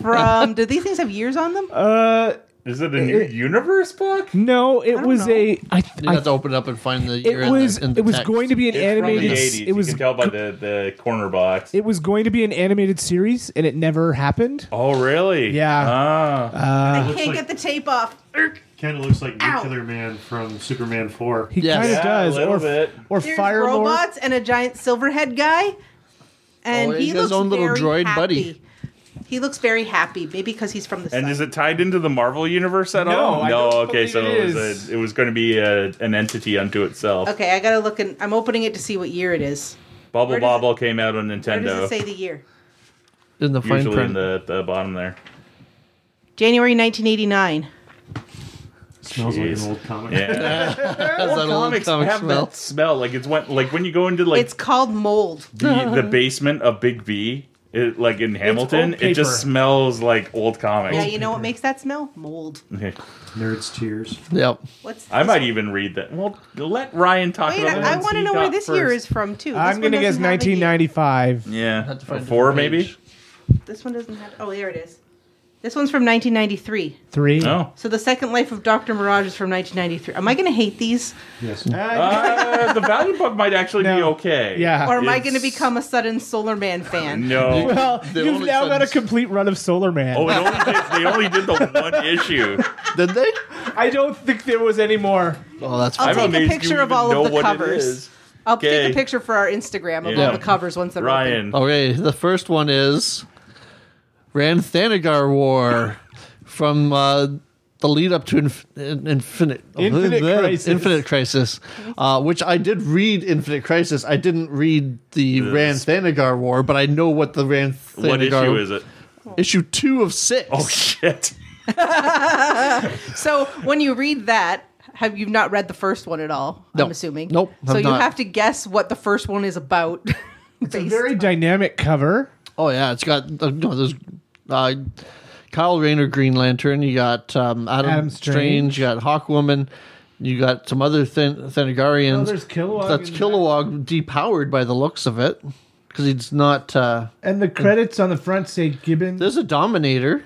Speaker 4: from. Do these things have years on them?
Speaker 6: Uh,
Speaker 1: Is it a new universe book?
Speaker 6: no, it was
Speaker 4: know.
Speaker 6: a. I,
Speaker 3: you
Speaker 6: I
Speaker 3: have to open it up and find the year.
Speaker 6: it
Speaker 3: in the-
Speaker 6: was
Speaker 3: in the
Speaker 6: it was
Speaker 3: text.
Speaker 6: going to be an animated.
Speaker 1: From the
Speaker 6: s-
Speaker 1: 80s.
Speaker 6: It was
Speaker 1: you can tell by the, the corner box.
Speaker 6: it was going to be an animated series, and it never happened.
Speaker 1: oh, really?
Speaker 6: Yeah.
Speaker 1: Ah.
Speaker 4: I can't
Speaker 5: like-
Speaker 4: get the tape off.
Speaker 5: Kind of looks like
Speaker 4: Ow.
Speaker 5: Nuclear Man from Superman 4.
Speaker 6: He
Speaker 3: Yes.
Speaker 6: kind of
Speaker 3: Yeah,
Speaker 1: a
Speaker 6: does,
Speaker 1: little
Speaker 6: or
Speaker 1: bit.
Speaker 6: or
Speaker 4: There's
Speaker 6: Fire Lord.
Speaker 4: robots and a giant silver head guy, and
Speaker 3: Oh,
Speaker 4: he
Speaker 3: he's his
Speaker 4: looks
Speaker 3: own little
Speaker 4: very
Speaker 3: droid
Speaker 4: happy.
Speaker 3: buddy.
Speaker 4: He looks very happy, maybe because he's from the
Speaker 1: and
Speaker 4: sun.
Speaker 1: is it tied into the Marvel universe at
Speaker 6: No,
Speaker 1: all?
Speaker 6: I
Speaker 1: no.
Speaker 6: don't
Speaker 1: okay,
Speaker 6: believe
Speaker 1: so
Speaker 6: it
Speaker 1: it was,
Speaker 6: is.
Speaker 1: a, it was going to be a, an entity unto itself.
Speaker 4: okay, I gotta look and I'm opening it to see what year it is.
Speaker 1: Bubble
Speaker 4: where does it-
Speaker 1: Bobble came out on
Speaker 4: Where does it
Speaker 1: Nintendo.
Speaker 4: say the year?
Speaker 3: in the fine
Speaker 1: Usually
Speaker 3: print.
Speaker 1: in the, the bottom there.
Speaker 4: January 1989.
Speaker 5: Smells like
Speaker 1: Jeez.
Speaker 5: an old comic.
Speaker 1: Yeah.
Speaker 3: Has that old
Speaker 1: Comics
Speaker 3: comic
Speaker 1: have
Speaker 3: smell.
Speaker 1: that smell. Like it's when, like when you go into like
Speaker 4: It's called mold.
Speaker 1: the, the basement of Big B, it, like in Hamilton,
Speaker 6: old
Speaker 1: it just
Speaker 6: paper.
Speaker 1: smells like old comics.
Speaker 4: Yeah, you know what makes that smell? Mold.
Speaker 5: Nerds Tears.
Speaker 3: Yep.
Speaker 4: What's
Speaker 1: I
Speaker 4: this-
Speaker 1: might even read that. Well, let Ryan talk
Speaker 4: Wait,
Speaker 1: about it.
Speaker 4: I, I
Speaker 1: once
Speaker 4: want to
Speaker 1: he
Speaker 4: know where
Speaker 1: got
Speaker 4: this year is
Speaker 1: first.
Speaker 4: from too. This
Speaker 6: I'm
Speaker 4: one
Speaker 6: gonna guess
Speaker 4: doesn't have a year.
Speaker 6: 1995.
Speaker 1: Yeah,
Speaker 3: to find a
Speaker 1: four
Speaker 3: different
Speaker 1: maybe.
Speaker 3: page.
Speaker 4: This one doesn't have. Oh, there it is. This one's from 1993.
Speaker 6: Three.
Speaker 1: Oh,
Speaker 4: So the second life of Dr. Mirage is from 1993. Am I going to hate these?
Speaker 5: Yes.
Speaker 1: uh, the value book might actually be
Speaker 6: No.
Speaker 1: okay.
Speaker 6: Yeah.
Speaker 4: Or am I
Speaker 1: It's-
Speaker 4: going to become a sudden Solar Man fan?
Speaker 1: No.
Speaker 6: well,
Speaker 3: The
Speaker 6: you've
Speaker 3: only
Speaker 6: now got a
Speaker 3: sentence-
Speaker 6: complete run of Solar Man.
Speaker 1: Oh, it only did, they only did the one issue.
Speaker 3: Did they?
Speaker 6: I don't think there was any more.
Speaker 3: Oh, that's
Speaker 4: I'll
Speaker 1: I'm
Speaker 4: take a
Speaker 1: amazed you
Speaker 4: picture of
Speaker 1: even
Speaker 4: all
Speaker 1: know
Speaker 4: of the
Speaker 1: what it
Speaker 4: covers.
Speaker 1: is.
Speaker 4: I'll take
Speaker 1: Okay.
Speaker 4: a picture for our Instagram of
Speaker 1: Yeah.
Speaker 4: all the covers once they're
Speaker 1: Ryan.
Speaker 6: Oh,
Speaker 3: Okay, the first one is Ranthanagar War from uh, the lead up to inf- in- Infinite
Speaker 6: Infinite Crisis.
Speaker 3: Infinite Crisis, uh, which I did read Infinite Crisis. I didn't read the Ranthanagar War, but I know what the Ranthanagar
Speaker 1: What issue is it?
Speaker 3: Issue two of six.
Speaker 1: Oh shit.
Speaker 4: open. So when you read that, have you not read the first one at all?
Speaker 3: No.
Speaker 4: I'm assuming.
Speaker 3: Nope,
Speaker 4: So
Speaker 3: have
Speaker 4: you
Speaker 3: not.
Speaker 4: have to guess what the first one is about.
Speaker 6: It's a
Speaker 4: based-
Speaker 6: very dynamic cover.
Speaker 3: Oh yeah, it's got uh, no, there's uh, Kyle Rayner Green Lantern. You got um, Adam,
Speaker 6: Adam
Speaker 3: Strange.
Speaker 6: Strange.
Speaker 3: You got Hawkwoman. You got some other Than- Thanagarians.
Speaker 6: Oh, there's Kilowog
Speaker 3: That's
Speaker 6: in
Speaker 3: Kilowog depowered by the looks of it because he's not. Uh,
Speaker 6: And the credits on the front say Gibbons.
Speaker 3: there's a Dominator.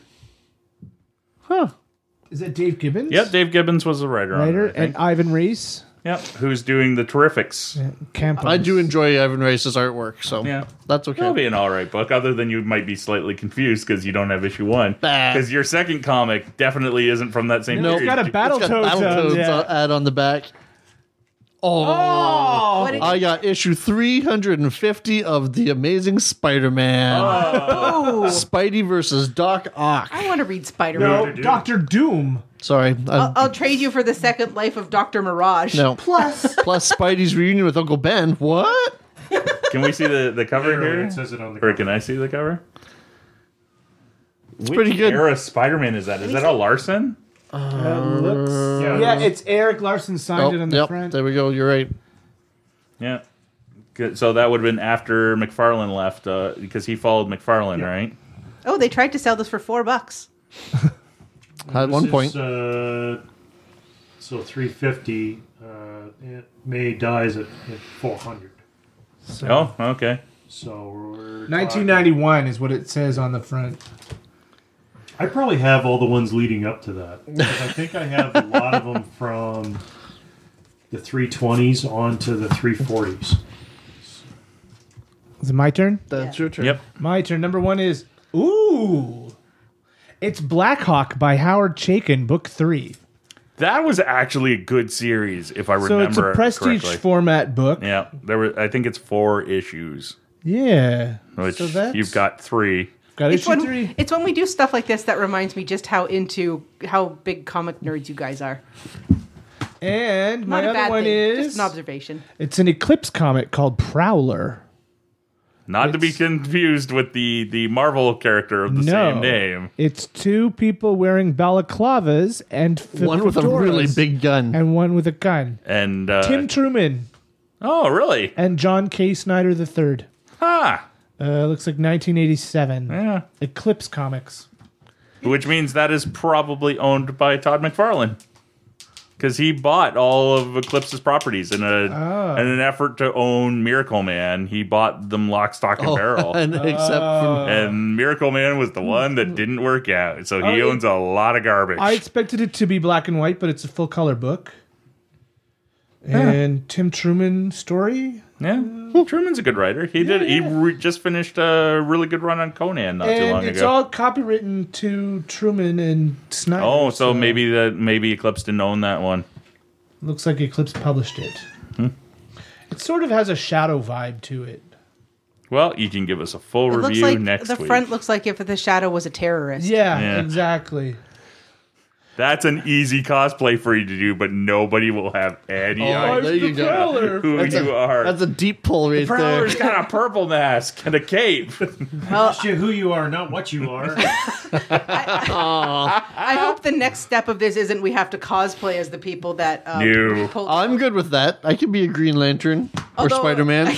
Speaker 6: Is that Dave Gibbons?
Speaker 1: Yep, Dave Gibbons was the writer.
Speaker 6: Writer
Speaker 1: on it, I think.
Speaker 6: and Ivan Reese.
Speaker 1: yep, who's doing the terrifics? Yeah,
Speaker 6: Campos.
Speaker 3: I do enjoy Ivan Reis's artwork, so that's okay.
Speaker 1: That'll be an all right book, other than you might be slightly confused because you don't have issue one.
Speaker 3: Bah.
Speaker 1: Because your second comic definitely isn't from that same
Speaker 6: No, it's
Speaker 1: period.
Speaker 6: got a battle
Speaker 3: it's got Battletoads uh, ad on the back. Oh,
Speaker 4: What did-
Speaker 3: I got issue 350 of The Amazing Spider-Man.
Speaker 4: oh,
Speaker 3: Spidey versus Doc Ock.
Speaker 4: I want to read Spider Man.
Speaker 6: No, Doctor Doom.
Speaker 3: Sorry. I-
Speaker 4: I'll, I'll trade you for the second life of Dr. Mirage.
Speaker 3: no.
Speaker 6: Plus,
Speaker 3: Plus Spidey's reunion with Uncle Ben. What?
Speaker 1: Can we see the, the cover
Speaker 5: Literally,
Speaker 1: here?
Speaker 5: It says it on the
Speaker 1: Or can I see the cover? It's
Speaker 3: pretty good.
Speaker 1: Era Spider Man is that? Is that a Larson?
Speaker 6: That Uh, looks-
Speaker 5: Yeah.
Speaker 6: yeah, it's Eric Larson
Speaker 3: Oh,
Speaker 6: signed it on the
Speaker 3: yep.
Speaker 6: front.
Speaker 3: There we go. You're right.
Speaker 1: Yeah. Good. So that would have been after McFarlane left uh, because he followed McFarlane, right?
Speaker 4: Oh, they tried to sell this for four bucks.
Speaker 3: At
Speaker 5: This
Speaker 3: one
Speaker 5: is,
Speaker 3: point.
Speaker 5: uh, so 350. Uh, Aunt May dies at, at 400.
Speaker 1: Oh, okay.
Speaker 5: So we're talking-
Speaker 6: 1991 is what it says on the front.
Speaker 5: I probably have all the ones leading up to that. 'Cause I think I have a lot of them from the 320s on to the 340s.
Speaker 6: Is it my turn?
Speaker 3: That's
Speaker 4: Yeah.
Speaker 3: your turn.
Speaker 1: Yep.
Speaker 6: My turn. Number one is ooh, it's Black Hawk by Howard Chaykin, book three.
Speaker 1: That was actually a good series, if I
Speaker 6: So
Speaker 1: remember.
Speaker 6: it's a
Speaker 1: it
Speaker 6: prestige
Speaker 1: correctly.
Speaker 6: format book.
Speaker 1: yeah, there were. I think it's four issues,
Speaker 6: Yeah.
Speaker 1: which
Speaker 6: So that's-
Speaker 1: you've got three.
Speaker 6: Got
Speaker 4: It's
Speaker 6: issue
Speaker 4: when,
Speaker 6: three.
Speaker 4: it's when we do stuff like this that reminds me just how into how big comic nerds you guys are.
Speaker 6: And
Speaker 4: Not
Speaker 6: my
Speaker 4: a bad
Speaker 6: other one
Speaker 4: thing,
Speaker 6: is
Speaker 4: just an observation.
Speaker 6: it's an Eclipse comic called Prowler.
Speaker 1: Not to be
Speaker 6: It's-
Speaker 1: confused with the the Marvel character of the
Speaker 6: no
Speaker 1: same name.
Speaker 6: It's two people wearing balaclavas and fe-
Speaker 3: One with a
Speaker 6: fedoras
Speaker 3: really big gun.
Speaker 6: and one with a gun.
Speaker 1: And uh,
Speaker 6: Tim Truman
Speaker 1: oh, really?
Speaker 6: and John K. Snyder III.
Speaker 1: Ah,
Speaker 6: Uh, looks like 1987.
Speaker 1: yeah.
Speaker 6: Eclipse Comics.
Speaker 1: Which means that is probably owned by Todd McFarlane. Because he bought all of Eclipse's properties in a
Speaker 6: Ah.
Speaker 1: in an effort to own Miracle Man. He bought them lock, stock,
Speaker 4: Oh,
Speaker 1: and barrel.
Speaker 3: and except for
Speaker 1: and Miracle Man was the one that didn't work out. So he
Speaker 6: Oh, it-
Speaker 1: owns a lot of garbage.
Speaker 6: I expected it to be black and white, but it's a full color book. And Tim Truman story.
Speaker 1: yeah, Truman's a good writer. He did. He re- just finished a really good run on Conan not too long
Speaker 6: And it's
Speaker 1: ago.
Speaker 6: all copywritten to Truman and Snyder.
Speaker 1: oh, so maybe that maybe Eclipse didn't own that one.
Speaker 6: Looks like Eclipse published it.
Speaker 1: Hmm.
Speaker 6: It sort of has a shadow vibe to it.
Speaker 1: Well, you can give us a full
Speaker 4: It looks
Speaker 1: review
Speaker 4: like
Speaker 1: next
Speaker 4: the
Speaker 1: week.
Speaker 4: front looks like if the shadow was a terrorist.
Speaker 6: Yeah,
Speaker 1: Yeah.
Speaker 6: exactly.
Speaker 1: That's an easy cosplay for you to do, but nobody will have any
Speaker 3: Oh,
Speaker 1: idea
Speaker 3: there you go.
Speaker 1: who
Speaker 3: that's
Speaker 1: you
Speaker 3: a,
Speaker 1: are.
Speaker 3: That's a deep pull right there.
Speaker 1: Prowler's got a purple mask and a cape.
Speaker 5: Ask you who you are, not what you are.
Speaker 4: I hope the next step of this isn't we have to cosplay as the people that um,
Speaker 1: No.
Speaker 4: pulled-
Speaker 3: I'm good with that. I could be a Green Lantern or
Speaker 4: although
Speaker 3: Spider Man.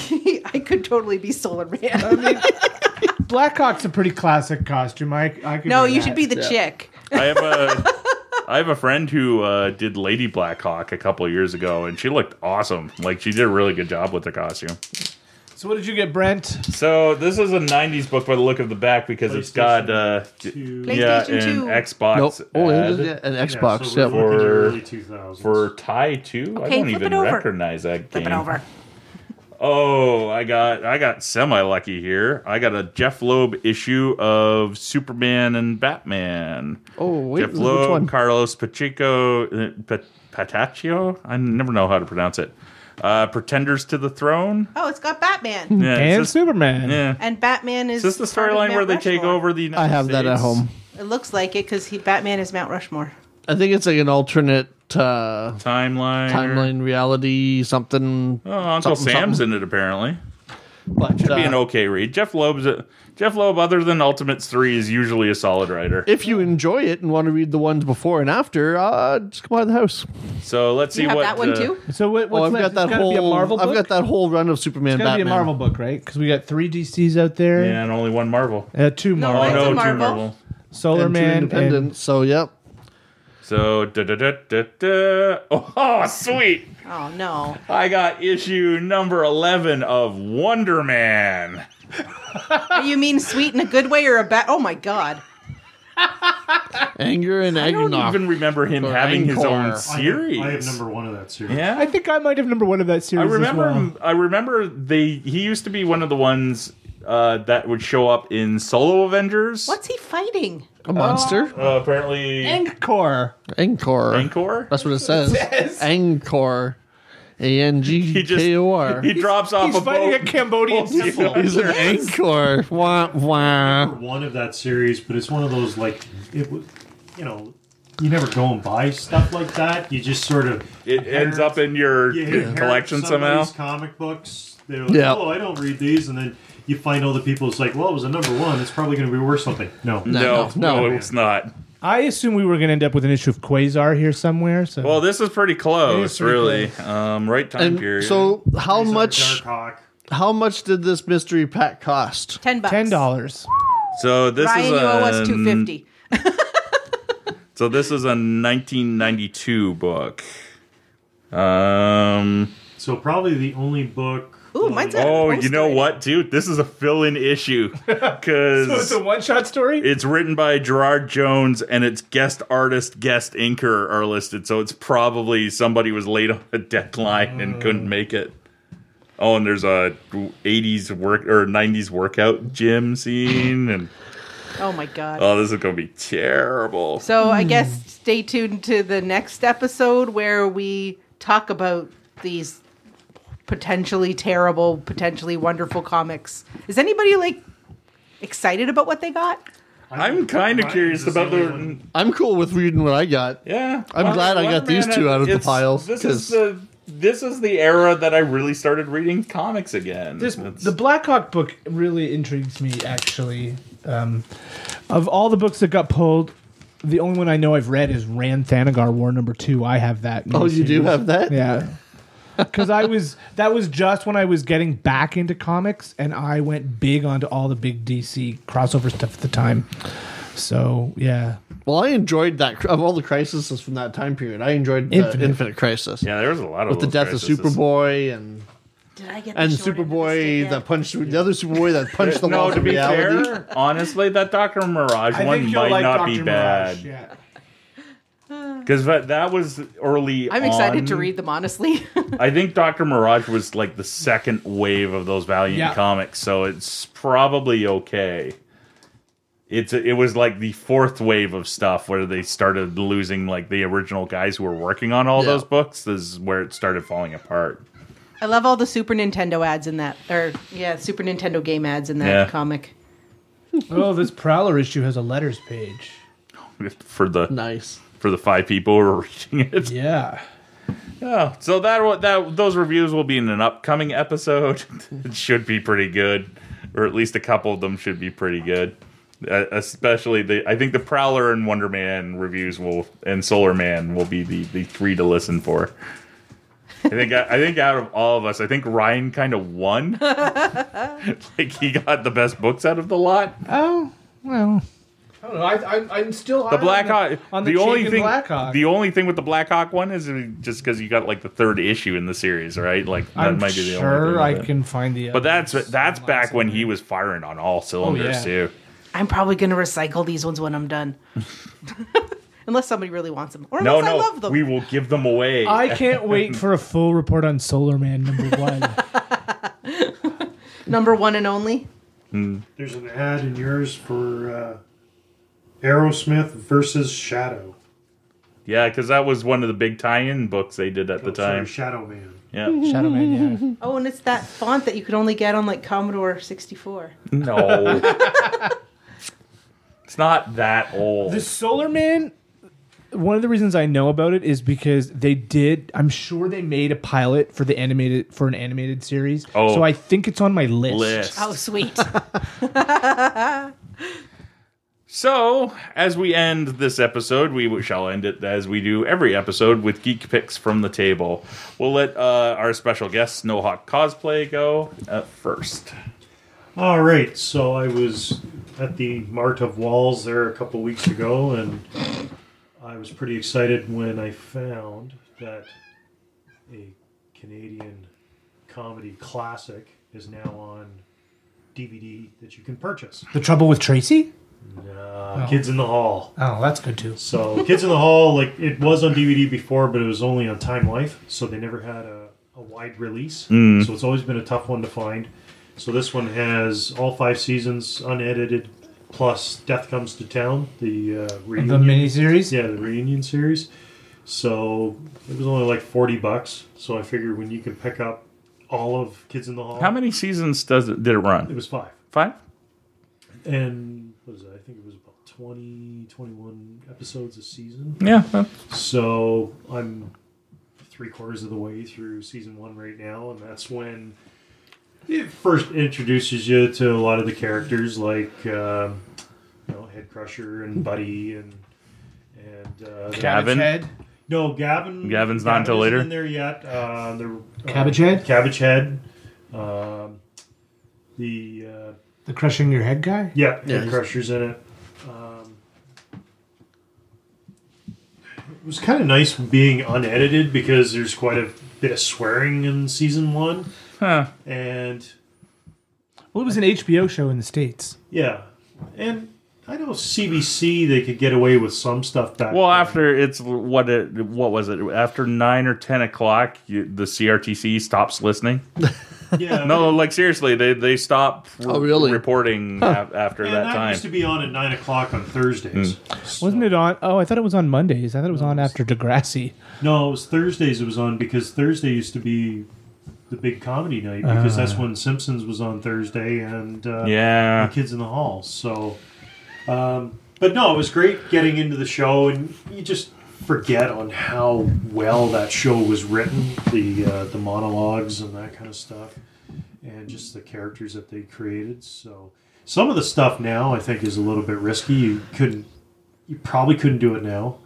Speaker 4: I, could totally be Solar Man.
Speaker 6: Blackhawk's a pretty classic costume. I, I could
Speaker 4: no,
Speaker 6: wear
Speaker 4: you
Speaker 6: that.
Speaker 4: should be the chick.
Speaker 1: I have a I have a friend who uh, did Lady Blackhawk a couple years ago, and she looked awesome. Like she did a really good job with her costume.
Speaker 6: So what did you get, Brent?
Speaker 1: So this is a '90s book by the look of the back because it's got uh,
Speaker 5: Two-
Speaker 1: yeah,
Speaker 4: PlayStation
Speaker 1: and
Speaker 4: two.
Speaker 1: Xbox.
Speaker 3: Nope. Oh, it
Speaker 1: ad
Speaker 3: is yeah, an
Speaker 5: Yeah,
Speaker 3: Xbox.
Speaker 5: so
Speaker 1: we're
Speaker 3: yeah.
Speaker 5: we're looking at
Speaker 1: For-
Speaker 5: early 2000s.
Speaker 1: for Tie Two. I
Speaker 4: Okay,
Speaker 1: don't
Speaker 4: flip
Speaker 1: even
Speaker 4: it over.
Speaker 1: recognize that
Speaker 4: Flip
Speaker 1: game.
Speaker 4: it over.
Speaker 1: Oh, I got I got semi lucky here. I got a Jeff Loeb issue of Superman and Batman.
Speaker 3: Oh, wait,
Speaker 1: Jeff
Speaker 3: which
Speaker 1: Loeb,
Speaker 3: one?
Speaker 1: Carlos Pacheco, uh, Pat- Pataccio. I never know how to pronounce it. Uh, Pretenders to the Throne.
Speaker 4: Oh, it's got Batman.
Speaker 1: Yeah,
Speaker 6: and
Speaker 1: is this,
Speaker 6: Superman.
Speaker 1: yeah.
Speaker 4: And Batman is.
Speaker 1: Is this the
Speaker 4: part of
Speaker 1: storyline where
Speaker 4: Mount
Speaker 1: they take
Speaker 4: Rushmore.
Speaker 1: over the United
Speaker 3: I have that at
Speaker 1: States?
Speaker 3: home.
Speaker 4: It looks like it because Batman is Mount Rushmore.
Speaker 3: I think it's like an alternate uh,
Speaker 1: Timeline.
Speaker 3: timeline reality something.
Speaker 1: Oh, Uncle
Speaker 3: Something,
Speaker 1: Sam's
Speaker 3: something.
Speaker 1: in it apparently.
Speaker 3: But uh,
Speaker 1: Be an okay read. Jeff Loeb's a, Jeff Loeb, other than Ultimates three, is usually a solid writer.
Speaker 3: if you enjoy it and want to read the ones before and after, uh, just come by the house.
Speaker 1: So let's see
Speaker 4: You have
Speaker 1: what
Speaker 4: that one
Speaker 1: uh,
Speaker 4: too?
Speaker 6: So what, what's
Speaker 3: Oh, I've
Speaker 6: left?
Speaker 3: got that
Speaker 6: it's gotta
Speaker 3: whole.
Speaker 6: Be a Marvel book?
Speaker 3: I've got that whole run of Superman.
Speaker 6: It's gotta
Speaker 3: Batman.
Speaker 6: be a Marvel book, right? Because we got three DCs out there.
Speaker 1: Yeah, and only one Marvel.
Speaker 6: Uh, two
Speaker 4: No,
Speaker 6: Marvel.
Speaker 4: It's
Speaker 1: no,
Speaker 4: a
Speaker 1: two
Speaker 4: Marvel.
Speaker 1: Marvel.
Speaker 6: Solar
Speaker 3: and two
Speaker 6: Man.
Speaker 3: Independent.
Speaker 6: And,
Speaker 3: so yep.
Speaker 1: So da da da da da. Oh, sweet!
Speaker 4: Oh no!
Speaker 1: I got issue number eleven of Wonder Man.
Speaker 4: you mean sweet in a good way or a bad? Oh my god!
Speaker 3: Anger and
Speaker 1: I don't
Speaker 3: Agnok.
Speaker 1: even remember him having his
Speaker 3: Rancor.
Speaker 1: own
Speaker 5: I have-
Speaker 1: series.
Speaker 5: I have number one of that series.
Speaker 1: Yeah,
Speaker 6: I think I might have number one of that series.
Speaker 1: I remember.
Speaker 6: As well.
Speaker 1: I remember they. He used to be one of the ones uh, that would show up in Solo Avengers.
Speaker 4: What's he fighting?
Speaker 3: A monster.
Speaker 1: Uh, apparently,
Speaker 6: Angkor.
Speaker 3: Angkor.
Speaker 1: Angkor.
Speaker 3: That's what it says. Angkor. A N G K O R.
Speaker 1: He drops off
Speaker 6: He's
Speaker 1: a
Speaker 6: fighting
Speaker 1: boat.
Speaker 6: a Cambodian temple.
Speaker 3: He's an Angkor. Wah wah.
Speaker 5: One of that series, but it's one of those like it. w- You know, you never go and buy stuff like that. You just sort of
Speaker 1: It ends up in your
Speaker 5: you inherit
Speaker 1: collection somehow.
Speaker 5: somebody's Comic books. They're like,
Speaker 3: Yeah.
Speaker 5: oh, I don't read these, and then you find all the people. It's like, well, it was a number one. It's probably going to be worth something. No,
Speaker 1: No,
Speaker 3: No, no.
Speaker 1: no, it's not.
Speaker 6: I assume we were going to end up with an issue of Quasar here somewhere. So
Speaker 1: Well, this is pretty close,
Speaker 6: It is pretty
Speaker 1: really. Um, right time
Speaker 3: And
Speaker 1: period.
Speaker 3: so, how
Speaker 5: These are
Speaker 3: much?
Speaker 5: Dark Hawk.
Speaker 3: How much did this mystery pack cost?
Speaker 4: Ten bucks.
Speaker 6: ten dollars.
Speaker 1: so this
Speaker 4: Ryan,
Speaker 1: is um,
Speaker 4: you
Speaker 1: a,
Speaker 4: owe us two fifty.
Speaker 1: So this is a 1992 book. Um.
Speaker 5: So probably the only book.
Speaker 4: Ooh, mine's got a
Speaker 1: Oh, you
Speaker 4: poster
Speaker 1: know
Speaker 4: in it.
Speaker 1: what, dude? This is a fill-in issue because
Speaker 6: one-shot story.
Speaker 1: it's written by Gerard Jones and its guest artist, guest inker are listed. So it's probably somebody was late on a deadline and couldn't make it. Oh, and there's a 80s work or 90s workout gym scene, and
Speaker 4: Oh my god!
Speaker 1: oh, this is gonna be terrible.
Speaker 4: so I guess stay tuned to the next episode where we talk about these potentially terrible, potentially wonderful comics. Is anybody like excited about what they got?
Speaker 1: I'm kind of
Speaker 5: Ryan's
Speaker 1: curious
Speaker 5: the
Speaker 1: about
Speaker 5: same
Speaker 1: the.
Speaker 5: one.
Speaker 3: I'm cool with reading what I got.
Speaker 1: Yeah,
Speaker 3: I'm
Speaker 1: Wonder-
Speaker 3: glad I
Speaker 1: Wonder
Speaker 3: got these
Speaker 1: Man,
Speaker 3: two out of the
Speaker 1: it's-
Speaker 3: pile,
Speaker 1: This
Speaker 3: 'cause-
Speaker 1: is the this is the era that I really started reading comics again.
Speaker 6: This,
Speaker 1: It's-
Speaker 6: the Black Hawk book really intrigues me. Actually, um, of all the books that got pulled, the only one I know I've read is Rand Thanagar War Number Two. I have that.
Speaker 3: Oh, you do
Speaker 6: miniseries.
Speaker 3: have that?
Speaker 6: Yeah. Because I was, that was just when I was getting back into comics, and I went big onto all the big DC crossover stuff at the time. So yeah,
Speaker 3: Well, I enjoyed that of all the crises from that time period. I enjoyed the Infinite,
Speaker 6: Infinite.
Speaker 3: Crisis
Speaker 1: yeah, there was a lot of
Speaker 3: with the
Speaker 1: those
Speaker 3: death
Speaker 1: crises.
Speaker 3: of Superboy and
Speaker 4: Did I get the
Speaker 3: and
Speaker 4: short end of the
Speaker 3: Superboy
Speaker 4: stick
Speaker 3: that
Speaker 4: yet?
Speaker 3: punched the other Superboy that punched the
Speaker 1: no,
Speaker 3: wall
Speaker 1: to
Speaker 3: of
Speaker 1: be
Speaker 3: reality.
Speaker 1: fair, honestly, that Doctor Mirage one might not be bad
Speaker 6: yeah.
Speaker 1: because that, that was early.
Speaker 4: I'm excited
Speaker 1: on.
Speaker 4: to read them honestly.
Speaker 1: I think Doctor Mirage was like the second wave of those Valiant
Speaker 6: Yeah.
Speaker 1: comics, so it's probably okay. It's it was like the fourth wave of stuff where they started losing like the original guys who were working on all
Speaker 3: Yeah.
Speaker 1: those books. This is where it started falling apart.
Speaker 4: I love all the Super Nintendo ads in that, or yeah, Super Nintendo game ads in that
Speaker 1: Yeah.
Speaker 4: comic.
Speaker 6: Oh, this Prowler issue has a letters page.
Speaker 1: For the
Speaker 3: Nice.
Speaker 1: for the five people who are reading it,
Speaker 6: Yeah.
Speaker 1: Oh, so that wa- that those reviews will be in an upcoming episode. it should be pretty good, or at least a couple of them should be pretty good. Uh, especially the I think the Prowler and Wonder Man reviews will and Solar Man will be the the three to listen for. I think I think out of all of us, I think Ryan kind of won. like he got the best books out of the lot.
Speaker 6: Oh well. I don't know. I, I, I'm still
Speaker 1: The Black
Speaker 6: on
Speaker 1: Hawk.
Speaker 6: the, on the,
Speaker 1: only thing,
Speaker 6: Black Hawk.
Speaker 1: the only thing with the Black Hawk one is just because you got like the third issue in the series, right? Like that
Speaker 6: I'm
Speaker 1: might be the only thing
Speaker 6: sure
Speaker 1: with
Speaker 6: I
Speaker 1: it.
Speaker 6: can find the.
Speaker 1: But that's
Speaker 6: others
Speaker 1: that's
Speaker 6: online
Speaker 1: back when he
Speaker 6: somewhere.
Speaker 1: was firing on all cylinders
Speaker 6: yeah.
Speaker 1: too.
Speaker 4: I'm probably going to recycle these ones when I'm done. unless somebody really wants them. Or
Speaker 1: No,
Speaker 4: unless
Speaker 1: no,
Speaker 4: I love them.
Speaker 1: we will give them away.
Speaker 6: I can't wait for a full report on Solar Man number one.
Speaker 4: Number one and only.
Speaker 5: There's an ad in yours for uh, Aerosmith versus Shadow.
Speaker 1: yeah, because that was one of the big tie-in books they did at the
Speaker 5: Oh, sorry,
Speaker 1: time.
Speaker 5: Shadow Man.
Speaker 1: Yeah,
Speaker 6: Shadow Man, yeah.
Speaker 4: Oh, and it's that font that you could only get on like Commodore 64.
Speaker 1: no, it's not that old.
Speaker 6: The Solar Man. One of the reasons I know about it is because they did. I'm sure they made a pilot for the animated for an animated series.
Speaker 1: Oh.
Speaker 6: so I think it's on my
Speaker 1: list.
Speaker 6: list.
Speaker 4: Oh, sweet.
Speaker 1: So, as we end this episode, we shall end it as we do every episode with geek picks from the table. We'll let uh, our special guest Snowhawk Cosplay go uh, first.
Speaker 5: All right, so I was at the Mart of Walls there a couple weeks ago, and I was pretty excited when I found that a Canadian comedy classic is now on DVD that you can purchase.
Speaker 6: The Trouble with Tracy.
Speaker 5: Uh, Kids in the Hall.
Speaker 6: Oh, that's good too.
Speaker 5: So Kids in the Hall, like it was on DVD before, but it was only on Time Life, so they never had a, a wide release.
Speaker 1: Mm.
Speaker 5: So it's always been a tough one to find. So this one has all five seasons unedited, plus Death Comes to Town, the uh, reunion.
Speaker 6: The miniseries.
Speaker 5: yeah, the reunion series. So it was only like forty bucks. So I figured when you can pick up all of Kids in the Hall,
Speaker 1: How many seasons does it, did it
Speaker 5: It
Speaker 1: run?
Speaker 5: was five,
Speaker 1: Five.
Speaker 5: and what is it? I think it was about 20, 21 episodes a season.
Speaker 1: Yeah, well,
Speaker 5: So I'm three quarters of the way through season one right now, and that's when it first introduces you to a lot of the characters, like um you know Head Crusher and Buddy and and uh,
Speaker 1: Gavin.
Speaker 6: Head.
Speaker 5: No, Gavin.
Speaker 1: Gavin's not until
Speaker 5: isn't
Speaker 1: later.
Speaker 5: In there yet? Uh, the uh,
Speaker 6: Cabbage Head?
Speaker 5: Cabbage Head. Um, the uh,
Speaker 6: The crushing your head guy.
Speaker 5: yeah,
Speaker 3: Yeah,
Speaker 5: Head
Speaker 3: he's-
Speaker 5: Crusher's in it. Um, it was kind of nice being unedited because there's quite a bit of swearing in season one,
Speaker 1: Huh.
Speaker 5: and
Speaker 6: Well, it was an HBO show in the states.
Speaker 5: yeah, and I know CBC they could get away with some stuff back.
Speaker 1: Well,
Speaker 5: then.
Speaker 1: after it's what it what was it after nine or ten o'clock, you, the CRTC stops listening.
Speaker 5: yeah,
Speaker 1: No, like seriously, they they stop
Speaker 3: Oh, really?
Speaker 1: reporting a- after
Speaker 5: and
Speaker 1: that,
Speaker 5: that,
Speaker 1: time. Hmm.
Speaker 5: used to be on at nine o'clock on Thursdays.
Speaker 6: Wasn't it on? Oh, I thought it was on Mondays. I thought it was on after Degrassi.
Speaker 5: No, it was Thursdays. It was on because Thursday used to be the big comedy night because that's when Simpsons was on Thursday and uh,
Speaker 1: Ah. yeah,
Speaker 5: the kids in the hall. So, um, but no, it was great getting into the show, and you just forget on how well that show was written, the uh, the monologues and that kind of stuff, and just the characters that they created. So, some of the stuff now I think is a little bit risky. You couldn't, you probably couldn't do it now.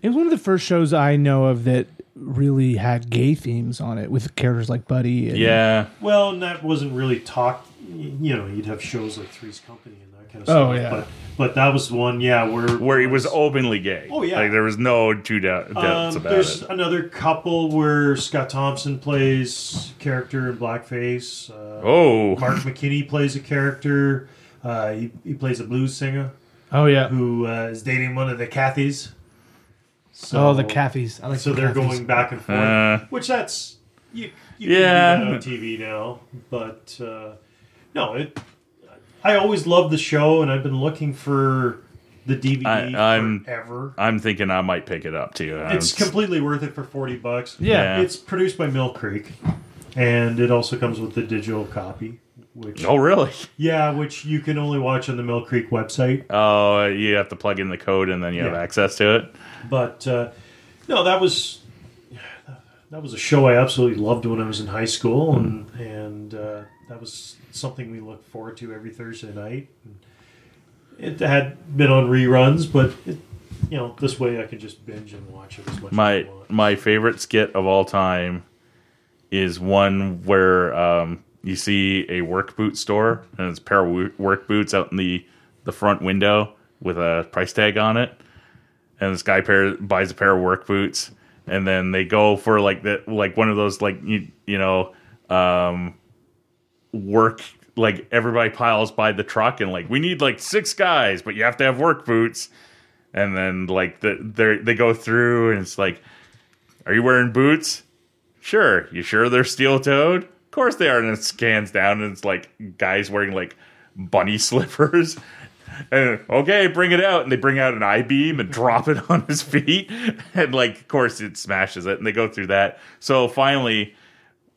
Speaker 6: It was one of the first shows I know of that really had gay themes on it, with characters like Buddy. And,
Speaker 1: yeah.
Speaker 5: Well, and that wasn't really talked. You know, you'd have shows like Three's Company and that kind of
Speaker 6: Oh,
Speaker 5: stuff.
Speaker 6: yeah.
Speaker 5: But, but that was one, yeah, where
Speaker 1: where he was openly gay.
Speaker 5: Oh, yeah.
Speaker 1: like there was no two dou- doubts
Speaker 5: Um,
Speaker 1: about
Speaker 5: there's
Speaker 1: it.
Speaker 5: another couple where Scott Thompson plays character in blackface. Uh,
Speaker 1: Oh,
Speaker 5: Mark McKinney plays a character. Uh, he, he plays a blues singer
Speaker 6: Oh yeah.
Speaker 5: who uh, is dating one of the Cathys. So,
Speaker 6: oh, the Cathys. I like.
Speaker 5: So
Speaker 6: the
Speaker 5: they're
Speaker 6: Cathys.
Speaker 5: going back and forth,
Speaker 1: Uh.
Speaker 5: which that's you. you
Speaker 1: Yeah.
Speaker 5: can do that on TV now, but uh, no, it. I always loved the show, and I've been looking for the DVD
Speaker 1: I- I'm-
Speaker 5: forever.
Speaker 1: I'm thinking I might pick it up too. I'm
Speaker 5: It's
Speaker 1: s-
Speaker 5: completely worth it for forty bucks.
Speaker 1: Yeah.
Speaker 5: it's produced by Mill Creek, and it also comes with the digital copy. Which
Speaker 1: oh, really?
Speaker 5: yeah, which you can only watch on the Mill Creek website.
Speaker 1: Oh, you have to plug in the code and then you have
Speaker 5: Yeah.
Speaker 1: access to it.
Speaker 5: But uh, no, that was that was a show I absolutely loved when I was in high school, and and uh, that was something we looked forward to every Thursday night. It had been on reruns, but it, you know this way I could just binge and watch it as much
Speaker 1: My
Speaker 5: as I want.
Speaker 1: my favorite skit of all time is one where um, you see a work boot store and it's a pair of wo- work boots out in the the front window with a price tag on it. And this guy pair, buys a pair of work boots, and then they go for like the like one of those like you you know um, work like everybody piles by the truck and like we need like six guys, but you have to have work boots. And then like the they they go through and it's like, are you wearing boots? Sure. You sure they're steel toed? Of course they are. And it scans down and it's like guys wearing like bunny slippers. And okay, bring it out. And they bring out an I beam and drop it on his feet. And like, of course, it smashes it. And they go through that. So finally,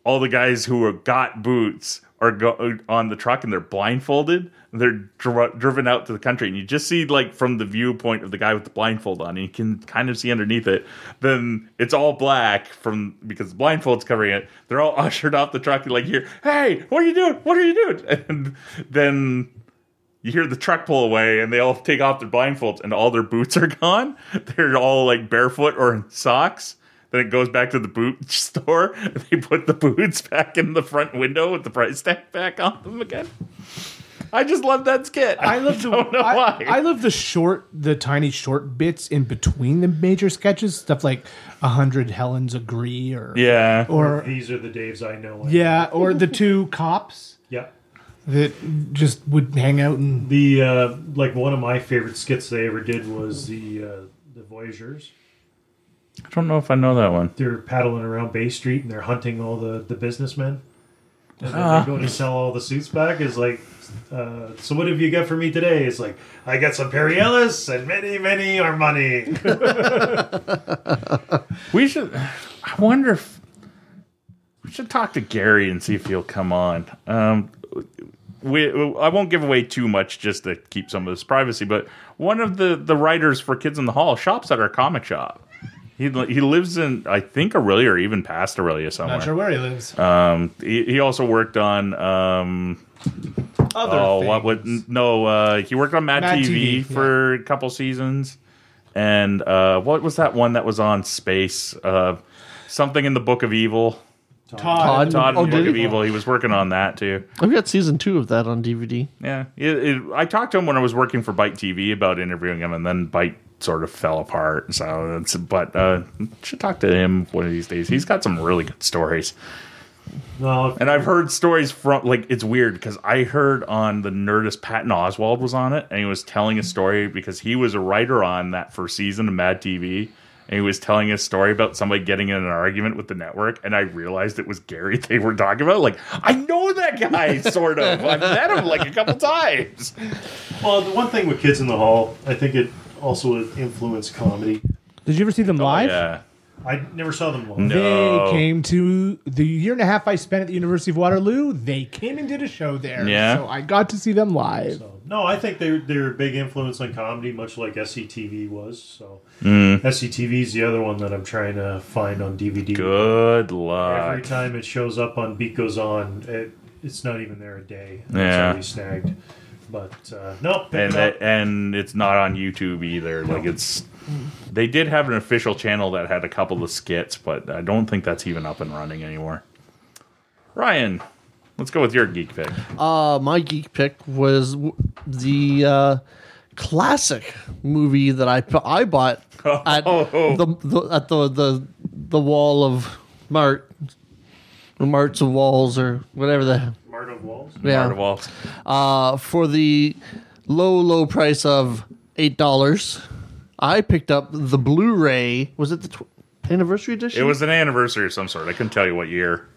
Speaker 1: all the guys who have got boots are go- on the truck and they're blindfolded. They're dr- driven out to the country, and you just see like from the viewpoint of the guy with the blindfold on, and you can kind of see underneath it. Then it's all black from because the blindfold's covering it. They're all ushered off the truck and like, "Here, hey, what are you doing? What are you doing?" And then you hear the truck pull away and they all take off their blindfolds and all their boots are gone. They're all like barefoot or in socks. Then it goes back to the boot store. And they put the boots back in the front window with the price tag back on them again. I just love that skit.
Speaker 6: I love the
Speaker 1: don't know
Speaker 6: I,
Speaker 1: why.
Speaker 6: I love the short, the tiny short bits in between the major sketches. Stuff like a hundred Helens agree, or
Speaker 1: yeah.
Speaker 6: or
Speaker 5: These are the Daves I know. of.
Speaker 6: yeah, or the two cops
Speaker 5: Yeah.
Speaker 6: that just would hang out and
Speaker 5: The uh, like one of my favorite skits they ever did was the uh, the Voyageurs.
Speaker 1: I don't know if I know that one.
Speaker 5: They're paddling around Bay Street and they're hunting all the the businessmen. And then they go to sell all the suits back. Is like, uh, so what have you got for me today? It's like I got some Perry Ellis and many many Armani.
Speaker 1: We should. I wonder if we should talk to Gary and see if he'll come on. Um, we I won't give away too much just to keep some of this privacy, but one of the the writers for Kids in the Hall shops at our comic shop. He li- he lives in I think Aurelia or even past Aurelia somewhere.
Speaker 6: not sure where he lives.
Speaker 1: Um, he, he also worked on um,
Speaker 6: Other
Speaker 1: oh what
Speaker 6: things.
Speaker 1: would no uh, he worked on Mad,
Speaker 6: Mad
Speaker 1: TV,
Speaker 6: TV,
Speaker 1: for a couple seasons, and uh, what was that one that was on space? Uh, something in the Book of Evil.
Speaker 6: Todd?
Speaker 1: Todd
Speaker 3: oh,
Speaker 1: and the Book
Speaker 3: did
Speaker 1: of
Speaker 3: he?
Speaker 1: Evil. He was working on that too.
Speaker 3: I've got season two of that on DVD.
Speaker 1: Yeah, It- it- I talked to him when I was working for Bite TV about interviewing him, and then Bite sort of fell apart. So, it's, but uh, should talk to him one of these days. He's got some really good stories,
Speaker 5: no,
Speaker 1: and I've heard stories from like it's weird because I heard on the Nerdist Patton Oswald was on it, and he was telling a story because he was a writer on that first season of Mad TV. And he was telling a story about somebody getting in an argument with the network, and I realized it was Gary they were talking about. Like, I know that guy, sort of. I've met him like a couple times.
Speaker 5: well the one thing with Kids in the Hall, I think it also influenced comedy.
Speaker 6: Did you ever see them live?
Speaker 1: Yeah.
Speaker 5: I never saw them live.
Speaker 1: No.
Speaker 6: They came to the year and a half I spent at the University of Waterloo. They came and did a show there.
Speaker 1: Yeah.
Speaker 6: So I got to see them live.
Speaker 5: No, I think they're they're a big influence on comedy, much like SCTV was. So
Speaker 1: Mm.
Speaker 5: SCTV is the other one that I'm trying to find on DVD.
Speaker 1: Good
Speaker 5: Every
Speaker 1: luck.
Speaker 5: time it shows up on Beat Goes On, it, it's not even there a day. It's
Speaker 1: Yeah.
Speaker 5: already snagged. But uh, no, pick
Speaker 1: And
Speaker 5: it up.
Speaker 1: that, and it's not on YouTube either. Like it's they did have an official channel that had a couple of skits, but I don't think that's even up and running anymore. Ryan, let's go with your geek pick.
Speaker 3: Uh, my geek pick was w- the uh, classic movie that I pu- I bought at
Speaker 1: Oh.
Speaker 3: the, the at the, the the wall of Mart, or Marts of Walls or whatever the
Speaker 5: Mart of Walls.
Speaker 3: yeah
Speaker 1: Art of Waltz.
Speaker 3: uh, for the low low price of eight dollars. I picked up the Blu-ray. Was it the tw- anniversary edition?
Speaker 1: It was an anniversary of some sort. I couldn't tell you what year.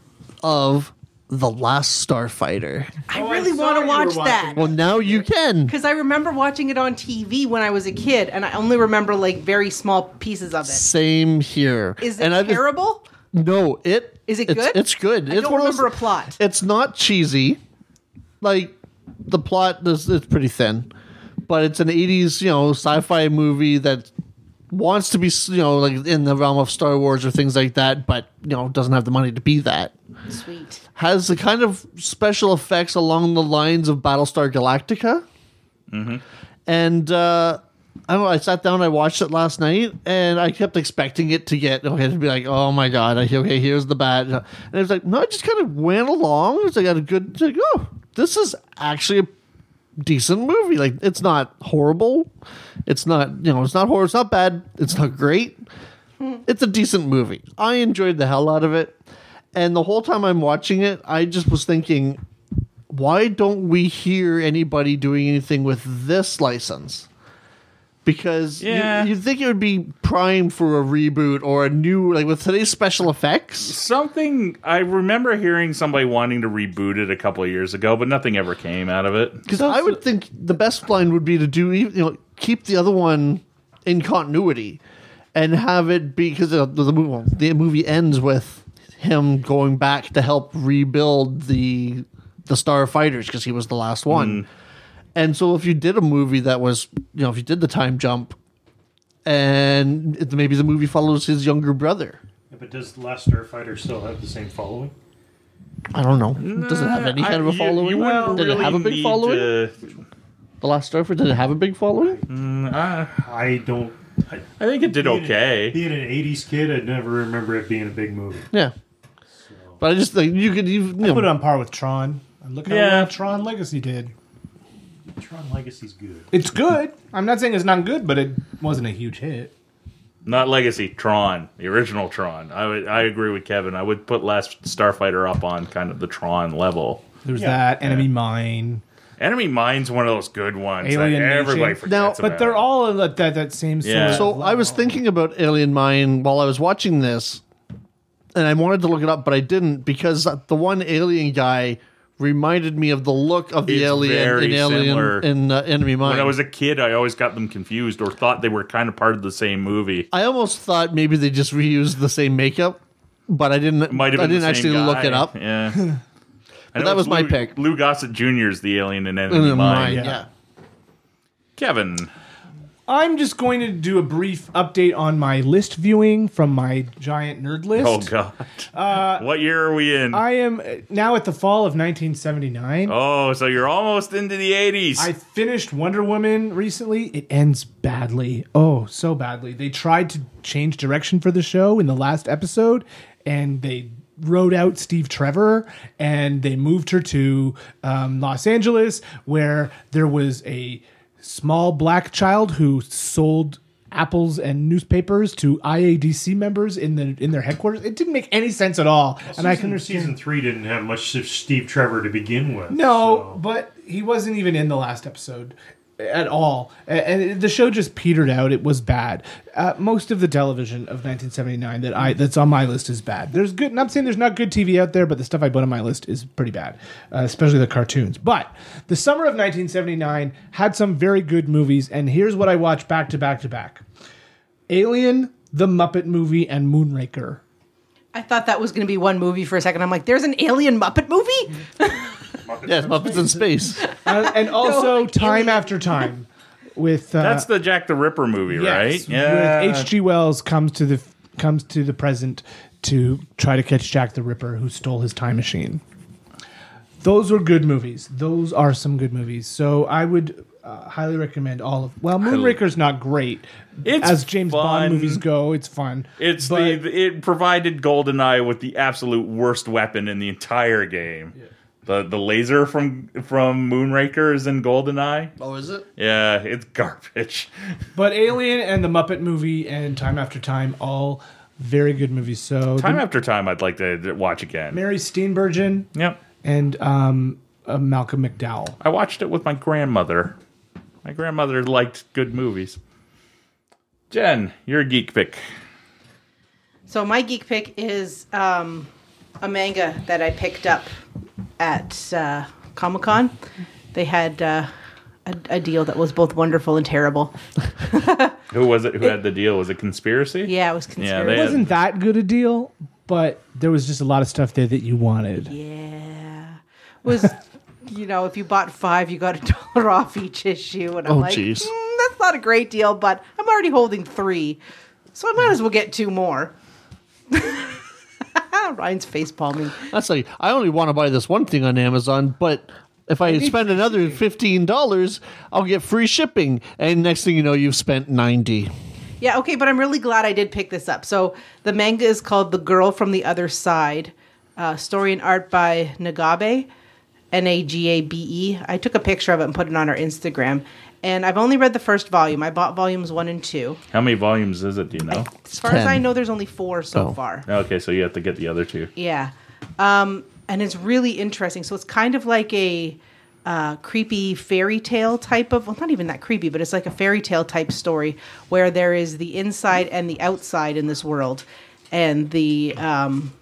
Speaker 3: of the Last Starfighter.
Speaker 4: I really want to watch that.
Speaker 3: Well, now you can.
Speaker 4: Because I remember watching it on TV when I was a kid, and I only remember like very small pieces of it.
Speaker 3: Same here.
Speaker 4: Is it
Speaker 3: And I just-
Speaker 4: terrible?
Speaker 3: No, it
Speaker 4: Is it
Speaker 3: it's,
Speaker 4: good?
Speaker 3: It's good.
Speaker 4: I
Speaker 3: it's
Speaker 4: don't
Speaker 3: one of those-
Speaker 4: remember a plot.
Speaker 3: It's not cheesy. Like the plot is it's pretty thin, but it's an '80s you know sci-fi movie that wants to be you know like in the realm of Star Wars or things like that, but you know doesn't have the money to be that.
Speaker 4: Sweet.
Speaker 3: Has the kind of special effects along the lines of Battlestar Galactica, Mm-hmm. and. uh I don't know. I sat down. I watched it last night, and I kept expecting it to get okay to be like, oh my god, I- okay, here's the bat, and it was like, no, it just kind of went along. It was like, I got a good, it's like, oh, this is actually a decent movie. Like it's not horrible. It's not you know it's not horror. It's not bad. It's not great. It's a decent movie. I enjoyed the hell out of it. And the whole time I'm watching it, I just was thinking, why don't we hear anybody doing anything with this license? Because you-
Speaker 1: Yeah.
Speaker 3: you'd think it would be prime for a reboot or a new like with today's special effects.
Speaker 1: Something I remember hearing somebody wanting to reboot it a couple of years ago, but nothing ever came out of it.
Speaker 3: Because I would think the best line would be to do even you know keep the other one in continuity, and have it be because the, the movie well, the movie ends with him going back to help rebuild the the Starfighters because he was the last
Speaker 1: Mm.
Speaker 3: one. And so if you did a movie that was you know if you did the time jump, and it, maybe the movie follows his younger brother.
Speaker 5: But does the Last Starfighter still have the same following?
Speaker 3: I don't know. Does it have any kind of a
Speaker 1: I- you-
Speaker 3: following?
Speaker 1: You, wouldn't
Speaker 3: did
Speaker 1: really
Speaker 3: it have a big
Speaker 1: need
Speaker 3: following?
Speaker 1: to-
Speaker 3: The Last Starfighter did it have a big following?
Speaker 5: I don't. I,
Speaker 1: I think it did okay.
Speaker 5: Being an '80s kid, I never remember it being a big movie.
Speaker 3: Yeah. But I just think you could even you
Speaker 6: Put it
Speaker 3: know,
Speaker 6: on par with Tron. And look how
Speaker 1: Yeah.
Speaker 6: well Tron Legacy did.
Speaker 5: Tron Legacy's good.
Speaker 6: It's good. I'm not saying it's not good, but it wasn't a huge hit.
Speaker 1: Not Legacy, Tron, the original Tron. I would, I agree with Kevin. I would put Last Starfighter up on kind of the Tron level.
Speaker 6: There's that Enemy Mine,
Speaker 1: Enemy Mine's one of those good ones
Speaker 6: Alien
Speaker 1: that
Speaker 6: Nation.
Speaker 1: everybody forgets
Speaker 3: Now-
Speaker 1: about.
Speaker 6: but they're all at that that same sort
Speaker 1: Yeah.
Speaker 6: of
Speaker 3: so I was
Speaker 6: level.
Speaker 3: thinking about Alien Mine while I was watching this and I wanted to look it up but I didn't because the one alien guy reminded me of the look of the
Speaker 1: It's
Speaker 3: alien
Speaker 1: very
Speaker 3: in
Speaker 1: similar.
Speaker 3: Alien in uh, Enemy Mine.
Speaker 1: When I was a kid, I always got them confused or thought they were kind of part of the same movie.
Speaker 3: I almost thought maybe they just reused the same makeup but I didn't
Speaker 1: Might have
Speaker 3: I
Speaker 1: been
Speaker 3: didn't
Speaker 1: the same
Speaker 3: actually look it
Speaker 1: guy.
Speaker 3: up.
Speaker 1: Yeah. I know
Speaker 3: that
Speaker 1: it's
Speaker 3: was my
Speaker 1: Lou-
Speaker 3: pick.
Speaker 1: Lou Gossett Jr. is the alien in Enemy
Speaker 3: Alien
Speaker 1: Mine.
Speaker 3: Mine, yeah.
Speaker 6: yeah.
Speaker 1: Kevin,
Speaker 6: I'm just going to do a brief update on my list viewing from my giant nerd list.
Speaker 1: oh god,
Speaker 3: Uh,
Speaker 1: what year are we in?
Speaker 6: I am uh, now at the fall of 1979.
Speaker 1: oh, so you're almost into the '80s.
Speaker 6: I finished Wonder Woman recently. It ends badly. Oh, so badly. They tried to change direction for the show in the last episode and they wrote out Steve Trevor and they moved her to um, Los Angeles where there was a small black child who sold apples and newspapers to IADC members in the in their headquarters. It didn't make any sense at all. and I can
Speaker 5: Season- Season three didn't have much of Steve Trevor to begin with.
Speaker 6: no,
Speaker 5: so-
Speaker 6: but he wasn't even in the last episode at all. A- And the show just petered out. It was bad. Uh, most of the television of 1979 that I that's on my list is bad. There's good. and I'm saying there's not good TV out there, but the stuff I put on my list is pretty bad, uh, especially the cartoons. But the summer of 1979 had some very good movies, and here's what I watched back to back to back: Alien, The Muppet Movie, and Moonraker.
Speaker 4: I thought that was going to be one movie for a second. I'm like, there's an alien Muppet movie?
Speaker 3: Yes, Muppets in Space.
Speaker 6: Uh, and also Time After Time. With uh,
Speaker 1: That's the Jack the Ripper movie, right?
Speaker 6: With H.G. Wells comes to the comes to the present to try to catch Jack the Ripper who stole his time machine. Those were good movies. Those are some good movies. So I would uh, highly recommend all of. Well, Moonraker's not great.
Speaker 1: It's
Speaker 6: as James
Speaker 1: fun.
Speaker 6: Bond movies go, it's fun.
Speaker 1: It's
Speaker 6: But-
Speaker 1: the it provided GoldenEye with the absolute worst weapon in the entire game. The the laser from from Moonraker is in GoldenEye.
Speaker 3: oh, is it?
Speaker 1: Yeah, it's garbage.
Speaker 6: but Alien and the Muppet movie and Time After Time all very good movies. So
Speaker 1: Time after time, I'd like to d- watch again.
Speaker 6: Mary Steenburgen
Speaker 1: Yep,
Speaker 6: and um, uh, Malcolm McDowell.
Speaker 1: I watched it with my grandmother. My grandmother liked good movies. Jen, you're a geek pick.
Speaker 4: So my geek pick is um, a manga that I picked up at uh, Comic Con. They had uh, a, a deal that was both wonderful and terrible.
Speaker 1: Who was it? Who had the deal? Was it conspiracy?
Speaker 4: Yeah, it was
Speaker 1: Yeah,
Speaker 4: conspiracy.
Speaker 1: they-
Speaker 6: It wasn't that good a deal, but there was just a lot of stuff there that you wanted.
Speaker 4: Yeah. Was you know, if you bought five, you got a dollar off each issue, and I'm
Speaker 3: Oh,
Speaker 4: like,
Speaker 3: jeez.
Speaker 4: "Mm, that's not a great deal, but I'm already holding three, so I might as well get two more. Ryan's face palming.
Speaker 3: That's like I only want to buy this one thing on Amazon, but if I spend another fifteen dollars, I'll get free shipping. And next thing you know, you've spent ninety.
Speaker 4: Yeah, okay, but I'm really glad I did pick this up. So the manga is called The Girl from the Other Side, uh, story and art by Nagabe. N A G A B E. I took a picture of it and put it on our Instagram. And I've only read the first volume. I bought volumes one and two.
Speaker 1: How many volumes is it? Do you know?
Speaker 4: As far as I
Speaker 3: Ten.
Speaker 4: know, there's only four so
Speaker 3: Oh.
Speaker 4: far.
Speaker 1: Okay, so you have to get the other two.
Speaker 4: Yeah. Um, and it's really interesting. So it's kind of like a uh, creepy fairy tale type of, well, not even that creepy, but it's like a fairy tale type story where there is the inside and the outside in this world. And the um,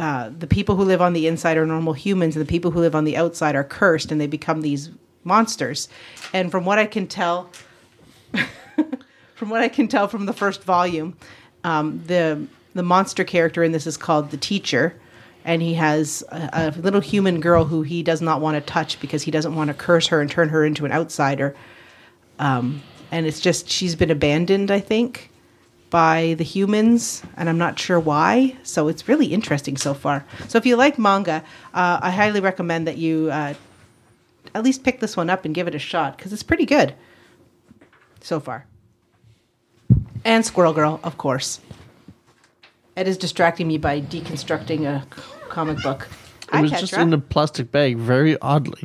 Speaker 4: uh, the people who live on the inside are normal humans, and the people who live on the outside are cursed, and they become these monsters. And from what I can tell, from what I can tell from the first volume, um, the the monster character in this is called the teacher, and he has a, a little human girl who he does not want to touch because he doesn't want to curse her and turn her into an outsider. Um, and it's just she's been abandoned, I think, by the humans, and I'm not sure why. So it's really interesting so far. So if you like manga, uh, I highly recommend that you uh, at least pick this one up and give it a shot because it's pretty good so far. And Squirrel Girl, of course. Ed is distracting me by deconstructing a c- comic book.
Speaker 3: it
Speaker 4: Hi,
Speaker 3: was
Speaker 4: Petra.
Speaker 3: just in a plastic bag, very oddly.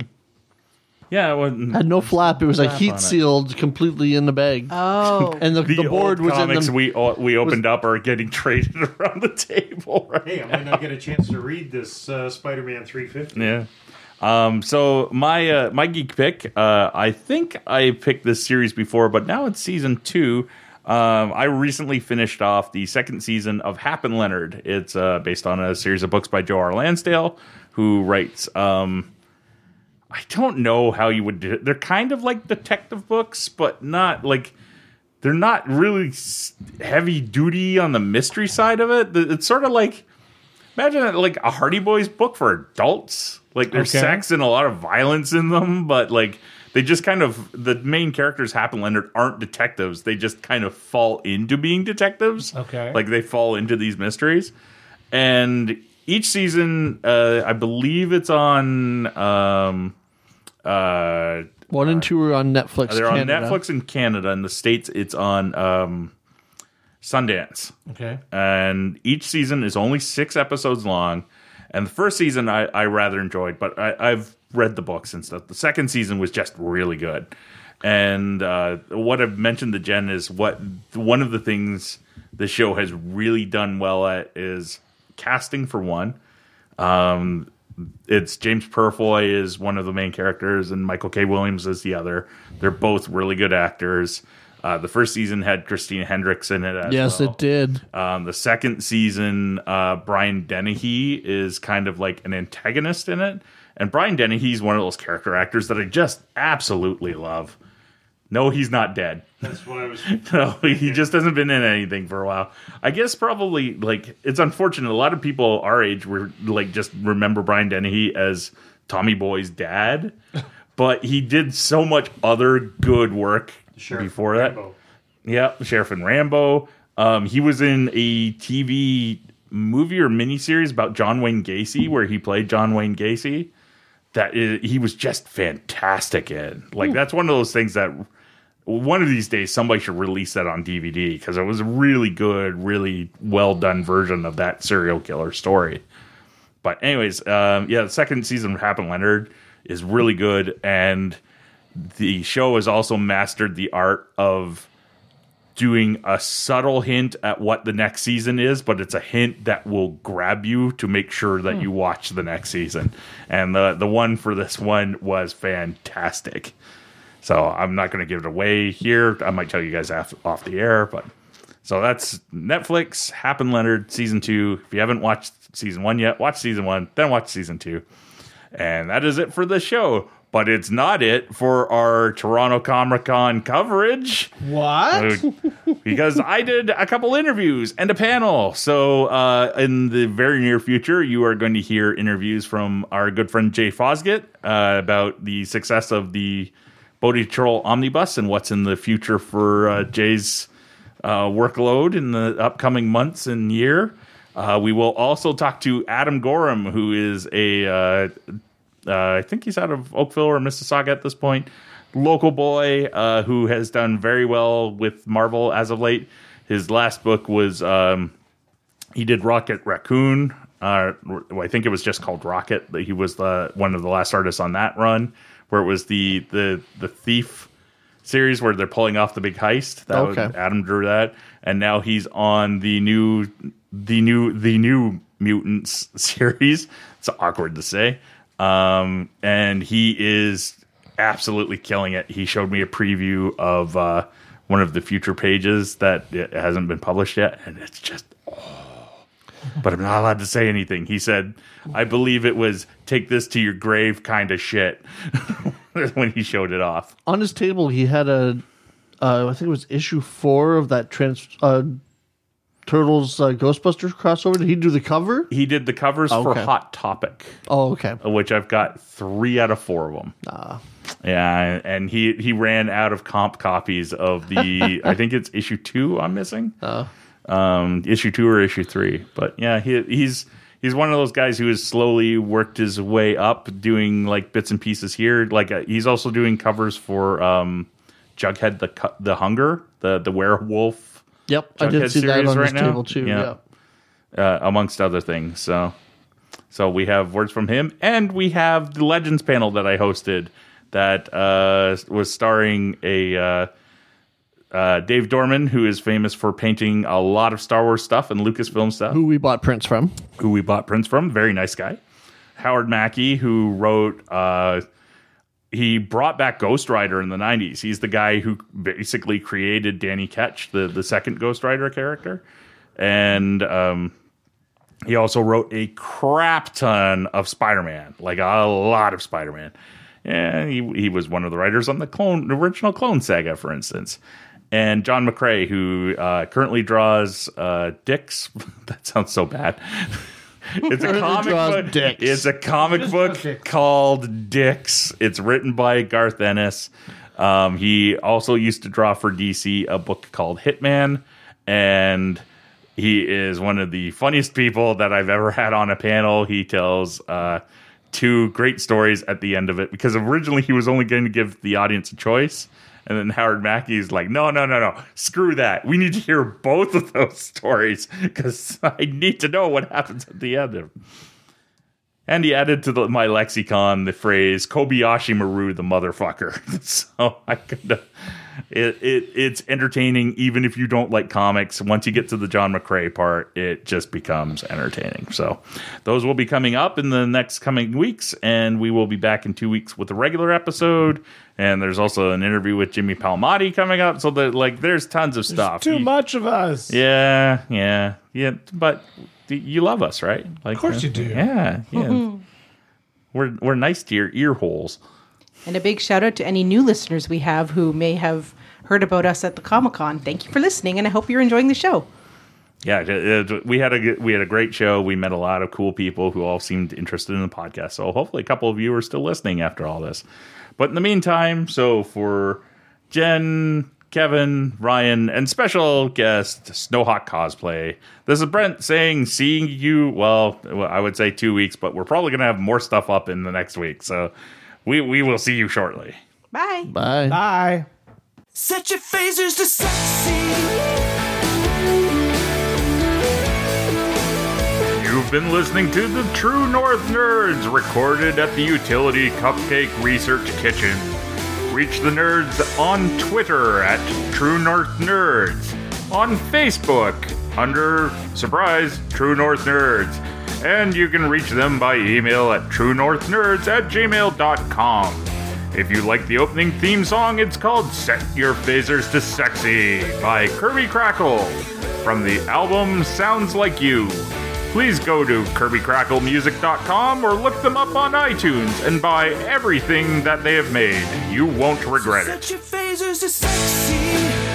Speaker 1: Yeah, it wasn't.
Speaker 3: Had no flap. It was like
Speaker 1: Flap on
Speaker 3: heat
Speaker 1: it.
Speaker 3: sealed completely in the bag.
Speaker 4: oh,
Speaker 3: and the, the,
Speaker 1: old
Speaker 3: board was in
Speaker 1: comics
Speaker 3: the
Speaker 1: we o- we opened up are getting traded around the table, right?
Speaker 5: Hey, I might not get a chance to read this uh, Spider-Man 350.
Speaker 1: Yeah. Um, so my uh, my geek pick, uh, I think I picked this series before, but now it's season two. Um, I recently finished off the second season of Happen Leonard. It's uh, based on a series of books by Joe R. Lansdale, who writes. Um, I don't know how you would. Do it. They're kind of like detective books, but not like they're not really s- heavy duty on the mystery side of it. The- It's sort of like imagine that, like a Hardy Boys book for adults. Like there's
Speaker 6: Okay.
Speaker 1: sex and a lot of violence in them, but like they just kind of the main characters, Happen Leonard, aren't detectives. They just kind of fall into being detectives.
Speaker 6: Okay.
Speaker 1: like they fall into these mysteries, and each season, uh, I believe it's on. Um, uh,
Speaker 3: one and two are on Netflix.
Speaker 1: they're
Speaker 3: Canada.
Speaker 1: on Netflix in Canada. In the states, it's on um, Sundance.
Speaker 6: Okay.
Speaker 1: And each season is only six episodes long. And the first season I, I rather enjoyed, but I, I've read the books and stuff. The second season was just really good. And uh, what I've mentioned to Jen is what one of the things the show has really done well at is casting for one. Um, it's James Purfoy is one of the main characters, and Michael K. Williams is the other. They're both really good actors. Uh, the first season had Christina Hendricks in it. As
Speaker 3: Yes,
Speaker 1: well.
Speaker 3: it did.
Speaker 1: Um, the second season, uh, Brian Dennehy is kind of like an antagonist in it. And Brian Dennehy is one of those character actors that I just absolutely love. No, he's not dead.
Speaker 5: That's what I was.
Speaker 1: No, he just hasn't been in anything for a while. I guess probably like it's unfortunate. A lot of people our age were like just remember Brian Dennehy as Tommy Boy's dad, but he did so much other good work
Speaker 5: Sheriff
Speaker 1: before that.
Speaker 5: Rambo.
Speaker 1: Yeah, Sheriff and Rambo. Um, he was in a TV movie or miniseries about John Wayne Gacy, where he played John Wayne Gacy. That is, he was just fantastic in. Like that's one of those things that one of these days somebody should release that on DVD because it was a really good, really well done version of that serial killer story. But anyways, um, yeah, the second season of Happen Leonard is really good, and the show has also mastered the art of doing a subtle hint at what the next season is, but it's a hint that will grab you to make sure that you watch the next season. And the the one for this one was fantastic. So I'm not going to give it away here. I might tell you guys af- off the air, but so that's Netflix. Happen Leonard season two. If you haven't watched season one yet, watch season one, then watch season two. And that is it for the show. But it's not it for our Toronto Comic Con coverage
Speaker 6: What?
Speaker 1: because I did a couple interviews and a panel. So uh, in the very near future, you are going to hear interviews from our good friend Jay Fosgate uh, about the success of the Bodhi Troll Omnibus and what's in the future for uh, Jay's uh, workload in the upcoming months and year. Uh, we will also talk to Adam Gorham, who is a uh, uh, I think he's out of Oakville or Mississauga at this point. Local boy uh, who has done very well with Marvel as of late. His last book was um, he did Rocket Raccoon Uh, I think it was just called Rocket. that He was the one of the last artists on that run, where it was the the the thief series where they're pulling off the big heist. That was-
Speaker 3: Okay.
Speaker 1: Adam drew that, and now he's on the new the new the new mutants series. It's awkward to say, um, and he is absolutely killing it. He showed me a preview of uh, one of the future pages that it hasn't been published yet, and it's just but I'm not allowed to say anything. He said, I believe it was take this to your grave kind of shit when he showed it off.
Speaker 3: on his table he had a uh, I think it was issue four of that trans uh, Turtles uh, Ghostbusters crossover. Did he do the cover?
Speaker 1: He did the covers for
Speaker 3: Okay.
Speaker 1: Hot Topic,
Speaker 3: Oh, okay.
Speaker 1: which I've got three out of four of them. Yeah, and he, he ran out of comp copies of the, I think it's issue two I'm missing. um, issue two or issue three. But yeah, he, he's he's one of those guys who has slowly worked his way up, doing like bits and pieces here. Like uh, he's also doing covers for um, Jughead the Cu- the Hunger, the the werewolf,
Speaker 3: Yep, I did
Speaker 1: Jughead
Speaker 3: see that
Speaker 1: series
Speaker 3: on his
Speaker 1: right now?
Speaker 3: table too.
Speaker 1: Yeah.
Speaker 3: Yeah.
Speaker 1: uh, amongst other things. So so we have words from him, and we have the Legends panel that I hosted that uh, was starring a. Uh, uh, Dave Dorman, who is famous for painting a lot of Star Wars stuff and Lucasfilm stuff.
Speaker 3: Who we bought prints from?
Speaker 1: who we bought prints from. Very nice guy. Howard Mackey, who wrote, uh, he brought back Ghost Rider in the 90s. He's the guy who basically created Danny Ketch, the, the second Ghost Rider character. And um, he also wrote a crap ton of Spider Man, like a lot of Spider Man. Yeah, he, he was one of the writers on the clone the original Clone Saga, for instance. And John McCrae, who uh, currently draws uh, dicks. that sounds so bad. it's a comic
Speaker 3: draws
Speaker 1: book.
Speaker 3: dicks.
Speaker 1: It's a comic book called Dicks. It's written by Garth Ennis. Um, he also used to draw for DC a book called Hitman, and he is one of the funniest people that I've ever had on a panel. He tells uh, two great stories at the end of it because originally he was only going to give the audience a choice. And then Howard Mackey is like, no, no, no, no, screw that. We need to hear both of those stories because I need to know what happens at the end of and he added to the, my lexicon the phrase Kobayashi Maru the motherfucker. so I could, it, it it's entertaining even if you don't like comics. Once you get to the John McCrae part, it just becomes entertaining. So those will be coming up in the next coming weeks, and we will be back in two weeks with a regular episode. And there's also an interview with Jimmy Palmati coming up. So that like there's tons of stuff.
Speaker 6: Too
Speaker 1: You-
Speaker 6: much of us.
Speaker 1: yeah, yeah, yeah. But you love us, right? Like, of
Speaker 6: course you do.
Speaker 1: Yeah, yeah. we're we're nice to your ear holes.
Speaker 4: And a big shout out to any new listeners we have who may have heard about us at the Comic Con. Thank you for listening, and I hope you're enjoying the show.
Speaker 1: Yeah, it- it- we had a good- we had a great show. We met a lot of cool people who all seemed interested in the podcast. So hopefully, a couple of you are still listening after all this. But in the meantime, so for Jen, Kevin, Ryan, and special guest Snowhawk Cosplay, this is Brent saying, "Seeing you." Well, I would say two weeks, but we're probably going to have more stuff up in the next week. So we we will see you shortly.
Speaker 4: Bye.
Speaker 3: Bye.
Speaker 6: Bye.
Speaker 2: Set your phasers to sexy.
Speaker 1: You've been listening to the True North Nerds, recorded at the Utility Cupcake Research Kitchen. Reach the nerds on Twitter at True North Nerds, on Facebook under Surprise True North Nerds, and you can reach them by email at truenorthnerds at gmail.com. If you like the opening theme song, it's called Set Your Phasers to Sexy by Kirby Crackle from the album Sounds Like You. Please go to KirbyCracklemusic.com or look them up on iTunes and buy everything that they have made. You won't regret it.
Speaker 2: Set your phasers to sexy.